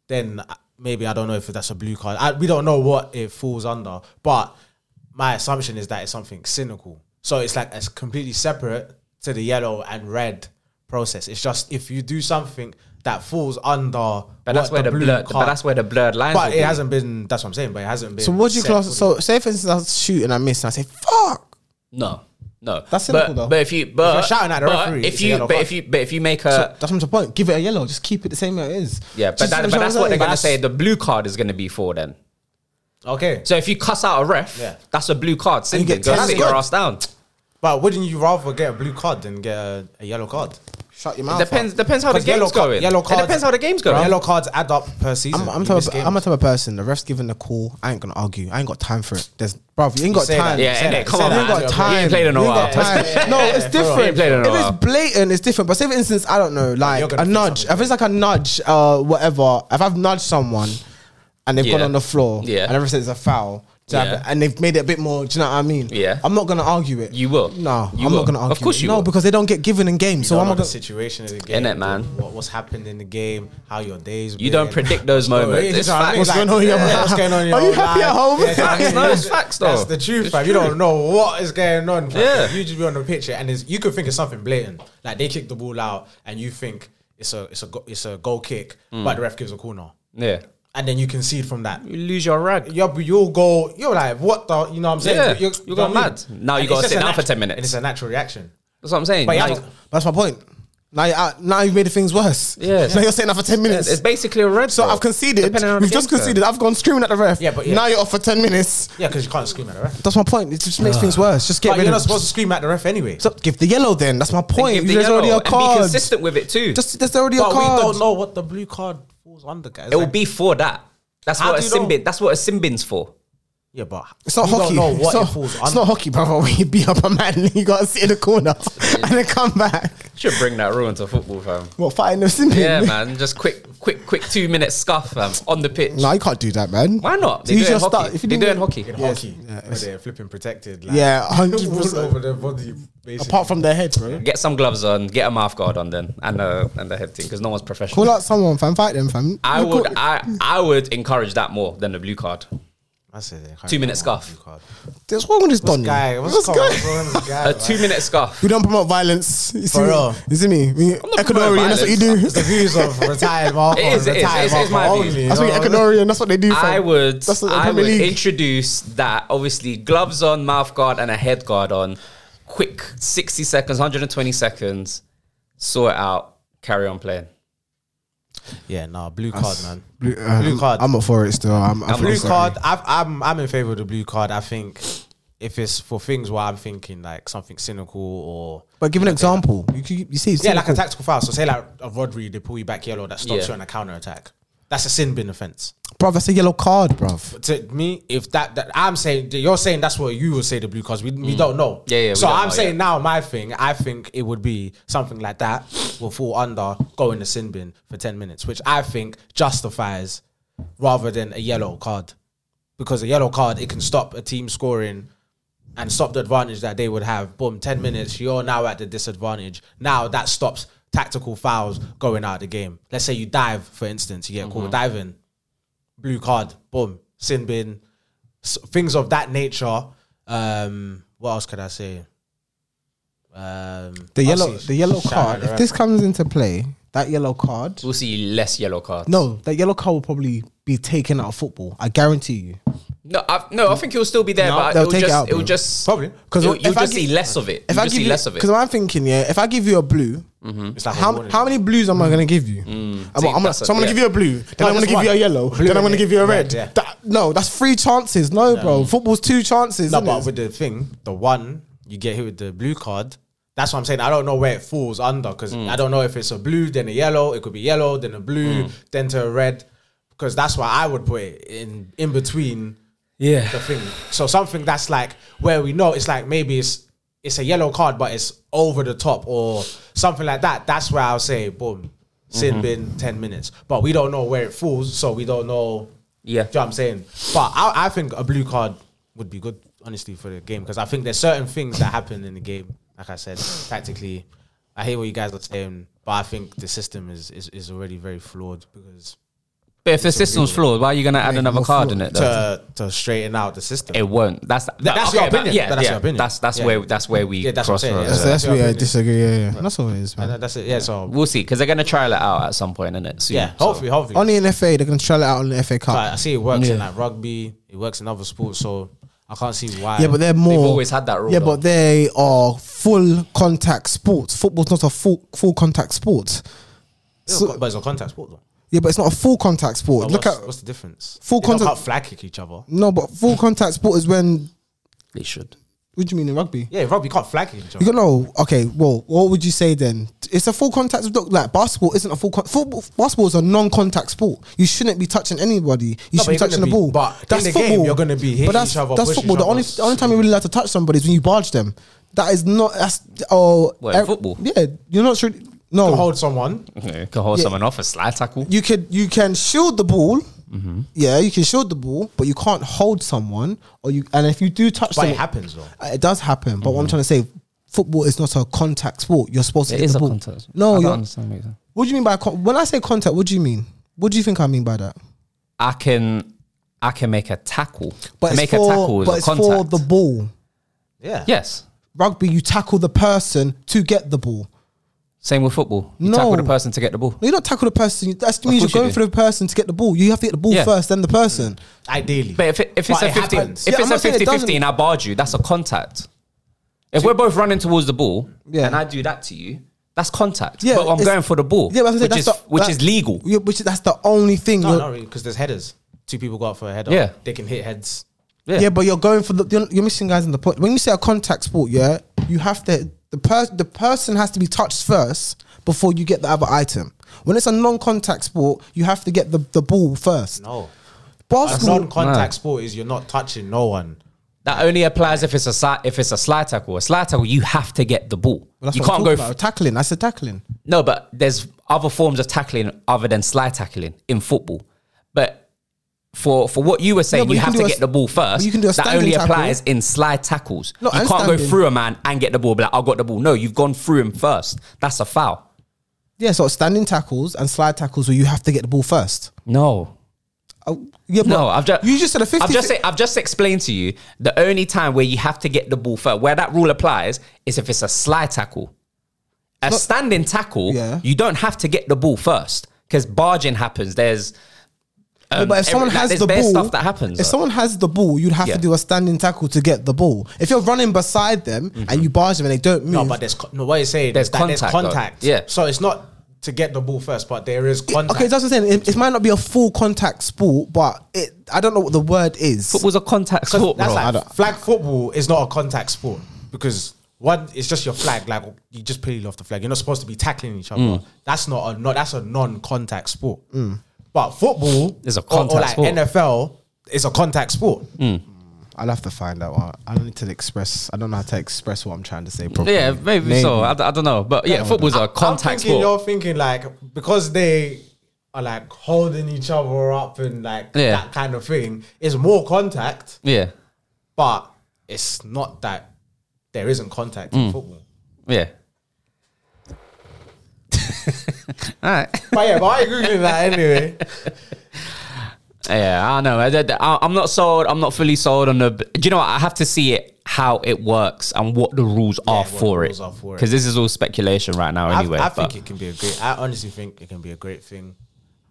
[SPEAKER 2] then uh, maybe I don't know if that's a blue card. I, we don't know what it falls under, but my assumption is that it's something cynical. So it's like it's completely separate to the yellow and red process. It's just if you do something that falls under,
[SPEAKER 3] but that's where the, blurred, but that's where the blurred lines.
[SPEAKER 2] But
[SPEAKER 3] will
[SPEAKER 2] it
[SPEAKER 3] be.
[SPEAKER 2] hasn't been. That's what I'm saying. But it hasn't been.
[SPEAKER 1] so what do you
[SPEAKER 2] set
[SPEAKER 1] class?
[SPEAKER 2] fully.
[SPEAKER 1] So say for instance, I shoot and I miss, and I say fuck.
[SPEAKER 3] No, no.
[SPEAKER 1] That's
[SPEAKER 3] but,
[SPEAKER 1] cynical, though.
[SPEAKER 3] But if you, but
[SPEAKER 2] you're shouting at the
[SPEAKER 3] but
[SPEAKER 2] referee,
[SPEAKER 3] if
[SPEAKER 2] it's a
[SPEAKER 3] you,
[SPEAKER 2] yellow
[SPEAKER 3] but
[SPEAKER 2] card.
[SPEAKER 3] if you, but if you make a
[SPEAKER 1] That's what the point. Give it a yellow. Just keep it the same way it is.
[SPEAKER 3] yeah,
[SPEAKER 1] Do you see
[SPEAKER 3] but, that,
[SPEAKER 1] what
[SPEAKER 3] but
[SPEAKER 1] I'm
[SPEAKER 3] that's what they're
[SPEAKER 1] saying?
[SPEAKER 3] gonna
[SPEAKER 1] That's-
[SPEAKER 3] say. The blue card is gonna be for then.
[SPEAKER 2] Okay.
[SPEAKER 3] So if you cuss out a ref,
[SPEAKER 2] Yeah.
[SPEAKER 3] that's a blue card.
[SPEAKER 1] you
[SPEAKER 3] Simply
[SPEAKER 1] get
[SPEAKER 3] go
[SPEAKER 1] 10
[SPEAKER 3] sit your
[SPEAKER 1] good.
[SPEAKER 3] ass down.
[SPEAKER 2] But wouldn't you rather get a blue card than get a, a yellow card?
[SPEAKER 1] Shut your mouth.
[SPEAKER 3] Depends depends how the
[SPEAKER 2] 'Cause yellow
[SPEAKER 3] game's
[SPEAKER 2] card-
[SPEAKER 3] going.
[SPEAKER 2] yellow
[SPEAKER 3] It
[SPEAKER 2] cards-
[SPEAKER 3] depends how the game's going.
[SPEAKER 2] Yellow cards add up per season.
[SPEAKER 1] I'm, I'm,
[SPEAKER 2] You
[SPEAKER 1] type
[SPEAKER 2] miss
[SPEAKER 1] of,
[SPEAKER 2] games.
[SPEAKER 1] I'm a type of person. The ref's given the call. I ain't gonna argue. I ain't got time for it. There's, bro, you ain't got
[SPEAKER 2] say
[SPEAKER 1] time.
[SPEAKER 2] that,
[SPEAKER 3] Yeah,
[SPEAKER 2] Say
[SPEAKER 3] innit?
[SPEAKER 2] that,
[SPEAKER 3] come
[SPEAKER 2] say
[SPEAKER 3] on,
[SPEAKER 1] You
[SPEAKER 2] that.
[SPEAKER 1] ain't
[SPEAKER 3] man.
[SPEAKER 1] got time.
[SPEAKER 3] You ain't played in a
[SPEAKER 1] You ain't
[SPEAKER 3] while.
[SPEAKER 1] got time. no, it's
[SPEAKER 3] You ain't
[SPEAKER 1] different.
[SPEAKER 3] played in a
[SPEAKER 1] if
[SPEAKER 3] while.
[SPEAKER 1] it's blatant, it's different. But say, for instance, I don't know, like
[SPEAKER 2] gonna
[SPEAKER 1] a
[SPEAKER 2] fix
[SPEAKER 1] nudge.
[SPEAKER 2] something.
[SPEAKER 1] If it's like a nudge, uh, whatever. If I've nudged someone and they've gone
[SPEAKER 3] Yeah.
[SPEAKER 1] on the floor,
[SPEAKER 3] Yeah.
[SPEAKER 1] and ever says it's a foul. do you know
[SPEAKER 3] Yeah.
[SPEAKER 1] what I mean? And they've made it a bit more. Do you know what I mean?
[SPEAKER 3] Yeah.
[SPEAKER 1] I'm not gonna argue it.
[SPEAKER 3] You will.
[SPEAKER 1] No,
[SPEAKER 3] You
[SPEAKER 1] I'm
[SPEAKER 3] will.
[SPEAKER 1] not gonna argue.
[SPEAKER 3] Of course
[SPEAKER 1] it.
[SPEAKER 3] you
[SPEAKER 1] No,
[SPEAKER 3] will.
[SPEAKER 1] because they don't get given in games. So
[SPEAKER 2] So don't
[SPEAKER 1] I'm
[SPEAKER 2] know
[SPEAKER 1] not
[SPEAKER 2] the
[SPEAKER 1] gonna.
[SPEAKER 2] situation of the game,
[SPEAKER 3] Innit, man?
[SPEAKER 2] What, what's happened in the game? How your days?
[SPEAKER 3] You don't predict those moments. It's facts.
[SPEAKER 1] What's going on in your mind?
[SPEAKER 2] What's going on? in
[SPEAKER 1] Are
[SPEAKER 2] your
[SPEAKER 1] you happy
[SPEAKER 2] life?
[SPEAKER 1] at home?
[SPEAKER 2] Yeah, do you know what I
[SPEAKER 3] Facts,
[SPEAKER 2] mean?
[SPEAKER 3] no, it's facts, though.
[SPEAKER 2] That's the truth,
[SPEAKER 3] It's
[SPEAKER 2] fam. You
[SPEAKER 3] true.
[SPEAKER 2] don't know what is going on. fam.
[SPEAKER 3] Yeah.
[SPEAKER 2] you just be on the picture, and it's, you could think it's something blatant, like they kick the ball out, and you think it's a it's a go- it's a goal kick,
[SPEAKER 3] Mm.
[SPEAKER 2] but the ref gives a corner,
[SPEAKER 3] Yeah.
[SPEAKER 2] and then you concede from that.
[SPEAKER 3] You lose your rag.
[SPEAKER 2] Yeah, but you'll go, you're like, what the, you know what I'm saying?
[SPEAKER 3] Yeah,
[SPEAKER 2] you're,
[SPEAKER 3] you gone
[SPEAKER 2] know what I mean?
[SPEAKER 3] mad. Now you
[SPEAKER 2] And it's
[SPEAKER 3] gotta
[SPEAKER 2] just
[SPEAKER 3] sit
[SPEAKER 2] a
[SPEAKER 3] down for
[SPEAKER 2] nat-
[SPEAKER 3] 10 minutes.
[SPEAKER 2] And it's a natural reaction.
[SPEAKER 3] That's what I'm saying.
[SPEAKER 2] But
[SPEAKER 3] Now
[SPEAKER 2] yeah,
[SPEAKER 3] you-
[SPEAKER 1] That's my point. Now, you, uh, now you've made things worse.
[SPEAKER 3] Yes.
[SPEAKER 1] Now you're saying that for ten minutes.
[SPEAKER 3] it's basically a red.
[SPEAKER 1] So
[SPEAKER 3] bro.
[SPEAKER 1] I've conceded.
[SPEAKER 3] Depending on the
[SPEAKER 1] We've just
[SPEAKER 3] game, sir.
[SPEAKER 1] conceded. I've gone screaming at the ref.
[SPEAKER 2] Yeah, but yeah.
[SPEAKER 1] now you're off for ten minutes.
[SPEAKER 2] Yeah, because you can't scream at the ref.
[SPEAKER 1] That's my point. It just makes
[SPEAKER 3] Uh.
[SPEAKER 1] things worse. Just get
[SPEAKER 2] But
[SPEAKER 1] rid
[SPEAKER 2] you're
[SPEAKER 1] of.
[SPEAKER 2] not supposed to scream at the ref anyway.
[SPEAKER 1] So give the yellow then. That's my
[SPEAKER 3] Then
[SPEAKER 1] point.
[SPEAKER 3] give the
[SPEAKER 1] There's
[SPEAKER 3] yellow
[SPEAKER 1] already a
[SPEAKER 3] and
[SPEAKER 1] card.
[SPEAKER 3] Be consistent with it too.
[SPEAKER 1] Just there's already a
[SPEAKER 2] but
[SPEAKER 1] card.
[SPEAKER 2] we don't know what the blue card falls under, guys.
[SPEAKER 3] it will
[SPEAKER 2] Like,
[SPEAKER 3] be for that. That's
[SPEAKER 2] How
[SPEAKER 3] what a
[SPEAKER 2] do you know?
[SPEAKER 3] simbin. That's what a simbin's for.
[SPEAKER 2] Yeah, but
[SPEAKER 1] It's not
[SPEAKER 2] you
[SPEAKER 1] hockey.
[SPEAKER 2] Don't know what
[SPEAKER 1] it's,
[SPEAKER 2] it
[SPEAKER 1] not,
[SPEAKER 2] falls
[SPEAKER 1] it's
[SPEAKER 2] under.
[SPEAKER 1] not hockey, brother. When you beat up a man, and you gotta sit in the corner and then come back.
[SPEAKER 3] Should bring that rule into football, fam.
[SPEAKER 1] What fighting the Simeon?
[SPEAKER 3] Yeah, man. Just quick, quick, quick two minute scuff, fam, on the pitch.
[SPEAKER 1] No, you can't do that, man.
[SPEAKER 3] Why not? They
[SPEAKER 1] He's
[SPEAKER 3] do it in
[SPEAKER 1] your
[SPEAKER 3] hockey.
[SPEAKER 1] star- if you
[SPEAKER 3] they do it in
[SPEAKER 1] didn't-
[SPEAKER 3] hockey.
[SPEAKER 2] in
[SPEAKER 1] Yes,
[SPEAKER 2] hockey.
[SPEAKER 1] yeah,
[SPEAKER 2] where they're flipping protected. Like,
[SPEAKER 1] Yeah, hundred
[SPEAKER 2] all over
[SPEAKER 1] percent.
[SPEAKER 2] their body. Basically.
[SPEAKER 1] Apart from their head, bro.
[SPEAKER 3] Get some gloves on. Get a mouth guard on then, and uh, and the head thing, because no one's professional.
[SPEAKER 1] Call out someone, fam. Fight them, fam.
[SPEAKER 3] I
[SPEAKER 1] You call-
[SPEAKER 3] would, I, I would encourage that more than the blue card.
[SPEAKER 2] I said it.
[SPEAKER 3] Two minute scuff.
[SPEAKER 1] There's wrong with this Don.
[SPEAKER 2] Guy, what's,
[SPEAKER 1] What's
[SPEAKER 2] what's
[SPEAKER 1] going-
[SPEAKER 2] wrong with guy?
[SPEAKER 3] A
[SPEAKER 2] man?
[SPEAKER 3] two minute scuff.
[SPEAKER 1] We don't promote violence. You see
[SPEAKER 2] For
[SPEAKER 1] me?
[SPEAKER 2] real.
[SPEAKER 1] You see me? We,
[SPEAKER 3] not promoting
[SPEAKER 1] Ecuadorian, that's what you do.
[SPEAKER 3] violence.
[SPEAKER 2] It's the views of retired Marco.
[SPEAKER 3] It is, it is,
[SPEAKER 2] retired
[SPEAKER 3] it is, it is my
[SPEAKER 2] Marco
[SPEAKER 3] view.
[SPEAKER 2] only, you
[SPEAKER 1] That's what
[SPEAKER 2] know?
[SPEAKER 1] you Ecuadorian, that's what they do, fam.
[SPEAKER 3] I would,
[SPEAKER 1] That's what the
[SPEAKER 3] I
[SPEAKER 1] Premier
[SPEAKER 3] would
[SPEAKER 1] League-
[SPEAKER 3] introduce that. Obviously, gloves on, mouth guard, and a head guard on. Quick, sixty seconds, hundred and twenty seconds. Sort it out. Carry on playing.
[SPEAKER 2] Yeah, nah, blue card, man.
[SPEAKER 1] Blue, um,
[SPEAKER 2] Blue card.
[SPEAKER 1] I'm up for it still. I'm, I'm
[SPEAKER 2] blue card. I've, I'm I'm in favor of the blue card. I think if it's for things where I'm thinking like something cynical or
[SPEAKER 1] But give an example. You, could- you see,
[SPEAKER 2] yeah, like a tactical foul. So say like a Rodri, they pull you back yellow that stops
[SPEAKER 3] Yeah.
[SPEAKER 2] you on a counter attack. That's a sin bin offense.
[SPEAKER 1] bro, that's a yellow card, bro.
[SPEAKER 2] But to me, if that, that I'm saying, you're saying that's what you would say the blue cards. We, we don't know.
[SPEAKER 3] Yeah, yeah, we
[SPEAKER 2] So
[SPEAKER 3] don't
[SPEAKER 2] I'm
[SPEAKER 3] know,
[SPEAKER 2] saying now my thing. I think it would be something like that will fall under go in the sin bin for ten minutes, which I think justifies rather than a yellow card, because a yellow card it can stop a team scoring and stop the advantage that they would have. Boom, ten minutes. You're now at the disadvantage. Now that stops tactical fouls going out of the game. Let's say you dive, for instance, you get
[SPEAKER 3] Mm-hmm.
[SPEAKER 2] caught diving blue card, boom, sin bin, s- things of that nature. Um, what else could I say? Um,
[SPEAKER 3] Oh,
[SPEAKER 1] The yellow,
[SPEAKER 2] obviously,
[SPEAKER 1] the yellow
[SPEAKER 2] shout
[SPEAKER 1] card.
[SPEAKER 2] out the
[SPEAKER 1] If this comes into play, that yellow card.
[SPEAKER 3] We'll see less yellow cards.
[SPEAKER 1] No, that yellow card will probably be taken out of football. I guarantee you.
[SPEAKER 3] No, I, no, I think he'll still be there,
[SPEAKER 1] No,
[SPEAKER 3] but
[SPEAKER 1] they'll
[SPEAKER 3] it'll
[SPEAKER 1] take it
[SPEAKER 3] just,
[SPEAKER 1] out,
[SPEAKER 3] it'll
[SPEAKER 1] bro.
[SPEAKER 3] just
[SPEAKER 2] Probably.
[SPEAKER 3] because
[SPEAKER 1] 'Cause
[SPEAKER 3] you'll,
[SPEAKER 1] if
[SPEAKER 3] you'll
[SPEAKER 1] I
[SPEAKER 3] just
[SPEAKER 1] gi-
[SPEAKER 3] see less of it.
[SPEAKER 1] If
[SPEAKER 3] you'll
[SPEAKER 1] I
[SPEAKER 3] just
[SPEAKER 1] give
[SPEAKER 3] see
[SPEAKER 1] you,
[SPEAKER 3] less of it.
[SPEAKER 1] because I'm thinking, yeah, if I give you a blue,
[SPEAKER 2] ref. It's like a
[SPEAKER 1] how,
[SPEAKER 2] warning.
[SPEAKER 1] how many blues am I going to give you? I'm,
[SPEAKER 3] See,
[SPEAKER 1] I'm gonna,
[SPEAKER 3] that's a-
[SPEAKER 1] so I'm going to give
[SPEAKER 3] yeah.
[SPEAKER 1] you a blue, then
[SPEAKER 2] No,
[SPEAKER 1] I'm going
[SPEAKER 2] just
[SPEAKER 1] to give
[SPEAKER 2] one.
[SPEAKER 1] you a yellow,
[SPEAKER 2] Blue
[SPEAKER 1] then I'm
[SPEAKER 2] and
[SPEAKER 1] going to
[SPEAKER 2] it-
[SPEAKER 1] give you a red.
[SPEAKER 2] red, yeah.
[SPEAKER 1] That- no, that's three chances. No, bro. Football's two chances.
[SPEAKER 2] No,
[SPEAKER 1] innit?
[SPEAKER 2] but with the thing, the one you get hit with the blue card. That's what I'm saying. I don't know where it falls under because
[SPEAKER 1] Mm.
[SPEAKER 2] I don't know if it's a blue, then a yellow. It could be yellow, then a blue,
[SPEAKER 1] Mm.
[SPEAKER 2] then to a red. Because that's why I would put it in in between the
[SPEAKER 6] Yeah.
[SPEAKER 2] thing. So something that's like where we know it's like maybe it's it's a yellow card, but it's over the top or something like that. That's where I'll say boom, sin bin ten minutes. But we don't know where it falls, so we don't know.
[SPEAKER 3] Yeah.
[SPEAKER 2] do you know what I'm saying. But I, I think a blue card would be good, honestly, for the game because I think there's certain things that happen in the game. Like I said, tactically, I hear what you guys are saying, but I think the system is is, is already very flawed because
[SPEAKER 3] But if the system's flawed, why are you going to add another
[SPEAKER 1] more
[SPEAKER 3] card
[SPEAKER 1] flawed.
[SPEAKER 3] in it? Though?
[SPEAKER 2] to to straighten out the system.
[SPEAKER 3] It won't. That's
[SPEAKER 2] Th- that's
[SPEAKER 3] okay,
[SPEAKER 2] your
[SPEAKER 3] but
[SPEAKER 2] opinion.
[SPEAKER 3] Yeah,
[SPEAKER 2] That's
[SPEAKER 3] yeah.
[SPEAKER 2] your opinion.
[SPEAKER 3] That's that's
[SPEAKER 2] Yeah.
[SPEAKER 3] where that's where we
[SPEAKER 2] Yeah, that's what I'm
[SPEAKER 3] cross
[SPEAKER 2] saying,
[SPEAKER 3] roads.
[SPEAKER 1] That's,
[SPEAKER 2] yeah.
[SPEAKER 1] that's where I
[SPEAKER 2] Yeah.
[SPEAKER 1] disagree. Yeah, yeah. That's all it is, man.
[SPEAKER 2] And that's it. Yeah. So
[SPEAKER 3] We'll see because they're going to trial it out at some point, innit? Soon,
[SPEAKER 2] Yeah,
[SPEAKER 3] so.
[SPEAKER 2] hopefully, hopefully.
[SPEAKER 1] Only in FA, they're going to try it out on the FA Cup.
[SPEAKER 2] But I see it works in
[SPEAKER 6] Yeah.
[SPEAKER 2] like rugby. It works in other sports, so I can't see why.
[SPEAKER 1] Yeah, but they're more.
[SPEAKER 3] always had that rule,
[SPEAKER 1] Yeah,
[SPEAKER 3] though.
[SPEAKER 1] but they are full contact sports. Football's not a full full contact sport.
[SPEAKER 2] Yeah,
[SPEAKER 1] so-
[SPEAKER 2] but- but it's a contact sport though.
[SPEAKER 1] Yeah, but it's not a full contact sport.
[SPEAKER 2] But
[SPEAKER 1] Look
[SPEAKER 2] what's,
[SPEAKER 1] at
[SPEAKER 2] what's the difference?
[SPEAKER 1] full
[SPEAKER 2] They don't
[SPEAKER 1] contact-
[SPEAKER 2] can't flag kick each other.
[SPEAKER 1] no, but full contact sport is when.
[SPEAKER 3] they should.
[SPEAKER 1] What do you mean in rugby?
[SPEAKER 2] Yeah, rugby can't flag kick each
[SPEAKER 1] You
[SPEAKER 2] other.
[SPEAKER 1] got no. Okay, well, what would you say then? It's a full contact sport. Like basketball isn't a full con- football. Basketball is a non-contact sport. You shouldn't be touching anybody. You
[SPEAKER 2] No, but
[SPEAKER 1] should be
[SPEAKER 2] you're
[SPEAKER 1] touching
[SPEAKER 2] gonna
[SPEAKER 1] the
[SPEAKER 2] be-
[SPEAKER 1] ball.
[SPEAKER 2] but in the game, you're gonna be hitting
[SPEAKER 1] But that's
[SPEAKER 2] each other,
[SPEAKER 1] that's
[SPEAKER 2] pushing
[SPEAKER 1] football. The
[SPEAKER 2] each
[SPEAKER 1] only
[SPEAKER 2] other's-
[SPEAKER 1] the only time you're really allowed to touch somebody is when you barge them. That is not. That's oh.
[SPEAKER 3] What, in
[SPEAKER 1] ev-
[SPEAKER 3] football?
[SPEAKER 1] Yeah, you're not sure. No,
[SPEAKER 2] You hold someone.
[SPEAKER 3] You can hold someone off a slide tackle.
[SPEAKER 1] you could you can shield the ball.
[SPEAKER 3] Mm-hmm.
[SPEAKER 1] Yeah, you can shield the ball, but you can't hold someone. Or you and if you do touch,
[SPEAKER 2] But it
[SPEAKER 1] someone,
[SPEAKER 2] happens though.
[SPEAKER 1] uh, It does happen, but what I'm trying to say, football is not a contact sport. You're supposed to
[SPEAKER 3] Mm-hmm. It
[SPEAKER 1] hit
[SPEAKER 3] is
[SPEAKER 1] the
[SPEAKER 3] a
[SPEAKER 1] ball.
[SPEAKER 3] contest.
[SPEAKER 1] No,
[SPEAKER 3] I don't
[SPEAKER 1] you're-
[SPEAKER 3] understand. what you're saying.
[SPEAKER 1] what do you mean by con- when I say contact? What do you mean? What do you think I mean by that?
[SPEAKER 3] I can I can make a tackle. to
[SPEAKER 1] it's
[SPEAKER 3] make
[SPEAKER 1] for,
[SPEAKER 3] a tackle is
[SPEAKER 1] but
[SPEAKER 3] a
[SPEAKER 1] it's for
[SPEAKER 3] contact.
[SPEAKER 1] the ball.
[SPEAKER 2] Yeah.
[SPEAKER 3] yes.
[SPEAKER 1] Rugby, you tackle the person to get the ball.
[SPEAKER 3] Same with football. You
[SPEAKER 1] No.
[SPEAKER 3] tackle the person to get the ball.
[SPEAKER 1] No, you don't tackle the person. That means you're
[SPEAKER 3] course you
[SPEAKER 1] going
[SPEAKER 3] do.
[SPEAKER 1] for the person to get the ball. You have to get the ball
[SPEAKER 3] Yeah. Mm.
[SPEAKER 1] first, then the person.
[SPEAKER 2] Ideally.
[SPEAKER 3] But if, it, if it's
[SPEAKER 2] But
[SPEAKER 3] a
[SPEAKER 2] it
[SPEAKER 3] 50,
[SPEAKER 2] happens.
[SPEAKER 3] if
[SPEAKER 1] Yeah, I'm
[SPEAKER 3] it's a
[SPEAKER 1] not saying it
[SPEAKER 3] 50 50
[SPEAKER 1] doesn't.
[SPEAKER 3] and I barred you, that's a contact. If we're both running towards the ball
[SPEAKER 1] Yeah.
[SPEAKER 3] and I do that to you, that's contact.
[SPEAKER 1] Yeah,
[SPEAKER 3] but I'm
[SPEAKER 1] it's-
[SPEAKER 3] going for the ball,
[SPEAKER 1] Yeah, but I'm saying
[SPEAKER 3] which,
[SPEAKER 1] that's
[SPEAKER 3] is,
[SPEAKER 1] the-
[SPEAKER 3] which
[SPEAKER 1] that-
[SPEAKER 3] is legal.
[SPEAKER 1] Yeah, which is, that's the only thing.
[SPEAKER 2] no,
[SPEAKER 1] you're,
[SPEAKER 2] not really, because there's headers. Two people go out for a header.
[SPEAKER 3] Yeah.
[SPEAKER 2] They can hit heads.
[SPEAKER 3] Yeah.
[SPEAKER 1] yeah. but you're going for the you're, you're missing guys in the point. When you say a contact sport, yeah, you have to the person the person has to be touched first before you get the other item. When it's a non-contact sport, you have to get the, the ball first.
[SPEAKER 2] No. A
[SPEAKER 1] basketball.
[SPEAKER 2] non-contact sport is you're not touching no one.
[SPEAKER 3] That only applies if it's a si- if it's a slide tackle. A slide tackle, you have to get the ball.
[SPEAKER 1] That's
[SPEAKER 3] you
[SPEAKER 1] what I'm
[SPEAKER 3] can't go.
[SPEAKER 1] talking
[SPEAKER 3] f-
[SPEAKER 1] about, tackling. I said tackling.
[SPEAKER 3] no, but there's other forms of tackling other than slide tackling in football. But for for what you were saying,
[SPEAKER 1] but
[SPEAKER 3] you,
[SPEAKER 1] you can
[SPEAKER 3] have to
[SPEAKER 1] do a
[SPEAKER 3] get
[SPEAKER 1] s-
[SPEAKER 3] the ball
[SPEAKER 1] but
[SPEAKER 3] first.
[SPEAKER 1] you can do a
[SPEAKER 3] that
[SPEAKER 1] standing
[SPEAKER 3] only
[SPEAKER 1] tackle.
[SPEAKER 3] applies in slide tackles.
[SPEAKER 1] No,
[SPEAKER 3] you
[SPEAKER 1] and
[SPEAKER 3] can't go
[SPEAKER 1] standing.
[SPEAKER 3] through a man and get the ball. Be like, I'll got the ball. No, you've gone through him first. That's a foul.
[SPEAKER 1] Yeah, so standing tackles and slide tackles where you have to get the ball first.
[SPEAKER 3] No,
[SPEAKER 1] Oh, yeah, but
[SPEAKER 3] No, I've just
[SPEAKER 1] you just said a 50
[SPEAKER 3] I've just said- I've just explained to you the only time where you have to get the ball first, where that rule applies, is if it's a slide tackle. A standing tackle,
[SPEAKER 1] Yeah.
[SPEAKER 3] you don't have to get the ball first because barging happens. There's
[SPEAKER 1] No, but if
[SPEAKER 3] um, every-
[SPEAKER 1] someone
[SPEAKER 3] like,
[SPEAKER 1] has
[SPEAKER 3] there's
[SPEAKER 1] the
[SPEAKER 3] bare
[SPEAKER 1] ball,
[SPEAKER 3] stuff that happens,
[SPEAKER 1] If
[SPEAKER 3] though.
[SPEAKER 1] someone has the ball, you'd have
[SPEAKER 3] Yeah.
[SPEAKER 1] to do a standing tackle to get the ball. If you're running beside them
[SPEAKER 3] Mm-hmm.
[SPEAKER 1] and you barge them and they don't move,
[SPEAKER 2] No, but there's co- no. What you're saying
[SPEAKER 3] There's
[SPEAKER 2] is that there's
[SPEAKER 3] contact, though.
[SPEAKER 2] contact.
[SPEAKER 3] Yeah.
[SPEAKER 2] So it's not to get the ball first, but there is contact.
[SPEAKER 1] okay, that's what I'm saying. It, it might not be a full contact sport, but it, I don't know what the word is.
[SPEAKER 3] football's a contact sport,
[SPEAKER 2] That's
[SPEAKER 3] bro.
[SPEAKER 1] I
[SPEAKER 2] like
[SPEAKER 1] don't-
[SPEAKER 2] flag football is not a contact sport because one, it's just your flag. Like you just peel off the flag. You're not supposed to be tackling each other.
[SPEAKER 3] Mm.
[SPEAKER 2] That's not a no. That's a non-contact sport. But football
[SPEAKER 3] Is a
[SPEAKER 2] or- or,
[SPEAKER 3] contact
[SPEAKER 2] like
[SPEAKER 3] sport. Mm.
[SPEAKER 2] NFL is a contact sport.
[SPEAKER 1] I'll have to find out. I- I don't need to express. I don't know how to express what I'm trying to say properly.
[SPEAKER 3] yeah, maybe, so. I, d- I don't know, but yeah, football's a
[SPEAKER 2] I'm
[SPEAKER 3] contact
[SPEAKER 2] thinking
[SPEAKER 3] sport.
[SPEAKER 2] You're thinking like because they are like holding each other up and like
[SPEAKER 3] Yeah.
[SPEAKER 2] that kind of thing. It's more contact,
[SPEAKER 3] Yeah,
[SPEAKER 2] but it's not that there isn't contact
[SPEAKER 3] Mm.
[SPEAKER 2] in football.
[SPEAKER 3] yeah. All right.
[SPEAKER 2] But yeah, but I agree with that anyway.
[SPEAKER 3] Yeah, I know. I, I, I'm not sold. I'm not fully sold on the. Do you know what? I have to see it how it works and what the rules are
[SPEAKER 2] what the
[SPEAKER 3] for it.
[SPEAKER 2] rules are for it.
[SPEAKER 3] Because this is all speculation right now. Anyway,
[SPEAKER 2] I, I
[SPEAKER 3] but-
[SPEAKER 2] think it can be a great. I honestly think it can be a great thing.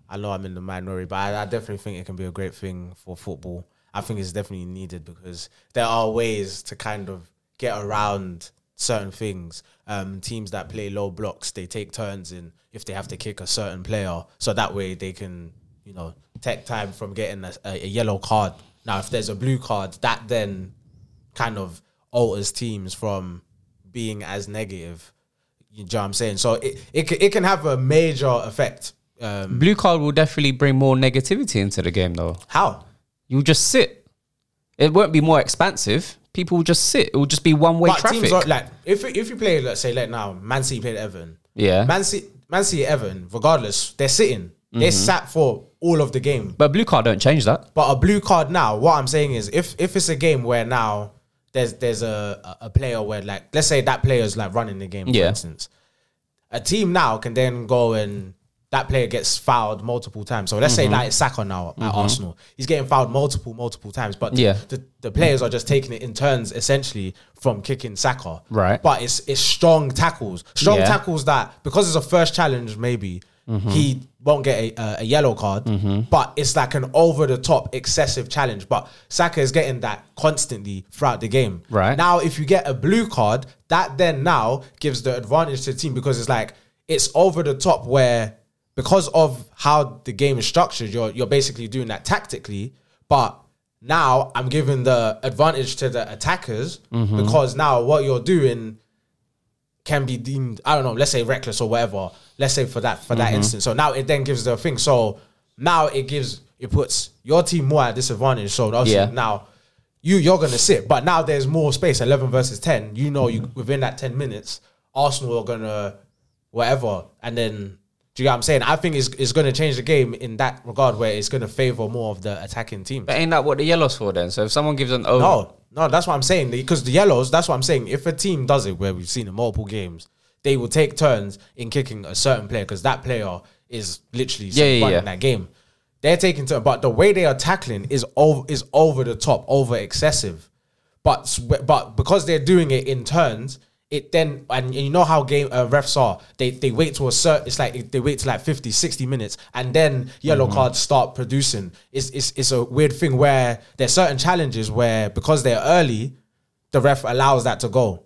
[SPEAKER 2] I know I'm in the minority, but I, I definitely think it can be a great thing for football. I think it's definitely needed because there are ways to kind of get around certain things. Um, teams that play low blocks, they take turns in if they have to kick a certain player, so that way they can, you know, take time from getting a, a, a yellow card. Now, if there's a blue card, that then kind of alters teams from being as negative. You know what I'm saying? So it it, ca- it can have a major effect. Um,
[SPEAKER 3] blue card will definitely bring more negativity into the game, though.
[SPEAKER 2] how?
[SPEAKER 3] You'll just sit. It won't be more expansive. People will just sit. It will just be one way
[SPEAKER 2] But
[SPEAKER 3] traffic.
[SPEAKER 2] teams are like if if you play let's say like now Man City played Everton.
[SPEAKER 3] Yeah.
[SPEAKER 2] Man City Man City Everton. Regardless, they're sitting. They
[SPEAKER 3] Mm-hmm.
[SPEAKER 2] sat for all of the game.
[SPEAKER 3] but blue card don't change that.
[SPEAKER 2] But a blue card now. What I'm saying is, if if it's a game where now there's there's a a a player where like let's say that player's like running the game, for
[SPEAKER 3] Yeah.
[SPEAKER 2] instance, a team now can then go and that player gets fouled multiple times. So let's
[SPEAKER 3] Mm-hmm.
[SPEAKER 2] say like Saka now at Arsenal, he's getting fouled multiple multiple times, but
[SPEAKER 3] Yeah.
[SPEAKER 2] the the players are just taking it in turns essentially from kicking Saka,
[SPEAKER 3] Right.
[SPEAKER 2] But it's it's strong tackles, strong
[SPEAKER 3] Yeah. Mm-hmm.
[SPEAKER 2] tackles that because it's a first challenge, maybe he won't get a, a, a yellow card, but it's like an over the top excessive challenge. But Saka is getting that constantly throughout the game.
[SPEAKER 3] Right.
[SPEAKER 2] now, if you get a blue card, that then now gives the advantage to the team because it's like it's over the top where because of how the game is structured, you're you're basically doing that tactically, but now I'm giving the advantage to the attackers
[SPEAKER 3] Mm-hmm.
[SPEAKER 2] because now what you're doing can be deemed I don't know, let's say reckless or whatever. Let's say for that for that instance. So now it then gives the thing. So now it gives it puts your team more at disadvantage. So obviously
[SPEAKER 3] Yeah.
[SPEAKER 2] now you you're gonna sit, but now there's more space. Eleven versus ten. You know, you within that ten minutes, Arsenal are gonna whatever, and then. Do you get what I'm saying? I think it's, it's going to change the game in that regard, where it's going to favor more of the attacking team.
[SPEAKER 3] But ain't that what the yellow's for then? So if someone gives an oh, over,
[SPEAKER 2] No, no, that's what I'm saying. Because the yellows, that's what I'm saying. If a team does it, where we've seen in multiple games, they will take turns in kicking a certain player because that player is literally
[SPEAKER 3] Yeah, yeah,
[SPEAKER 2] running
[SPEAKER 3] yeah.
[SPEAKER 2] that game. They're taking turn, but the way they are tackling is over is over the top, over excessive. But s- but because they're doing it in turns, it then and, and you know how game uh, refs are. They they wait to a certain. It's like they wait to like 50, 60 minutes, and then yellow
[SPEAKER 3] Mm-hmm.
[SPEAKER 2] cards start producing. It's it's it's a weird thing where there's certain challenges where because they're early, the ref allows that to go.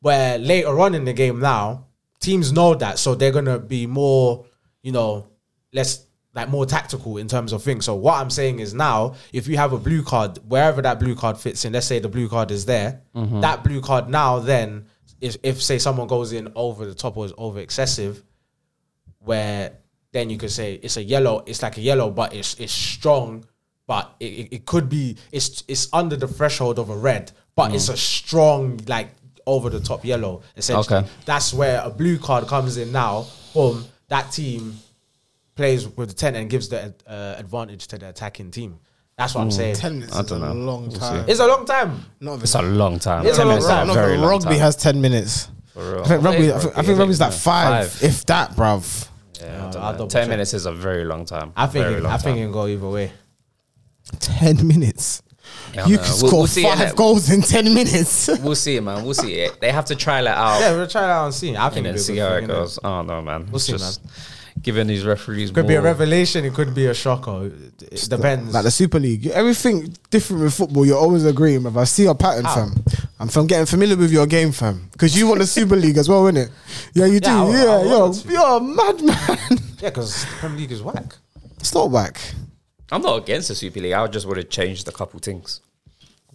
[SPEAKER 2] Where later on in the game now, teams know that, so they're gonna be more, you know, less like more tactical in terms of things. So what I'm saying is now, if you have a blue card, wherever that blue card fits in, let's say the blue card is there, that blue card now then, if if say someone goes in over the top or is over excessive, where then you could say it's a yellow, it's like a yellow, but it's it's strong, but it, it, it could be it's it's under the threshold of a red, but
[SPEAKER 3] Mm.
[SPEAKER 2] it's a strong like over the top yellow. Essentially,
[SPEAKER 3] Okay.
[SPEAKER 2] that's where a blue card comes in. Now, boom, that team plays with the ten and gives the uh, advantage to the attacking team. That's
[SPEAKER 3] Mm.
[SPEAKER 2] what I'm saying.
[SPEAKER 1] Ten minutes
[SPEAKER 3] I
[SPEAKER 1] is a
[SPEAKER 3] don't know.
[SPEAKER 1] long
[SPEAKER 3] We'll
[SPEAKER 1] time.
[SPEAKER 2] It's a long time.
[SPEAKER 1] Not even
[SPEAKER 3] It's a long time.
[SPEAKER 2] It's a
[SPEAKER 3] Ten
[SPEAKER 2] long
[SPEAKER 3] minutes
[SPEAKER 2] time.
[SPEAKER 3] is a
[SPEAKER 1] No,
[SPEAKER 3] very
[SPEAKER 1] but
[SPEAKER 3] long
[SPEAKER 1] rugby
[SPEAKER 3] time.
[SPEAKER 1] has ten minutes.
[SPEAKER 3] For real.
[SPEAKER 1] I think rugby. I
[SPEAKER 3] Rugby,
[SPEAKER 1] think, I think
[SPEAKER 3] yeah.
[SPEAKER 1] rugby's like five,
[SPEAKER 3] Five.
[SPEAKER 1] if that, bruv.
[SPEAKER 3] Yeah, I don't
[SPEAKER 2] I'll
[SPEAKER 3] know.
[SPEAKER 2] double
[SPEAKER 3] Uh, Ten
[SPEAKER 2] check.
[SPEAKER 3] minutes is a very long time.
[SPEAKER 2] I think
[SPEAKER 3] Very
[SPEAKER 2] it,
[SPEAKER 3] long
[SPEAKER 2] I think it
[SPEAKER 3] time.
[SPEAKER 2] can go either way.
[SPEAKER 1] Ten minutes.
[SPEAKER 3] Yeah,
[SPEAKER 1] you
[SPEAKER 3] no,
[SPEAKER 1] could
[SPEAKER 3] we'll-
[SPEAKER 1] score
[SPEAKER 3] we'll see it,
[SPEAKER 1] five
[SPEAKER 3] innit?
[SPEAKER 1] goals in ten minutes.
[SPEAKER 3] We'll see it, man. We'll see it. They have to trial it out.
[SPEAKER 2] Yeah, we'll try that on scene. I
[SPEAKER 3] and
[SPEAKER 2] think
[SPEAKER 3] then
[SPEAKER 2] it'll
[SPEAKER 3] see
[SPEAKER 2] be a
[SPEAKER 3] how
[SPEAKER 2] good
[SPEAKER 3] it
[SPEAKER 2] thing, innit?
[SPEAKER 3] goes. Oh no, man. We'll
[SPEAKER 2] see,
[SPEAKER 3] Giving these referees
[SPEAKER 2] Could be a
[SPEAKER 3] more-
[SPEAKER 2] revelation. It could be a shocker. It- It depends.
[SPEAKER 1] Like the Super League, everything different with football. You're always agreeing, bruv. I see your pattern,
[SPEAKER 2] How?
[SPEAKER 1] fam. I'm from getting familiar with your game, fam. Because you want the Super League as well, innit? Yeah, you do.
[SPEAKER 2] Yeah, I wa- I
[SPEAKER 1] yeah, you're,
[SPEAKER 2] wanted to.
[SPEAKER 1] you're a madman.
[SPEAKER 2] yeah, because the Premier League is whack.
[SPEAKER 1] it's not whack.
[SPEAKER 3] I'm not against the Super League. I just would have changed a couple things.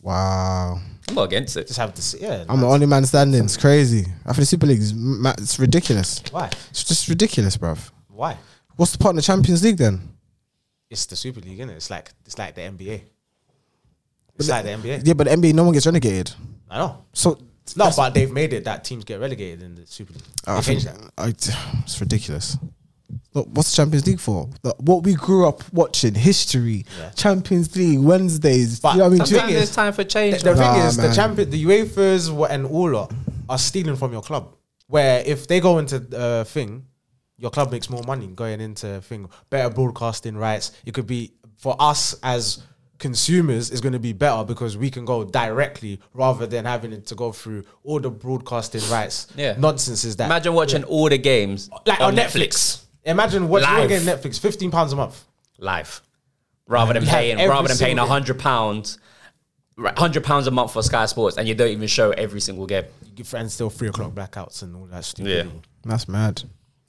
[SPEAKER 1] Wow.
[SPEAKER 3] I'm not against it.
[SPEAKER 2] Just have to see. Yeah,
[SPEAKER 1] I'm the only man standing. It's crazy. I think the Super League is ma- it's ridiculous.
[SPEAKER 2] why?
[SPEAKER 1] It's just ridiculous, bruv.
[SPEAKER 2] Why?
[SPEAKER 1] What's the part in the Champions League then?
[SPEAKER 2] It's the Super League, innit? It's like it's like the NBA. It's like the NBA.
[SPEAKER 1] Yeah, but the NBA, no one gets relegated.
[SPEAKER 2] I know.
[SPEAKER 1] So
[SPEAKER 2] No, but they've made it that teams get relegated in the Super League.
[SPEAKER 1] Ah, I
[SPEAKER 2] They
[SPEAKER 1] think
[SPEAKER 2] changed that.
[SPEAKER 1] I, it's ridiculous. Look, what's the Champions League for? Like, what we grew up watching, history,
[SPEAKER 2] Yeah.
[SPEAKER 1] Champions League Wednesdays.
[SPEAKER 2] But
[SPEAKER 1] you know what I mean?
[SPEAKER 2] sometimes
[SPEAKER 1] Tuesdays.
[SPEAKER 2] is-
[SPEAKER 3] it's time for change.
[SPEAKER 2] The, the
[SPEAKER 1] Nah,
[SPEAKER 2] thing is, the
[SPEAKER 1] man.
[SPEAKER 2] champion, the E UEFA's wa- and all lot are stealing from your club. Where if they go into uh, thing, your club makes more money going into thing. Better broadcasting rights. It could be for us as consumers is going to be better because we can go directly rather than having it to go through all the broadcasting rights.
[SPEAKER 3] Yeah.
[SPEAKER 2] nonsense is that.
[SPEAKER 3] Imagine watching all the games
[SPEAKER 2] like on Netflix. Imagine watching
[SPEAKER 3] Live.
[SPEAKER 2] again Netflix, fifteen pounds a month.
[SPEAKER 3] live, rather than
[SPEAKER 2] You have
[SPEAKER 3] paying
[SPEAKER 2] every
[SPEAKER 3] rather than paying
[SPEAKER 2] single-
[SPEAKER 3] hundred pounds, hundred pounds a month for Sky Sports, and you don't even show every single game.
[SPEAKER 2] You give friends still three o'clock blackouts and all that stupid.
[SPEAKER 3] Yeah.
[SPEAKER 1] That's mad.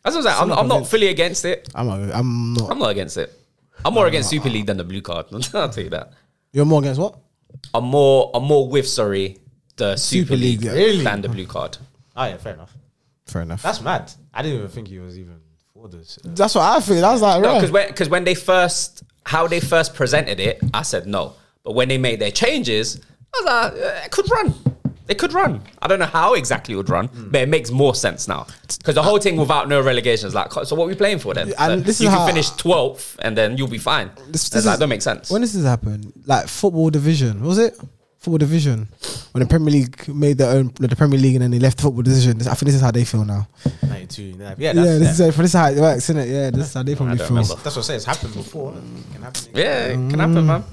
[SPEAKER 3] That's what I'm saying. I'm, I'm not fully against it.
[SPEAKER 1] I'm not, I'm
[SPEAKER 3] I'm
[SPEAKER 1] not.
[SPEAKER 3] not against it. I'm more against Super League than the blue card. I'll tell you that.
[SPEAKER 1] You're more against what?
[SPEAKER 3] I'm more I'm more with sorry the Super,
[SPEAKER 1] Super
[SPEAKER 3] League,
[SPEAKER 1] League, yeah. Really?
[SPEAKER 3] than the blue card.
[SPEAKER 2] Oh yeah, fair enough.
[SPEAKER 1] Fair enough. That's,
[SPEAKER 2] That's mad. I didn't even think he was even for this.
[SPEAKER 1] what I feel. That's like
[SPEAKER 3] No,
[SPEAKER 1] right.
[SPEAKER 3] because when because when they first how they first presented it, I said no. But when they made their changes, I was like, eh, it could run. It could run. I don't know how exactly it would run,
[SPEAKER 1] Hmm.
[SPEAKER 3] but it makes more sense now. Because the whole thing without no relegation is like, so what are we playing for then?
[SPEAKER 1] And
[SPEAKER 3] Like,
[SPEAKER 1] this is
[SPEAKER 3] you
[SPEAKER 1] how-
[SPEAKER 3] can finish 12th and then you'll be fine.
[SPEAKER 1] This-
[SPEAKER 3] This,
[SPEAKER 1] this is-
[SPEAKER 3] like, don't make sense.
[SPEAKER 1] When does this happen? Like football division, what was it? Football division. When the Premier League made their own, the Premier League, and then they left football division. I think this is how they feel now.
[SPEAKER 2] 92, yeah, yeah,
[SPEAKER 1] Yeah,
[SPEAKER 2] that's,
[SPEAKER 1] this is
[SPEAKER 2] yeah.
[SPEAKER 1] this is how it works, isn't it? Yeah, this is how they probably
[SPEAKER 3] don't
[SPEAKER 1] feel.
[SPEAKER 3] remember.
[SPEAKER 2] that's what I say. It's happened before. It can happen again.
[SPEAKER 3] yeah, it can happen, man.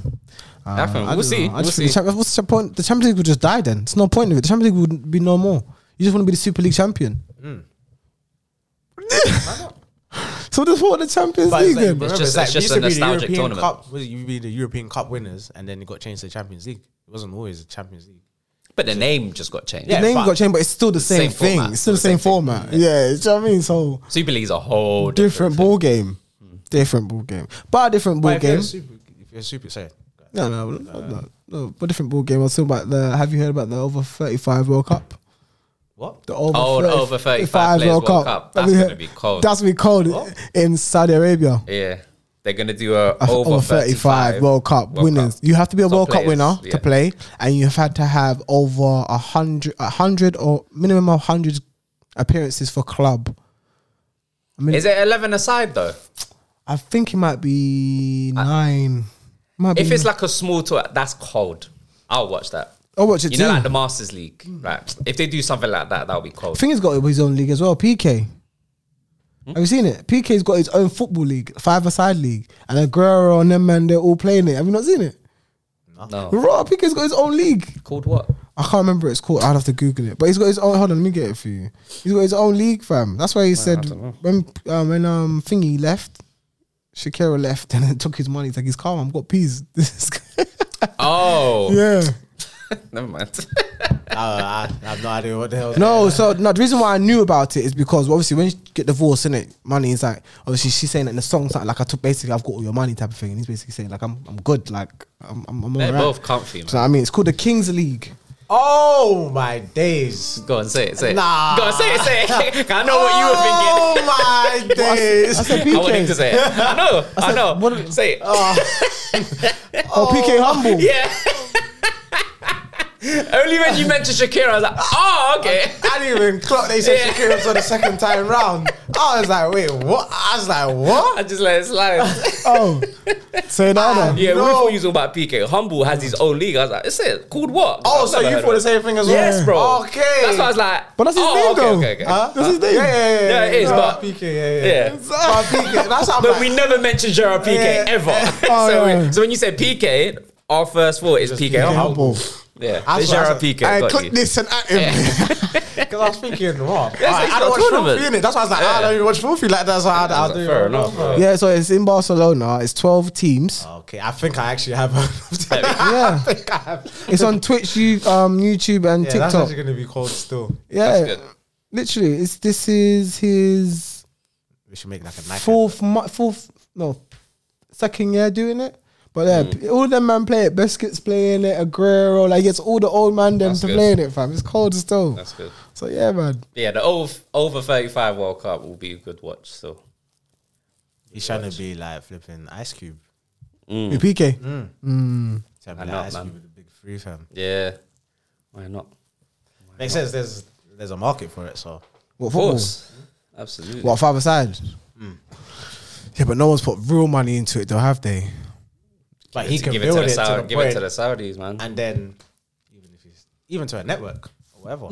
[SPEAKER 1] I
[SPEAKER 3] Definitely.
[SPEAKER 1] don't
[SPEAKER 3] We'll see.
[SPEAKER 1] know. Mm. Uh, I
[SPEAKER 3] We'll
[SPEAKER 1] just
[SPEAKER 3] see.
[SPEAKER 1] think The, Cham- what's the point? The Champions League would just die then. It's no point of it. The Champions League would be no more. You just want to be the Super League champion.
[SPEAKER 3] Hmm.
[SPEAKER 1] so just what the Champions
[SPEAKER 2] But
[SPEAKER 1] League
[SPEAKER 2] it's, like,
[SPEAKER 1] then?
[SPEAKER 2] remember,
[SPEAKER 3] just-
[SPEAKER 2] it's like
[SPEAKER 3] it's
[SPEAKER 2] it
[SPEAKER 3] just
[SPEAKER 2] used
[SPEAKER 3] a
[SPEAKER 2] to be the
[SPEAKER 3] nostalgic
[SPEAKER 2] European
[SPEAKER 3] tournament.
[SPEAKER 2] Cup. Was it- you be the European Cup winners, and then it got changed to the Champions League. It wasn't always the Champions League.
[SPEAKER 3] But the name just got changed.
[SPEAKER 1] the
[SPEAKER 2] Yeah,
[SPEAKER 1] name
[SPEAKER 2] but-
[SPEAKER 1] got changed, but it's still the same,
[SPEAKER 3] Same
[SPEAKER 1] thing.
[SPEAKER 3] format.
[SPEAKER 1] It's still the same, format. Yeah, you know what I mean? So
[SPEAKER 3] Super League's a whole
[SPEAKER 1] different ball game.
[SPEAKER 3] Hmm.
[SPEAKER 1] Different ball game. But a different ball
[SPEAKER 2] But if you're
[SPEAKER 1] game.
[SPEAKER 2] a super, if you're a super, sorry.
[SPEAKER 1] No, no, no, no, no. But a different ball game. I was talking about the have you heard about the over thirty five World Cup?
[SPEAKER 2] What?
[SPEAKER 1] The over,
[SPEAKER 3] Oh, the over 35 players World Cup. That's
[SPEAKER 1] Have you
[SPEAKER 3] gonna
[SPEAKER 1] heard-
[SPEAKER 3] be cold.
[SPEAKER 1] That's gonna be cold in Saudi Arabia.
[SPEAKER 3] Yeah. They're going to do a
[SPEAKER 1] of
[SPEAKER 3] over, 35
[SPEAKER 1] World Cup winners. You have to be a
[SPEAKER 3] So
[SPEAKER 1] World Cup
[SPEAKER 3] players,
[SPEAKER 1] winner
[SPEAKER 3] yeah.
[SPEAKER 1] to play, and you've had to have over a hundred, a hundred or minimum of hundred appearances for club. I mean,
[SPEAKER 3] Is it 11 aside though?
[SPEAKER 1] I think it might be nine. Might
[SPEAKER 3] If
[SPEAKER 1] be
[SPEAKER 3] it's like a small tour, that's cold. I'll watch that.
[SPEAKER 1] I'll watch it
[SPEAKER 3] You
[SPEAKER 1] too.
[SPEAKER 3] know, like the Masters League, right? If they do something like that, that'll be cold.
[SPEAKER 1] I think he's got his own league as well. PK. Have you seen it? PK's got his own football league, five-a-side league, and Aguero and them man, they're all playing it. Have you not seen it?
[SPEAKER 3] No,
[SPEAKER 1] Raw, PK's got his own league.
[SPEAKER 3] called what?
[SPEAKER 1] I can't remember what it's called. I'd have to Google it. But he's got his own. Hold on, let me get it for you. He's got his own league, fam. That's why he said when um, when um Thingy left, Shakira left, and then took his money. He's like, he's calm. I've got peas. This is good.
[SPEAKER 3] Oh,
[SPEAKER 1] yeah.
[SPEAKER 3] never mind.
[SPEAKER 2] Uh, I, I have no idea what the hell.
[SPEAKER 1] No, so no. The reason why I knew about it is because obviously when you get divorced, in it, money is like obviously she's saying that in the song something like I took basically I've got all your money type of thing, and he's basically saying like I'm I'm good, like I'm I'm, I'm
[SPEAKER 3] They're
[SPEAKER 1] alright.
[SPEAKER 3] both comfy, man.
[SPEAKER 1] So I mean, it's called the Kings League.
[SPEAKER 2] Oh my days.
[SPEAKER 3] Go on, say it, say it.
[SPEAKER 2] Nah.
[SPEAKER 3] Go on, say it, say it. I know what you were thinking.
[SPEAKER 2] Oh my days.
[SPEAKER 1] I said
[SPEAKER 3] I want him to
[SPEAKER 1] PK.
[SPEAKER 3] say it. I know, I, know. say it.
[SPEAKER 1] Oh, PK humble.
[SPEAKER 3] Yeah. Only when you mentioned Shakira, I was like, oh, okay.
[SPEAKER 2] I didn't even clock they said
[SPEAKER 3] Yeah.
[SPEAKER 2] Shakira was on the second time round. I was like, wait, what? I was like, what?
[SPEAKER 3] I just let it slide.
[SPEAKER 1] Oh, so now then.
[SPEAKER 3] yeah,
[SPEAKER 2] No.
[SPEAKER 3] we thought you was all about PK. Humble has his own league. I was like, it's it. Called what?
[SPEAKER 2] Oh,
[SPEAKER 3] I've
[SPEAKER 2] so
[SPEAKER 3] never
[SPEAKER 2] you
[SPEAKER 3] heard
[SPEAKER 2] thought the
[SPEAKER 3] of it.
[SPEAKER 2] same thing as well?
[SPEAKER 3] Yes, bro.
[SPEAKER 2] Okay.
[SPEAKER 3] That's why I was like.
[SPEAKER 1] But that's his
[SPEAKER 3] oh,
[SPEAKER 1] name,
[SPEAKER 3] okay,
[SPEAKER 1] though.
[SPEAKER 3] Okay, okay.
[SPEAKER 2] Huh?
[SPEAKER 1] That's his name.
[SPEAKER 2] Yeah, yeah, yeah.
[SPEAKER 3] Yeah, it is,
[SPEAKER 2] No,
[SPEAKER 3] but-
[SPEAKER 2] PK, yeah, yeah.
[SPEAKER 3] Yeah.
[SPEAKER 2] But PK, that's how I'm
[SPEAKER 3] But
[SPEAKER 2] like,
[SPEAKER 3] we never mentioned Gerard PK
[SPEAKER 2] Yeah.
[SPEAKER 3] ever.
[SPEAKER 1] Oh,
[SPEAKER 3] so,
[SPEAKER 1] yeah.
[SPEAKER 3] so when you said PK, our first thought is PK. Humble.
[SPEAKER 1] Humble.
[SPEAKER 3] Yeah,
[SPEAKER 2] That's
[SPEAKER 3] it's
[SPEAKER 2] what I
[SPEAKER 3] Gerard
[SPEAKER 2] said.
[SPEAKER 3] PK.
[SPEAKER 1] I
[SPEAKER 3] got
[SPEAKER 1] click
[SPEAKER 3] you.
[SPEAKER 1] this and at him.
[SPEAKER 2] Because I was thinking, what?
[SPEAKER 3] That's
[SPEAKER 2] I,
[SPEAKER 3] like
[SPEAKER 2] I don't
[SPEAKER 3] a
[SPEAKER 2] watch
[SPEAKER 3] tournament.
[SPEAKER 2] filthy, innit? That's why I was like, "Ah, I don't even watch filthy like that. So I, I don't
[SPEAKER 3] Fair enough. bro.
[SPEAKER 1] Yeah, so it's in Barcelona. It's 12 teams.
[SPEAKER 2] Okay, I think I actually have heard of that.
[SPEAKER 1] Yeah.
[SPEAKER 2] I think I
[SPEAKER 3] Oh.
[SPEAKER 2] have.
[SPEAKER 1] It's on Twitch, you, um, YouTube, and
[SPEAKER 2] Yeah, that's
[SPEAKER 1] TikTok.
[SPEAKER 2] actually going to be called still.
[SPEAKER 1] Yeah,
[SPEAKER 3] good.
[SPEAKER 1] literally. It's this is his
[SPEAKER 2] We should make like a knife.
[SPEAKER 1] fourth, mu- fourth, no, second year doing it. But yeah,
[SPEAKER 3] Hmm.
[SPEAKER 1] p- all them man play it. Biscuits playing it. Aguero, like it's all the old man them
[SPEAKER 3] That's
[SPEAKER 1] to
[SPEAKER 3] good.
[SPEAKER 1] playing it, fam. It's cold as stone.
[SPEAKER 3] That's good.
[SPEAKER 1] So yeah, man.
[SPEAKER 3] Yeah, the over, over 35 World Cup will be a good watch still.
[SPEAKER 2] He's trying to be like flipping Ice Cube.
[SPEAKER 1] With PK,
[SPEAKER 3] Mm.
[SPEAKER 2] He's trying to
[SPEAKER 3] I
[SPEAKER 2] be
[SPEAKER 3] know,
[SPEAKER 2] like Ice
[SPEAKER 3] man.
[SPEAKER 2] Cube with the big three fam.
[SPEAKER 3] Yeah. Why not?
[SPEAKER 2] Makes sense. There's there's a market for it. So
[SPEAKER 1] what
[SPEAKER 3] Of
[SPEAKER 1] football?
[SPEAKER 3] course. Mm. Absolutely.
[SPEAKER 1] What five aside? Yeah, but no one's put real money into it, though, have they?
[SPEAKER 2] Like he can
[SPEAKER 3] give it
[SPEAKER 2] build
[SPEAKER 3] to
[SPEAKER 2] it
[SPEAKER 3] the,
[SPEAKER 2] to
[SPEAKER 3] Saudi,
[SPEAKER 2] the
[SPEAKER 3] give it
[SPEAKER 2] point,
[SPEAKER 3] to the Saudis, man.
[SPEAKER 2] and then even if he's even to a network or whatever.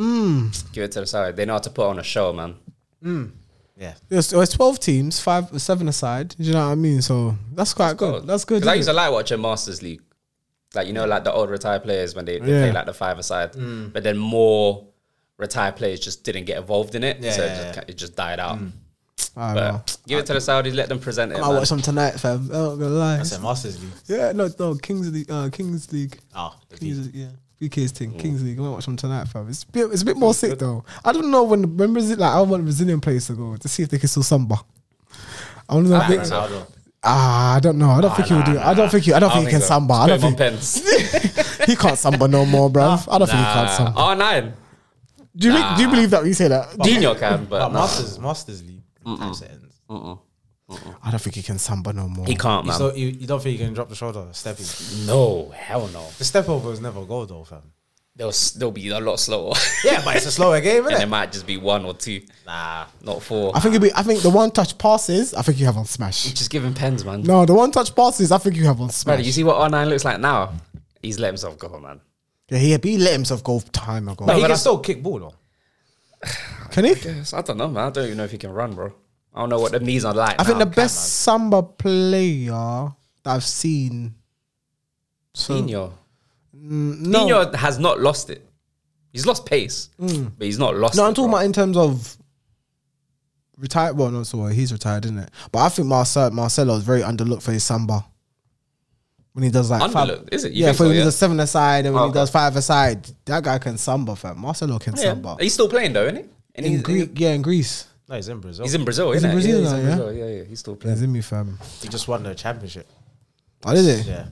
[SPEAKER 3] give it to the Saudis. They know how to put on a show, man.
[SPEAKER 2] Yeah,
[SPEAKER 1] There's, there's twelve teams, five, seven aside. Do you know what I mean? So that's quite good. That's good.
[SPEAKER 3] Because I
[SPEAKER 1] isn't
[SPEAKER 3] used
[SPEAKER 1] it?
[SPEAKER 3] to like watching Masters League, like you know, like the old retired players when they, they
[SPEAKER 1] Yeah.
[SPEAKER 3] play like the five aside,
[SPEAKER 2] Mm.
[SPEAKER 3] but then more retired players just didn't get involved in it,
[SPEAKER 2] Yeah,
[SPEAKER 3] so
[SPEAKER 2] yeah, Mm.
[SPEAKER 3] it, just, it just died out.
[SPEAKER 1] I
[SPEAKER 3] But
[SPEAKER 1] don't know.
[SPEAKER 3] give it to the Saudis, let them present it.
[SPEAKER 1] I might
[SPEAKER 3] man.
[SPEAKER 1] watch some tonight, fam. I'm not gonna lie.
[SPEAKER 2] that's a Masters League.
[SPEAKER 1] Yeah, no, no, Kings League, uh, Kings League,
[SPEAKER 2] Oh, the
[SPEAKER 1] Kings, League,
[SPEAKER 2] league.
[SPEAKER 1] yeah, BK's thing, Kings League. I'm gonna watch them tonight, fam. It's a bit, it's a bit more sick though. I don't know when when Brazil, like, I want Brazilian players to go to see if they can still samba. I want to know. if
[SPEAKER 2] Like
[SPEAKER 1] they-
[SPEAKER 2] Ronaldo.
[SPEAKER 1] Ah, I don't know. I don't think he'll do. it. I don't think he. I don't think he can
[SPEAKER 3] so.
[SPEAKER 1] samba. I
[SPEAKER 3] Put
[SPEAKER 1] don't
[SPEAKER 3] him on
[SPEAKER 1] think
[SPEAKER 3] pens.
[SPEAKER 1] he can't samba no more, bruv. I don't think he can't samba.
[SPEAKER 3] R nine.
[SPEAKER 1] do you be- do you believe that when you say that? Do you-
[SPEAKER 3] Dino can, but
[SPEAKER 2] But
[SPEAKER 3] nah.
[SPEAKER 2] Masters Masters League. Time settings.
[SPEAKER 1] I don't think he can samba no more.
[SPEAKER 3] he can't,
[SPEAKER 2] You,
[SPEAKER 3] Oh, man.
[SPEAKER 2] still, you, you don't think you can drop the shoulder stepping?
[SPEAKER 3] no, hell no.
[SPEAKER 2] The step over was never a goal though, fam.
[SPEAKER 3] They'll s- they'll be a lot slower,
[SPEAKER 2] Yeah, but it's a slower game,
[SPEAKER 3] and
[SPEAKER 2] isn't
[SPEAKER 3] it
[SPEAKER 2] it?
[SPEAKER 3] might just be one or two,
[SPEAKER 2] Nah,
[SPEAKER 3] not four.
[SPEAKER 1] I think it'd be. I think the one touch passes. I think you have on smash.
[SPEAKER 3] Just give him pens, man.
[SPEAKER 1] No, the one touch passes. I think you have on
[SPEAKER 3] Brother,
[SPEAKER 1] smash.
[SPEAKER 3] you see what R9 looks like now? He's let himself go, man.
[SPEAKER 1] Yeah, he, he let himself go time ago.
[SPEAKER 2] he
[SPEAKER 3] but
[SPEAKER 2] can
[SPEAKER 3] I-
[SPEAKER 2] still kick ball though.
[SPEAKER 1] Can he?
[SPEAKER 3] Yes, I don't know, man. I don't even know if he can run, bro. I don't know what the knees are like.
[SPEAKER 1] I think
[SPEAKER 3] now.
[SPEAKER 1] the best samba player that I've seen. So,
[SPEAKER 3] Dino.
[SPEAKER 1] um, mm, no, no,
[SPEAKER 3] Dino has not lost it. He's lost pace, but he's not lost.
[SPEAKER 1] Mm. I'm
[SPEAKER 3] it,
[SPEAKER 1] talking
[SPEAKER 3] bro.
[SPEAKER 1] about in terms of retired. Well, no, so what, he's retired, isn't it? But I think Marcel Marcelo is very underlooked for his samba. When he does like
[SPEAKER 3] Underlooked, is it? You
[SPEAKER 1] yeah, for
[SPEAKER 3] think so,
[SPEAKER 1] when he
[SPEAKER 3] yeah?
[SPEAKER 1] does seven aside and when he
[SPEAKER 3] Okay. Oh,
[SPEAKER 1] does five aside, that guy can samba, fam. Marcelo can samba.
[SPEAKER 3] Yeah. He's still playing though, isn't he? And
[SPEAKER 1] In
[SPEAKER 3] he's,
[SPEAKER 1] Greek, yeah, in Greece,
[SPEAKER 2] No, he's in Brazil.
[SPEAKER 3] he's in Brazil,
[SPEAKER 1] He's in
[SPEAKER 3] isn't he?
[SPEAKER 1] Brazil
[SPEAKER 3] yeah,
[SPEAKER 1] now, yeah?
[SPEAKER 3] yeah, yeah, He's still playing.
[SPEAKER 1] there's in me, fam.
[SPEAKER 2] he just won the championship.
[SPEAKER 1] Oh, did it?
[SPEAKER 2] Yeah,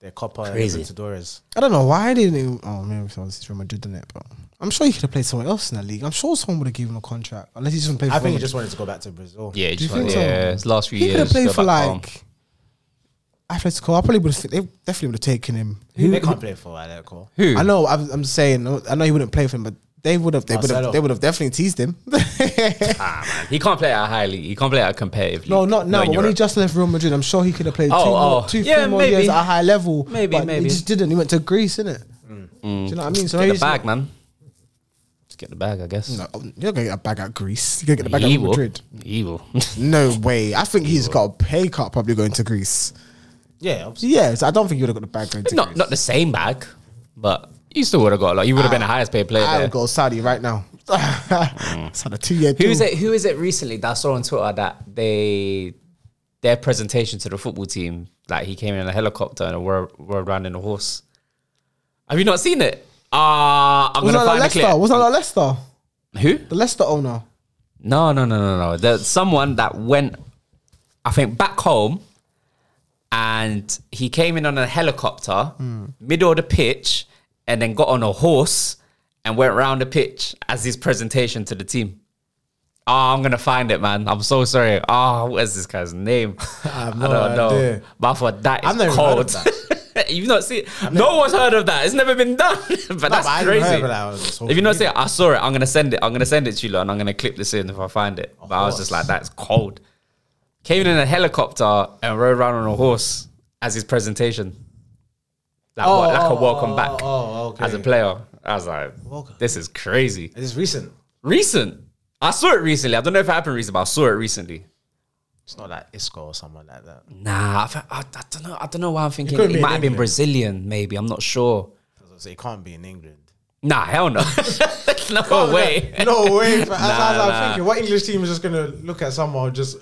[SPEAKER 2] they're Copa
[SPEAKER 3] Crazy.
[SPEAKER 2] and Libertadores.
[SPEAKER 1] I don't know why they didn't. even- Oh, maybe because he's from Madrid, didn't it? But I'm sure he could have played somewhere else in the league. I'm sure someone would have given him a contract unless he just played.
[SPEAKER 2] I
[SPEAKER 1] for
[SPEAKER 2] think he
[SPEAKER 1] Real
[SPEAKER 2] just wanted to go back to Brazil.
[SPEAKER 3] Yeah,
[SPEAKER 1] Do you
[SPEAKER 3] just
[SPEAKER 1] think
[SPEAKER 3] like,
[SPEAKER 1] so?
[SPEAKER 3] yeah, his last few
[SPEAKER 1] Madrid. He could
[SPEAKER 3] years.
[SPEAKER 1] have played
[SPEAKER 3] go
[SPEAKER 1] for
[SPEAKER 3] back home.
[SPEAKER 1] like Atletico. I probably would have. They definitely would have taken him.
[SPEAKER 2] they can't play for Atletico.
[SPEAKER 1] I know. I'm, I'm saying. I know he wouldn't play for him, but they would have. They would
[SPEAKER 2] Marcelo.
[SPEAKER 1] have. They would have definitely teased him.
[SPEAKER 3] Ah, man, he can't play at a high league. He can't play at a competitive.
[SPEAKER 1] no,
[SPEAKER 3] league.
[SPEAKER 1] not now.
[SPEAKER 3] in
[SPEAKER 1] But when he
[SPEAKER 3] Europe.
[SPEAKER 1] just left Real Madrid, I'm sure he could have played two
[SPEAKER 3] Oh,
[SPEAKER 1] more,
[SPEAKER 3] oh.
[SPEAKER 1] two,
[SPEAKER 3] Yeah,
[SPEAKER 1] three more
[SPEAKER 3] maybe.
[SPEAKER 1] years at a high level.
[SPEAKER 3] Maybe,
[SPEAKER 1] but
[SPEAKER 3] maybe. Mm.
[SPEAKER 1] He just didn't. He went to Greece, innit? Do you know what I mean? So maybe
[SPEAKER 3] get the
[SPEAKER 1] he's-
[SPEAKER 3] bag, man. Just get the bag, I guess.
[SPEAKER 1] No, you're gonna get a bag at Greece. You're gonna get a bag
[SPEAKER 3] he
[SPEAKER 1] at Real
[SPEAKER 3] will.
[SPEAKER 1] Madrid.
[SPEAKER 3] He will.
[SPEAKER 1] No way. I think he's got a pay cut probably going to Greece.
[SPEAKER 2] Yeah, obviously.
[SPEAKER 1] Yeah, so I don't think you would have got the bag going to
[SPEAKER 3] not
[SPEAKER 1] Greece.
[SPEAKER 3] not the same bag, but you still would have got a lot. You would have been the highest paid player
[SPEAKER 1] Ah, I
[SPEAKER 3] there.
[SPEAKER 1] would go Saudi right now. it's on a two year
[SPEAKER 3] Who is it? Who is it recently that I saw on Twitter that they their presentation to the football team, like he came in a helicopter and were were around in a horse. Have you not seen it? Ah, I'm
[SPEAKER 1] Was
[SPEAKER 3] gonna
[SPEAKER 1] that like
[SPEAKER 3] find a clip.
[SPEAKER 1] Leicester? Was that like Leicester?
[SPEAKER 3] Who?
[SPEAKER 1] The Leicester owner.
[SPEAKER 3] No, no, no, no, no. There's someone that went, I think, back home, and he came in on a helicopter, middle of the pitch, and then got on a horse and went round the pitch as his presentation to the team. Oh, I'm gonna find it, man. I'm so sorry. Oh, what is this guy's name? I,
[SPEAKER 2] have no idea.
[SPEAKER 3] But for that,
[SPEAKER 2] I've
[SPEAKER 3] it's
[SPEAKER 2] never even heard
[SPEAKER 3] cold.
[SPEAKER 2] of
[SPEAKER 3] You've not seen. No one's heard of that. It's never been done. but that's
[SPEAKER 2] but I didn't
[SPEAKER 3] crazy.
[SPEAKER 2] hear about that. It was on
[SPEAKER 3] if
[SPEAKER 2] social
[SPEAKER 3] you not see it, I saw it. I'm gonna send it. I'm gonna send it to you, lot, and I'm gonna clip this in if I find it. But I was just like, that's cold. Came in in a helicopter and rode around on a horse as his presentation. Like, what, like a welcome back
[SPEAKER 2] oh, okay.
[SPEAKER 3] as a player. I was like, this is crazy.
[SPEAKER 2] Is this recent?
[SPEAKER 3] Recent. I saw it recently. I don't know if it happened recently, but I saw it recently.
[SPEAKER 2] It's not like Isco or someone like that.
[SPEAKER 3] Nah, I, fe- I, I don't know. I don't know why I'm thinking
[SPEAKER 2] could
[SPEAKER 3] it,
[SPEAKER 2] be in
[SPEAKER 3] might have been
[SPEAKER 2] England.
[SPEAKER 3] Brazilian. Maybe I'm not sure.
[SPEAKER 2] So it can't be in England.
[SPEAKER 3] Nah, hell no. no way.
[SPEAKER 2] No way. fam. That's what I was
[SPEAKER 3] nah.
[SPEAKER 2] like, thinking. What English team is just gonna look at someone just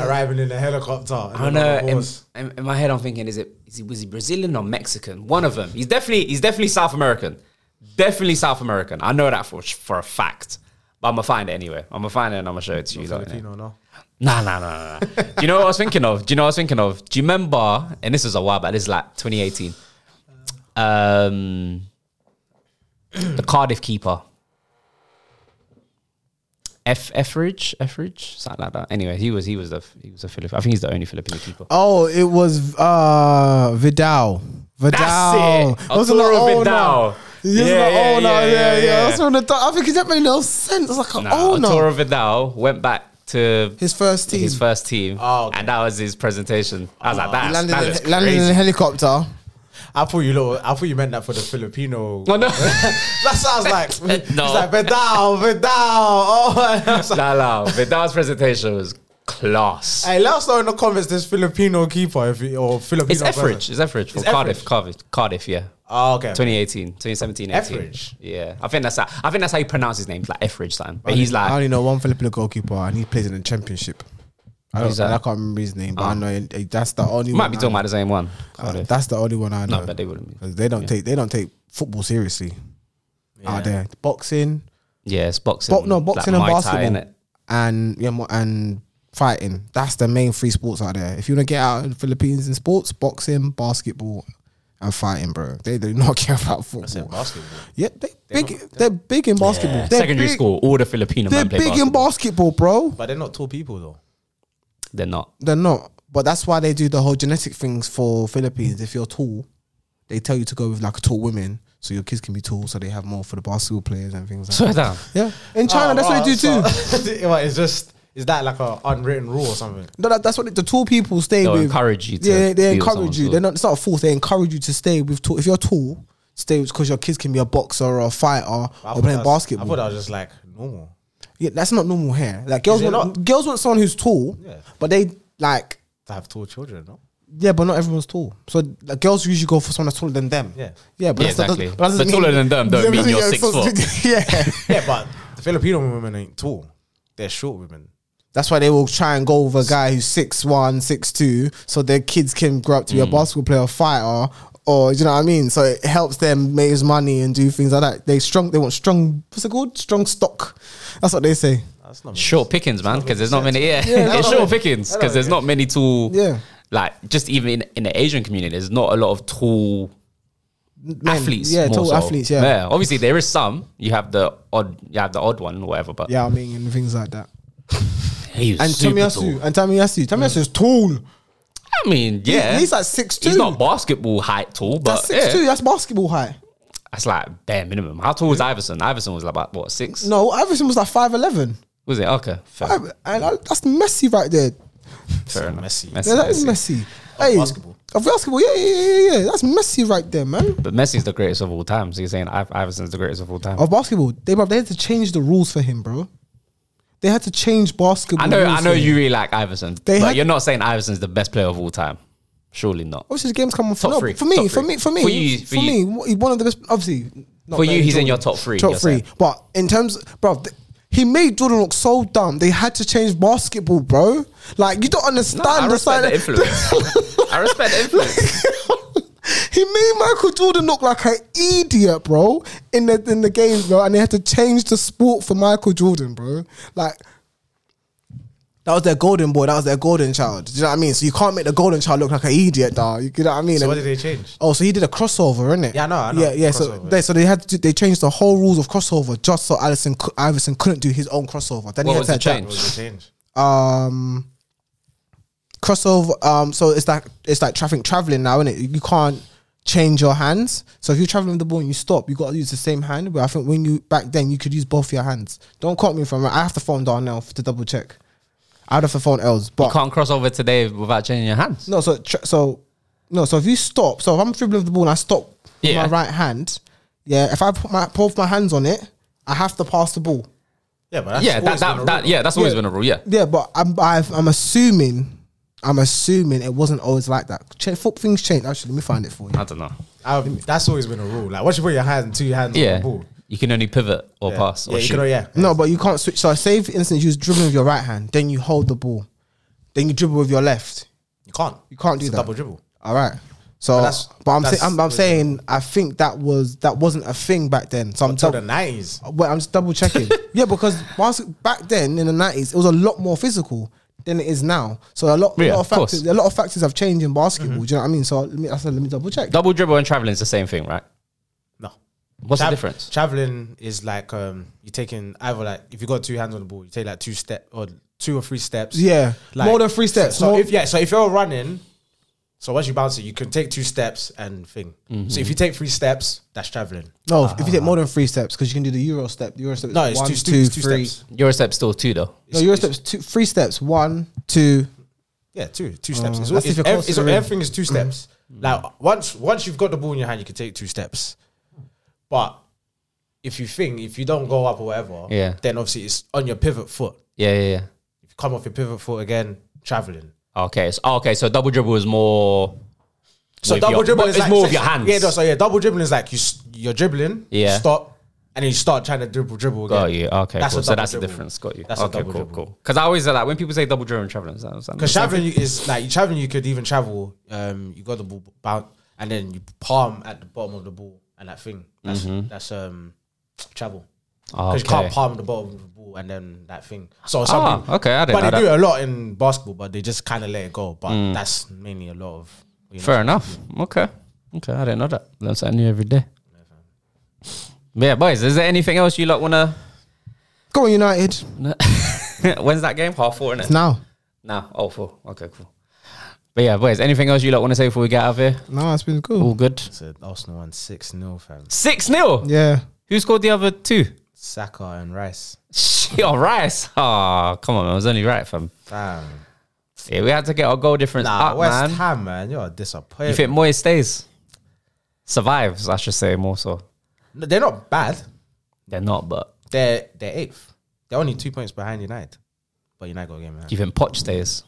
[SPEAKER 2] arriving in a helicopter? and
[SPEAKER 3] I
[SPEAKER 2] on a
[SPEAKER 3] don't know. Oh, In,
[SPEAKER 2] horse?
[SPEAKER 3] in- in my head, I'm thinking, is it is he was he Brazilian or Mexican? One of them. He's definitely he's definitely South American. Definitely South American. I know that for for a fact. But I'm gonna find it anyway. I'm gonna find it and I'm gonna show it to you. lot, innit?
[SPEAKER 2] Filipino, no.
[SPEAKER 3] Nah, nah, nah, nah, nah. Do you know what I was thinking of? Do you know what I was thinking of? Do you remember? And this is a while back. This is like 2018. Um, the Cardiff keeper, F Etheridge, Etheridge, something like that. Anyway, he was he was the he was a Filipino. I think he's the only Filipino keeper.
[SPEAKER 1] Oh, it was uh Vidal. Vidal.
[SPEAKER 3] That's it.
[SPEAKER 1] It was on the
[SPEAKER 3] Arturo
[SPEAKER 1] owner.
[SPEAKER 3] Vidal.
[SPEAKER 1] He was on
[SPEAKER 3] Yeah,
[SPEAKER 1] the
[SPEAKER 3] yeah,
[SPEAKER 1] owner.
[SPEAKER 3] yeah,
[SPEAKER 1] Yeah,
[SPEAKER 3] yeah,
[SPEAKER 1] yeah.
[SPEAKER 3] yeah.
[SPEAKER 1] It was on the top. I think it didn't make no sense. It's like an
[SPEAKER 3] Nah,
[SPEAKER 1] owner.
[SPEAKER 3] Arturo Vidal went back to
[SPEAKER 1] His first team.
[SPEAKER 3] his first team,
[SPEAKER 2] Oh, okay.
[SPEAKER 3] and that was his presentation. I was like,
[SPEAKER 1] He
[SPEAKER 3] that's,
[SPEAKER 1] landed,
[SPEAKER 3] that
[SPEAKER 1] in-
[SPEAKER 3] looks
[SPEAKER 1] landed in
[SPEAKER 3] crazy.
[SPEAKER 1] a helicopter.
[SPEAKER 2] I thought you little, I thought you meant that for the Filipino.
[SPEAKER 3] Oh, no.
[SPEAKER 2] That sounds like
[SPEAKER 3] No.
[SPEAKER 2] It's like Vidal, Vidal. Oh, I was like,
[SPEAKER 3] No, no, Vidal's presentation was class.
[SPEAKER 2] hey, let us know in the comments this Filipino keeper if you, or Filipino.
[SPEAKER 3] It's
[SPEAKER 2] person.
[SPEAKER 3] Etheridge. It's Etheridge for
[SPEAKER 2] It's
[SPEAKER 3] Cardiff.
[SPEAKER 2] Etheridge.
[SPEAKER 3] Cardiff. Cardiff. Yeah.
[SPEAKER 2] Oh, okay.
[SPEAKER 3] 2018, 2017, 18.
[SPEAKER 2] Etheridge?
[SPEAKER 3] Yeah, I think that's how, I think that's how you pronounce his name, like Etheridge, son. But he's
[SPEAKER 1] I
[SPEAKER 3] like,
[SPEAKER 1] only know one Filipino goalkeeper, and he plays in the championship. I,
[SPEAKER 3] Who's
[SPEAKER 1] don't,
[SPEAKER 3] that? Oh.
[SPEAKER 1] I can't remember his name, but I know it- that's the only.
[SPEAKER 3] you might
[SPEAKER 1] one
[SPEAKER 3] be
[SPEAKER 1] I
[SPEAKER 3] talking
[SPEAKER 1] know.
[SPEAKER 3] about the same one.
[SPEAKER 1] Uh,
[SPEAKER 3] Cardiff.
[SPEAKER 1] that's the only one I know.
[SPEAKER 3] no, but they wouldn't. Be.
[SPEAKER 1] 'Cause they don't take they don't take football seriously out there. Boxing,
[SPEAKER 3] Yeah, it's boxing.
[SPEAKER 1] bo- no boxing
[SPEAKER 3] like
[SPEAKER 1] and
[SPEAKER 3] Muay Thai,
[SPEAKER 1] basketball,
[SPEAKER 3] innit?
[SPEAKER 1] and yeah, mo- and fighting. That's the main three sports out there. If you want to get out of the Philippines in sports, boxing, basketball, and fighting, bro. They do not care about football.
[SPEAKER 2] Oh, Basketball.
[SPEAKER 1] Yeah, they big. they're big in basketball.
[SPEAKER 3] Yeah.
[SPEAKER 1] They're
[SPEAKER 3] Secondary
[SPEAKER 1] big-
[SPEAKER 3] school, all the Filipino
[SPEAKER 1] They're
[SPEAKER 3] men play
[SPEAKER 1] big
[SPEAKER 3] basketball.
[SPEAKER 1] in basketball, bro.
[SPEAKER 2] But they're not tall people though.
[SPEAKER 3] They're not.
[SPEAKER 1] They're not. But that's why they do the whole genetic things for Philippines. If you're tall, they tell you to go with like tall women, so your kids can be tall, so they have more for the basketball players and things like that.
[SPEAKER 3] Swear down.
[SPEAKER 1] Yeah,
[SPEAKER 2] Ah,
[SPEAKER 1] in China, that's what they do too.
[SPEAKER 2] too. it's just is that like a unwritten rule or something?
[SPEAKER 1] No, that, that's what the tall people stay
[SPEAKER 3] They'll
[SPEAKER 1] with.
[SPEAKER 3] encourage you to
[SPEAKER 1] yeah, they
[SPEAKER 3] be with someone
[SPEAKER 1] encourage you.
[SPEAKER 3] tall.
[SPEAKER 1] They're not. It's not a force. They encourage you to stay with tall. If you're tall, stay because your kids can be a boxer or a fighter
[SPEAKER 2] I
[SPEAKER 1] or
[SPEAKER 2] thought
[SPEAKER 1] playing
[SPEAKER 2] that was- I
[SPEAKER 1] basketball.
[SPEAKER 2] thought that was just like normal.
[SPEAKER 1] yeah, that's not normal here. Like girls
[SPEAKER 2] it
[SPEAKER 1] want girls want someone who's tall,
[SPEAKER 2] Yeah.
[SPEAKER 1] but they like
[SPEAKER 2] To have tall children, no?
[SPEAKER 1] yeah, but not everyone's tall. So the girls usually go for someone that's taller than them.
[SPEAKER 2] Yeah.
[SPEAKER 1] yeah, but
[SPEAKER 3] Yeah,
[SPEAKER 1] that's not-
[SPEAKER 3] exactly.
[SPEAKER 1] that doesn't
[SPEAKER 3] But taller than them don't mean you're six
[SPEAKER 1] foot. yeah.
[SPEAKER 2] Yeah, but the Filipino women ain't tall. They're short women.
[SPEAKER 1] That's why they will try and go with a guy who's six one, six two, so their kids can grow up to be
[SPEAKER 3] Mm.
[SPEAKER 1] a basketball player, or fighter, or do you know what I mean? So it helps them make money and do things like that. They strong, they want strong. What's it called? Strong stock. That's what they say.
[SPEAKER 2] That's not
[SPEAKER 3] Short pickings, man, because there's not many. Yeah,
[SPEAKER 1] no,
[SPEAKER 3] it's
[SPEAKER 1] no,
[SPEAKER 3] short pickings because there's not many tall.
[SPEAKER 1] Yeah.
[SPEAKER 3] like just even in, in the Asian community, there's not a lot of tall
[SPEAKER 1] Men.
[SPEAKER 3] athletes.
[SPEAKER 1] yeah,
[SPEAKER 3] more
[SPEAKER 1] tall
[SPEAKER 3] so.
[SPEAKER 1] athletes, yeah. yeah,
[SPEAKER 3] yeah. Obviously, there is some. You have the odd, you have the odd one, or whatever. But
[SPEAKER 1] I mean, and things like that.
[SPEAKER 3] he was
[SPEAKER 1] And
[SPEAKER 3] super
[SPEAKER 1] Tomiyasu,
[SPEAKER 3] tall.
[SPEAKER 1] and Tomiyasu, Tomiyasu is tall.
[SPEAKER 3] I mean, yeah,
[SPEAKER 1] he's like 6'2".
[SPEAKER 3] He's not basketball height tall, but
[SPEAKER 1] That's six
[SPEAKER 3] yeah,
[SPEAKER 1] two. That's basketball height.
[SPEAKER 3] that's like bare minimum. How tall was Iverson? Iverson was like about what six?
[SPEAKER 1] No, Iverson was like five eleven.
[SPEAKER 3] Was it okay? Fair,
[SPEAKER 1] And I, that's Messi right there.
[SPEAKER 3] fair enough.
[SPEAKER 2] Messi.
[SPEAKER 3] Messi,
[SPEAKER 1] Yeah, that is
[SPEAKER 3] Messi.
[SPEAKER 1] Messi. Hey,
[SPEAKER 2] basketball.
[SPEAKER 1] Of basketball, yeah, yeah, yeah, yeah, yeah. That's Messi right there, man.
[SPEAKER 3] But Messi's the greatest of all time. So you're saying Iv- Iverson's the greatest of all
[SPEAKER 2] Oh,
[SPEAKER 3] time?
[SPEAKER 1] of basketball. They bro, they had to change the rules for him, bro. They had to change basketball.
[SPEAKER 3] I know,
[SPEAKER 1] rules
[SPEAKER 3] I know
[SPEAKER 1] for him.
[SPEAKER 3] you really like Iverson,
[SPEAKER 1] They
[SPEAKER 3] but
[SPEAKER 1] had-
[SPEAKER 3] you're not saying Iverson's the best player of all time. Surely not.
[SPEAKER 2] Oh,
[SPEAKER 1] Obviously, the game's come on for,
[SPEAKER 3] Top
[SPEAKER 1] no,
[SPEAKER 3] three,
[SPEAKER 1] for me,
[SPEAKER 3] top
[SPEAKER 1] for
[SPEAKER 3] three.
[SPEAKER 1] me, for me,
[SPEAKER 3] For you, for
[SPEAKER 1] for me. He's one of the best. Obviously, not
[SPEAKER 3] For you,
[SPEAKER 1] Michael
[SPEAKER 3] he's
[SPEAKER 1] Jordan.
[SPEAKER 3] in your top three,
[SPEAKER 1] Top
[SPEAKER 3] you're
[SPEAKER 1] three,
[SPEAKER 3] saying.
[SPEAKER 1] but in terms, bro. th- he made Jordan look so dumb. They had to change basketball, bro. Like you don't understand.
[SPEAKER 3] I
[SPEAKER 1] the
[SPEAKER 3] respect
[SPEAKER 1] side-
[SPEAKER 3] the influence. I respect the influence.
[SPEAKER 1] he made Michael Jordan look like an idiot, bro, in the in the games, bro, and they had to change the sport for Michael Jordan, bro. Like That was their golden boy. That was their golden child. Do you know what I mean? So you can't make the golden child look like an idiot, dog. You know what I mean?
[SPEAKER 2] So what
[SPEAKER 1] And-
[SPEAKER 2] did they change?
[SPEAKER 1] Oh, so he did a crossover, innit?
[SPEAKER 2] Yeah, I know, I know.
[SPEAKER 1] Yeah, yeah. So
[SPEAKER 2] Crossover.
[SPEAKER 1] they, so they had to, they changed the whole rules of crossover just so Allison cou- Iverson couldn't do his own crossover. Then
[SPEAKER 10] What
[SPEAKER 1] he had
[SPEAKER 10] was
[SPEAKER 1] to
[SPEAKER 10] the
[SPEAKER 1] adapt.
[SPEAKER 2] What was the change?
[SPEAKER 1] Um, crossover. Um, so it's like it's like traffic traveling now, innit? You can't change your hands. So if you're traveling with the ball and you stop, you got to use the same hand. But I think when you back then you could use both your hands. Don't quote me from. I have to phone Darnell to double check. I'd have to phone Els, but
[SPEAKER 3] Can't cross over today without changing your hands.
[SPEAKER 1] no, so tr- so no, so if you stop, so if I'm dribbling with the ball and I stop
[SPEAKER 3] Yeah.
[SPEAKER 1] with my right hand, yeah, if I put my both my hands on it, I have to pass the ball.
[SPEAKER 2] Yeah, but that's
[SPEAKER 3] yeah, that,
[SPEAKER 2] always been
[SPEAKER 3] that,
[SPEAKER 2] a
[SPEAKER 3] that,
[SPEAKER 2] rule.
[SPEAKER 3] yeah, that's always
[SPEAKER 1] Yeah.
[SPEAKER 3] been a rule. Yeah.
[SPEAKER 1] Yeah, but I'm I've, I'm assuming I'm assuming it wasn't always like that. Ch- foot things change. Actually, let me find it for you.
[SPEAKER 3] I don't know.
[SPEAKER 2] I've- Um, that's always been a rule. Like, once you put your hand, two hands on
[SPEAKER 3] Yeah.
[SPEAKER 2] the ball.
[SPEAKER 3] You can only pivot or
[SPEAKER 2] Yeah.
[SPEAKER 3] pass Oh, or
[SPEAKER 2] yeah, you
[SPEAKER 3] shoot.
[SPEAKER 2] can- yeah.
[SPEAKER 1] No, but you can't switch. So, say for instance, you was dribbling with your right hand, then you hold the ball, then you dribble with your left.
[SPEAKER 2] You can't.
[SPEAKER 1] You can't do
[SPEAKER 2] It's a
[SPEAKER 1] that.
[SPEAKER 2] double dribble.
[SPEAKER 1] All right. So,
[SPEAKER 2] But
[SPEAKER 1] but,
[SPEAKER 2] that's-
[SPEAKER 1] I'm,
[SPEAKER 2] that's-
[SPEAKER 1] sa- I'm I'm saying I think that was that wasn't a thing back then. So I'm
[SPEAKER 2] Until
[SPEAKER 1] dou-
[SPEAKER 2] the 90s.
[SPEAKER 1] Well, I'm just double checking. yeah, because basket, back then in the nineties, it was a lot more physical than it is now. So a lot, a
[SPEAKER 3] Yeah,
[SPEAKER 1] lot of
[SPEAKER 3] of course.
[SPEAKER 1] factors, a lot of factors have changed in basketball. Do you know what I mean? So let me, I said, let me double check.
[SPEAKER 3] Double dribble and traveling is the same thing, right?
[SPEAKER 2] No.
[SPEAKER 3] What's
[SPEAKER 2] Tra-
[SPEAKER 3] the difference?
[SPEAKER 2] Traveling is like um, you're taking either like if you got two hands on the ball, you take like two step or two or three steps.
[SPEAKER 1] Yeah,
[SPEAKER 2] Like-
[SPEAKER 1] more than three steps.
[SPEAKER 2] So
[SPEAKER 1] more-
[SPEAKER 2] if yeah, so if you're running, so once you bounce it, you can take two steps and thing.
[SPEAKER 3] Mm-hmm.
[SPEAKER 2] So if you take three steps, that's traveling.
[SPEAKER 1] no, if you take more than three steps, because you can do the euro step. The euro step. is
[SPEAKER 2] Uh-huh. No, it's
[SPEAKER 1] one,
[SPEAKER 2] two, two,
[SPEAKER 1] two,
[SPEAKER 2] two
[SPEAKER 1] three.
[SPEAKER 2] steps.
[SPEAKER 3] Your step's still two though.
[SPEAKER 1] No, euro steps. Two, three steps. One, two.
[SPEAKER 2] Yeah, two, two
[SPEAKER 3] Oh,
[SPEAKER 2] steps. It's, all-
[SPEAKER 1] that's
[SPEAKER 2] it's,
[SPEAKER 1] if you're
[SPEAKER 2] ev-
[SPEAKER 1] close to
[SPEAKER 2] it's-
[SPEAKER 1] the rim.
[SPEAKER 2] everything is
[SPEAKER 3] Mm.
[SPEAKER 2] two steps. Like once once you've got the ball in your hand, you can take two steps. But if you think if you don't go up or whatever,
[SPEAKER 3] Yeah.
[SPEAKER 2] then obviously it's on your pivot foot.
[SPEAKER 3] Yeah, yeah,
[SPEAKER 2] If you come off your pivot foot again, traveling.
[SPEAKER 3] yeah. Okay, so, okay. So double dribble is more.
[SPEAKER 2] So
[SPEAKER 3] with
[SPEAKER 2] double
[SPEAKER 3] your-
[SPEAKER 2] dribble
[SPEAKER 3] but
[SPEAKER 2] is
[SPEAKER 3] it's
[SPEAKER 2] like,
[SPEAKER 3] more
[SPEAKER 2] so-
[SPEAKER 3] of your hands.
[SPEAKER 2] Yeah, no, so yeah, double dribbling is like you s- you're dribbling,
[SPEAKER 3] Yeah.
[SPEAKER 2] stop, and then you start trying to dribble, dribble again.
[SPEAKER 3] Got you. Okay,
[SPEAKER 2] That's
[SPEAKER 3] cool.
[SPEAKER 2] a
[SPEAKER 3] so
[SPEAKER 2] double
[SPEAKER 3] that's the
[SPEAKER 2] dribble.
[SPEAKER 3] difference. Got you.
[SPEAKER 2] That's a
[SPEAKER 3] okay,
[SPEAKER 2] double
[SPEAKER 3] cool,
[SPEAKER 2] dribble.
[SPEAKER 3] cool. Because I always say that when people say double dribble and traveling, is that, is that
[SPEAKER 2] Because traveling is like you traveling, you could even travel. Um, you got the ball bounce, and then you palm at the bottom of the ball, and that thing. That's that's um travel. Because you
[SPEAKER 3] Mm-hmm. Okay.
[SPEAKER 2] can't palm the bottom of the ball and then that thing. So
[SPEAKER 3] Ah,
[SPEAKER 2] something.
[SPEAKER 3] okay, I didn't
[SPEAKER 2] But they
[SPEAKER 3] know that. Mm.
[SPEAKER 2] do it a lot in basketball, but they just kind of let it go. But that's mainly a lot of. You know,
[SPEAKER 3] Fair enough. Okay. Okay, I didn't know that. Learn something new every day. But yeah, boys, is there anything else you lot wanna?
[SPEAKER 1] Go on, United.
[SPEAKER 3] When's that game? Half four, innit?
[SPEAKER 1] Now,
[SPEAKER 3] Nah, oh four. Okay, cool. But yeah, boys, anything else you lot wanna say before we get out of here?
[SPEAKER 1] no, it's been cool.
[SPEAKER 3] All good.
[SPEAKER 2] it's a Arsenal one six 0 fam.
[SPEAKER 3] Six 0
[SPEAKER 1] Yeah,
[SPEAKER 3] Who scored the other two?
[SPEAKER 2] Saka and Rice.
[SPEAKER 3] Shit, oh, Rice. Oh, come on, man. It was only right, fam.
[SPEAKER 2] Fam.
[SPEAKER 3] Yeah, we had to get our goal difference
[SPEAKER 2] Nah,
[SPEAKER 3] up,
[SPEAKER 2] West
[SPEAKER 3] man.
[SPEAKER 2] Ham man, you're a
[SPEAKER 3] You
[SPEAKER 2] disappointment.
[SPEAKER 3] think Moyes stays? Survives, I should say more so.
[SPEAKER 2] No, they're not bad.
[SPEAKER 3] They're not, but
[SPEAKER 2] They're they're eighth. They're only two points behind United, but United got a game in hand.
[SPEAKER 3] do you think Poch stays?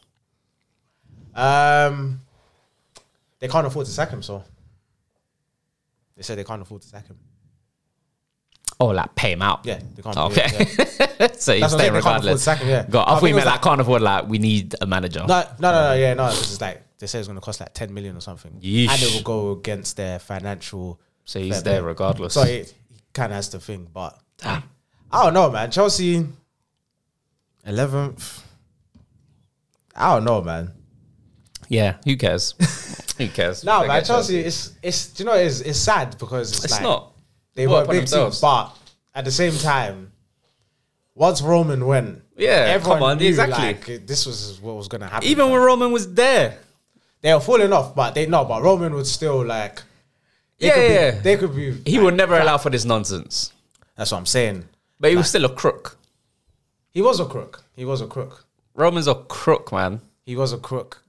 [SPEAKER 2] Um, they can't afford to sack him, so they said they can't afford to sack him.
[SPEAKER 3] Oh, like pay him out. Oh,
[SPEAKER 2] Yeah, they can't.
[SPEAKER 3] Okay.
[SPEAKER 2] yeah, yeah.
[SPEAKER 3] so
[SPEAKER 2] That's
[SPEAKER 3] you
[SPEAKER 2] what I'm saying, they
[SPEAKER 3] stay
[SPEAKER 2] can't afford
[SPEAKER 3] regardless.
[SPEAKER 2] sacking, yeah.
[SPEAKER 3] God,
[SPEAKER 2] I think
[SPEAKER 3] I thought
[SPEAKER 2] it was
[SPEAKER 3] you meant
[SPEAKER 2] like-
[SPEAKER 3] like can't afford like we need a manager.
[SPEAKER 2] No, no, no, no, yeah, no. This is like they say it's going to cost like ten million or something,
[SPEAKER 3] Yeesh.
[SPEAKER 2] and it will go against their financial.
[SPEAKER 3] so he's
[SPEAKER 2] fair
[SPEAKER 3] there
[SPEAKER 2] play.
[SPEAKER 3] regardless.
[SPEAKER 2] So it, he kind of has to think, but I don't know, man. Chelsea, eleventh. I don't know, man.
[SPEAKER 3] yeah, who cares? who cares?
[SPEAKER 2] No,
[SPEAKER 3] Forget
[SPEAKER 2] man.
[SPEAKER 3] that.
[SPEAKER 2] Chelsea, it's it's do you know it's it's sad because it's,
[SPEAKER 3] It's
[SPEAKER 2] like,
[SPEAKER 3] not.
[SPEAKER 2] they
[SPEAKER 3] Well,
[SPEAKER 2] were a
[SPEAKER 3] upon
[SPEAKER 2] big team,
[SPEAKER 3] themselves.
[SPEAKER 2] but at the same time, once Roman went,
[SPEAKER 3] Yeah,
[SPEAKER 2] everyone
[SPEAKER 3] come on,
[SPEAKER 2] knew,
[SPEAKER 3] exactly.
[SPEAKER 2] like, this was what was gonna happen.
[SPEAKER 3] Even when Roman was there.
[SPEAKER 2] they were falling off, but they no, but Roman was still like, they
[SPEAKER 3] Yeah,
[SPEAKER 2] could
[SPEAKER 3] yeah,
[SPEAKER 2] be,
[SPEAKER 3] yeah.
[SPEAKER 2] they could be.
[SPEAKER 3] He
[SPEAKER 2] like,
[SPEAKER 3] would never allow for this nonsense.
[SPEAKER 2] That's what I'm saying.
[SPEAKER 3] But he was still a crook.
[SPEAKER 2] He was a crook. He was a crook.
[SPEAKER 3] Roman's a crook, man.
[SPEAKER 2] He was a crook.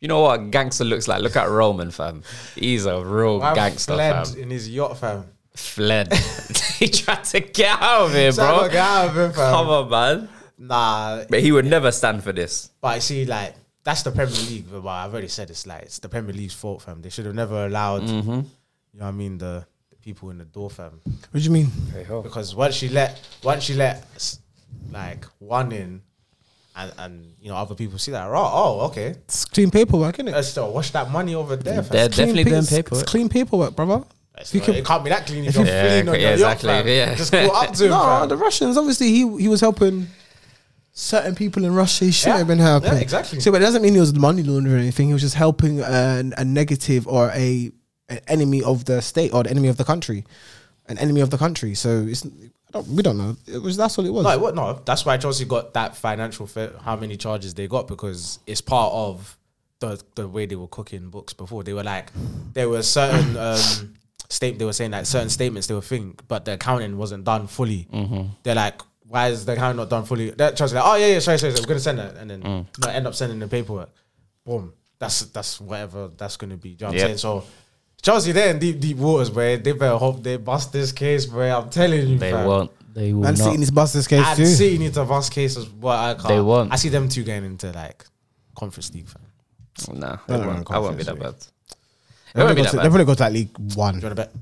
[SPEAKER 3] You know what a gangster looks like? Look at Roman, fam. He's a real
[SPEAKER 2] Man
[SPEAKER 3] gangster,
[SPEAKER 2] fled
[SPEAKER 3] fam.
[SPEAKER 2] in his yacht, fam.
[SPEAKER 3] Fled. he tried to get out of here,
[SPEAKER 2] Trying
[SPEAKER 3] bro.
[SPEAKER 2] to get out of it, fam.
[SPEAKER 3] Come on, man.
[SPEAKER 2] Nah,
[SPEAKER 3] But he would never stand for this.
[SPEAKER 2] But I see, like that's the Premier League. But I've already said it's like it's the Premier League's fault, fam. They should have never allowed.
[SPEAKER 3] Mm-hmm.
[SPEAKER 2] You know what I mean? The, the people in the door, fam.
[SPEAKER 1] what do you mean?
[SPEAKER 2] Because once you let, once you let, s- like one in, and and you know other people see that. Oh, oh okay.
[SPEAKER 1] It's clean paperwork, isn't it?
[SPEAKER 2] Let's still wash that money over there, fam.
[SPEAKER 3] They're definitely eh? doing paperwork.
[SPEAKER 1] It's clean paperwork, brother.
[SPEAKER 2] It's
[SPEAKER 1] if you
[SPEAKER 2] not-
[SPEAKER 1] can-
[SPEAKER 2] it can't be that clean if you're
[SPEAKER 3] Yeah,
[SPEAKER 2] fleeing on
[SPEAKER 3] yeah,
[SPEAKER 2] your yacht,
[SPEAKER 3] exactly,
[SPEAKER 2] fam.
[SPEAKER 3] yeah.
[SPEAKER 2] Just go up to him,
[SPEAKER 1] No,
[SPEAKER 2] fam.
[SPEAKER 1] the Russians. Obviously, he he was helping certain people in Russia he shouldn't
[SPEAKER 2] Yeah.
[SPEAKER 1] have been helping.
[SPEAKER 2] Yeah, exactly.
[SPEAKER 1] So, but it doesn't mean he was money laundering or anything. He was just helping an, a negative or a an enemy of the state or an enemy of the country, an enemy of the country. So it's I don't, we don't know. It was that's all it was.
[SPEAKER 2] No, what? No, that's why Chelsea got that financial fair, how many charges they got because it's part of the the way they were cooking books before. They were like, there were certain um, state they were saying like certain statements they were think, but the accounting wasn't done fully.
[SPEAKER 11] Mm-hmm.
[SPEAKER 2] They're like, why is the accounting not done fully? That Chelsea like, oh yeah, yeah, sorry, sorry, sorry, we're gonna send that, and then
[SPEAKER 11] Mm.
[SPEAKER 2] not end up sending the paperwork. Boom. That's that's whatever that's gonna be. Do you know what I'm
[SPEAKER 3] Yep.
[SPEAKER 2] saying? So. Chelsea, they're in deep, deep waters, where they better hope they bust this case, where I'm telling you,
[SPEAKER 11] They
[SPEAKER 2] fam.
[SPEAKER 11] won't. They will
[SPEAKER 1] Man City
[SPEAKER 11] not.
[SPEAKER 1] needs to bust this case
[SPEAKER 2] I'd
[SPEAKER 1] too.
[SPEAKER 2] see you need to advance cases, but I can't.
[SPEAKER 11] They won't.
[SPEAKER 2] I see them two going into like conference league. Fam.
[SPEAKER 11] Nah,
[SPEAKER 1] No,
[SPEAKER 11] it
[SPEAKER 1] no,
[SPEAKER 11] won't.
[SPEAKER 1] no,
[SPEAKER 3] I won't be that bad.
[SPEAKER 1] conference
[SPEAKER 11] It won't be
[SPEAKER 1] They've
[SPEAKER 11] that bad.
[SPEAKER 1] probably got to like League One.
[SPEAKER 2] Do you want to bet?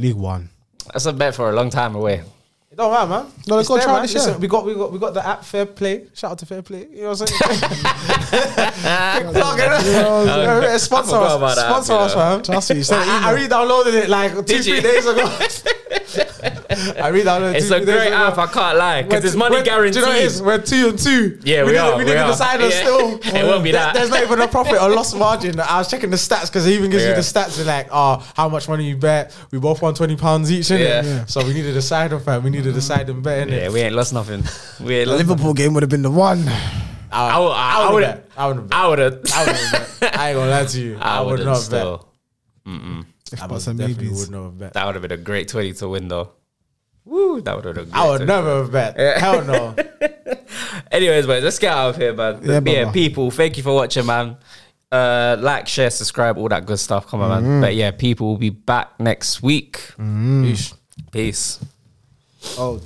[SPEAKER 1] League One.
[SPEAKER 11] That's a bet for a long time away.
[SPEAKER 2] It don't matter, man.
[SPEAKER 1] No,
[SPEAKER 2] It's
[SPEAKER 1] go try
[SPEAKER 2] man.
[SPEAKER 1] this year.
[SPEAKER 2] Listen, we got, we got, we got the app Fair Play. Shout out to Fair Play. You know what I'm saying? Quick plug, innit? Yeah, Sponsor
[SPEAKER 3] I forgot
[SPEAKER 2] us,
[SPEAKER 3] about that
[SPEAKER 2] sponsor
[SPEAKER 3] app,
[SPEAKER 2] us,
[SPEAKER 3] you know.
[SPEAKER 2] fam.
[SPEAKER 1] Trust me, send
[SPEAKER 2] I, I re-downloaded it like two,
[SPEAKER 3] Did
[SPEAKER 2] three
[SPEAKER 3] you?
[SPEAKER 2] days ago. I re-downloaded.
[SPEAKER 3] It's
[SPEAKER 2] two,
[SPEAKER 3] a
[SPEAKER 2] three days
[SPEAKER 3] great
[SPEAKER 2] ago.
[SPEAKER 3] app. I can't lie because
[SPEAKER 2] We're-
[SPEAKER 3] there's money
[SPEAKER 2] we're- Do you know what it
[SPEAKER 3] guaranteed.
[SPEAKER 2] is? We're two and two.
[SPEAKER 3] Yeah, we
[SPEAKER 2] didn't,
[SPEAKER 3] are,
[SPEAKER 2] We
[SPEAKER 3] we
[SPEAKER 2] didn't
[SPEAKER 3] are.
[SPEAKER 2] decide us
[SPEAKER 3] Yeah.
[SPEAKER 2] still.
[SPEAKER 3] It won't be
[SPEAKER 2] There-
[SPEAKER 3] that.
[SPEAKER 2] There's not even a profit or loss margin. I was checking the stats because he even gives you
[SPEAKER 3] Yeah.
[SPEAKER 2] the stats. They're like, oh, how much money you bet? We both won twenty pounds each, innit?
[SPEAKER 3] Yeah. Yeah.
[SPEAKER 2] So we need to decide on fam. We need to decide and bet, innit?
[SPEAKER 3] Yeah, we ain't lost nothing. We ain't
[SPEAKER 1] The
[SPEAKER 3] lost
[SPEAKER 1] Liverpool game would have been the one.
[SPEAKER 3] I would. I
[SPEAKER 2] would've
[SPEAKER 3] would.
[SPEAKER 2] bet. I would.
[SPEAKER 3] I would.
[SPEAKER 2] I wouldn't bet. I ain't gonna lie to you. I, would
[SPEAKER 3] would've
[SPEAKER 2] not bet.
[SPEAKER 3] still.
[SPEAKER 2] I
[SPEAKER 1] But
[SPEAKER 2] would
[SPEAKER 1] some
[SPEAKER 2] definitely
[SPEAKER 1] maybes.
[SPEAKER 2] would not have bet.
[SPEAKER 3] That would have been a great twenty to win though. Woo! That would have been a great.
[SPEAKER 2] I would
[SPEAKER 3] 20.
[SPEAKER 2] never have bet. Hell no.
[SPEAKER 3] Anyways, boys, let's get out of here, man.
[SPEAKER 1] Yeah,
[SPEAKER 3] Yeah,
[SPEAKER 1] brother.
[SPEAKER 3] people, thank you for watching, man. Uh, like, share, subscribe, all that good stuff. Come on, man. But yeah, people will be back next week. Peace. Peace.
[SPEAKER 1] Oh.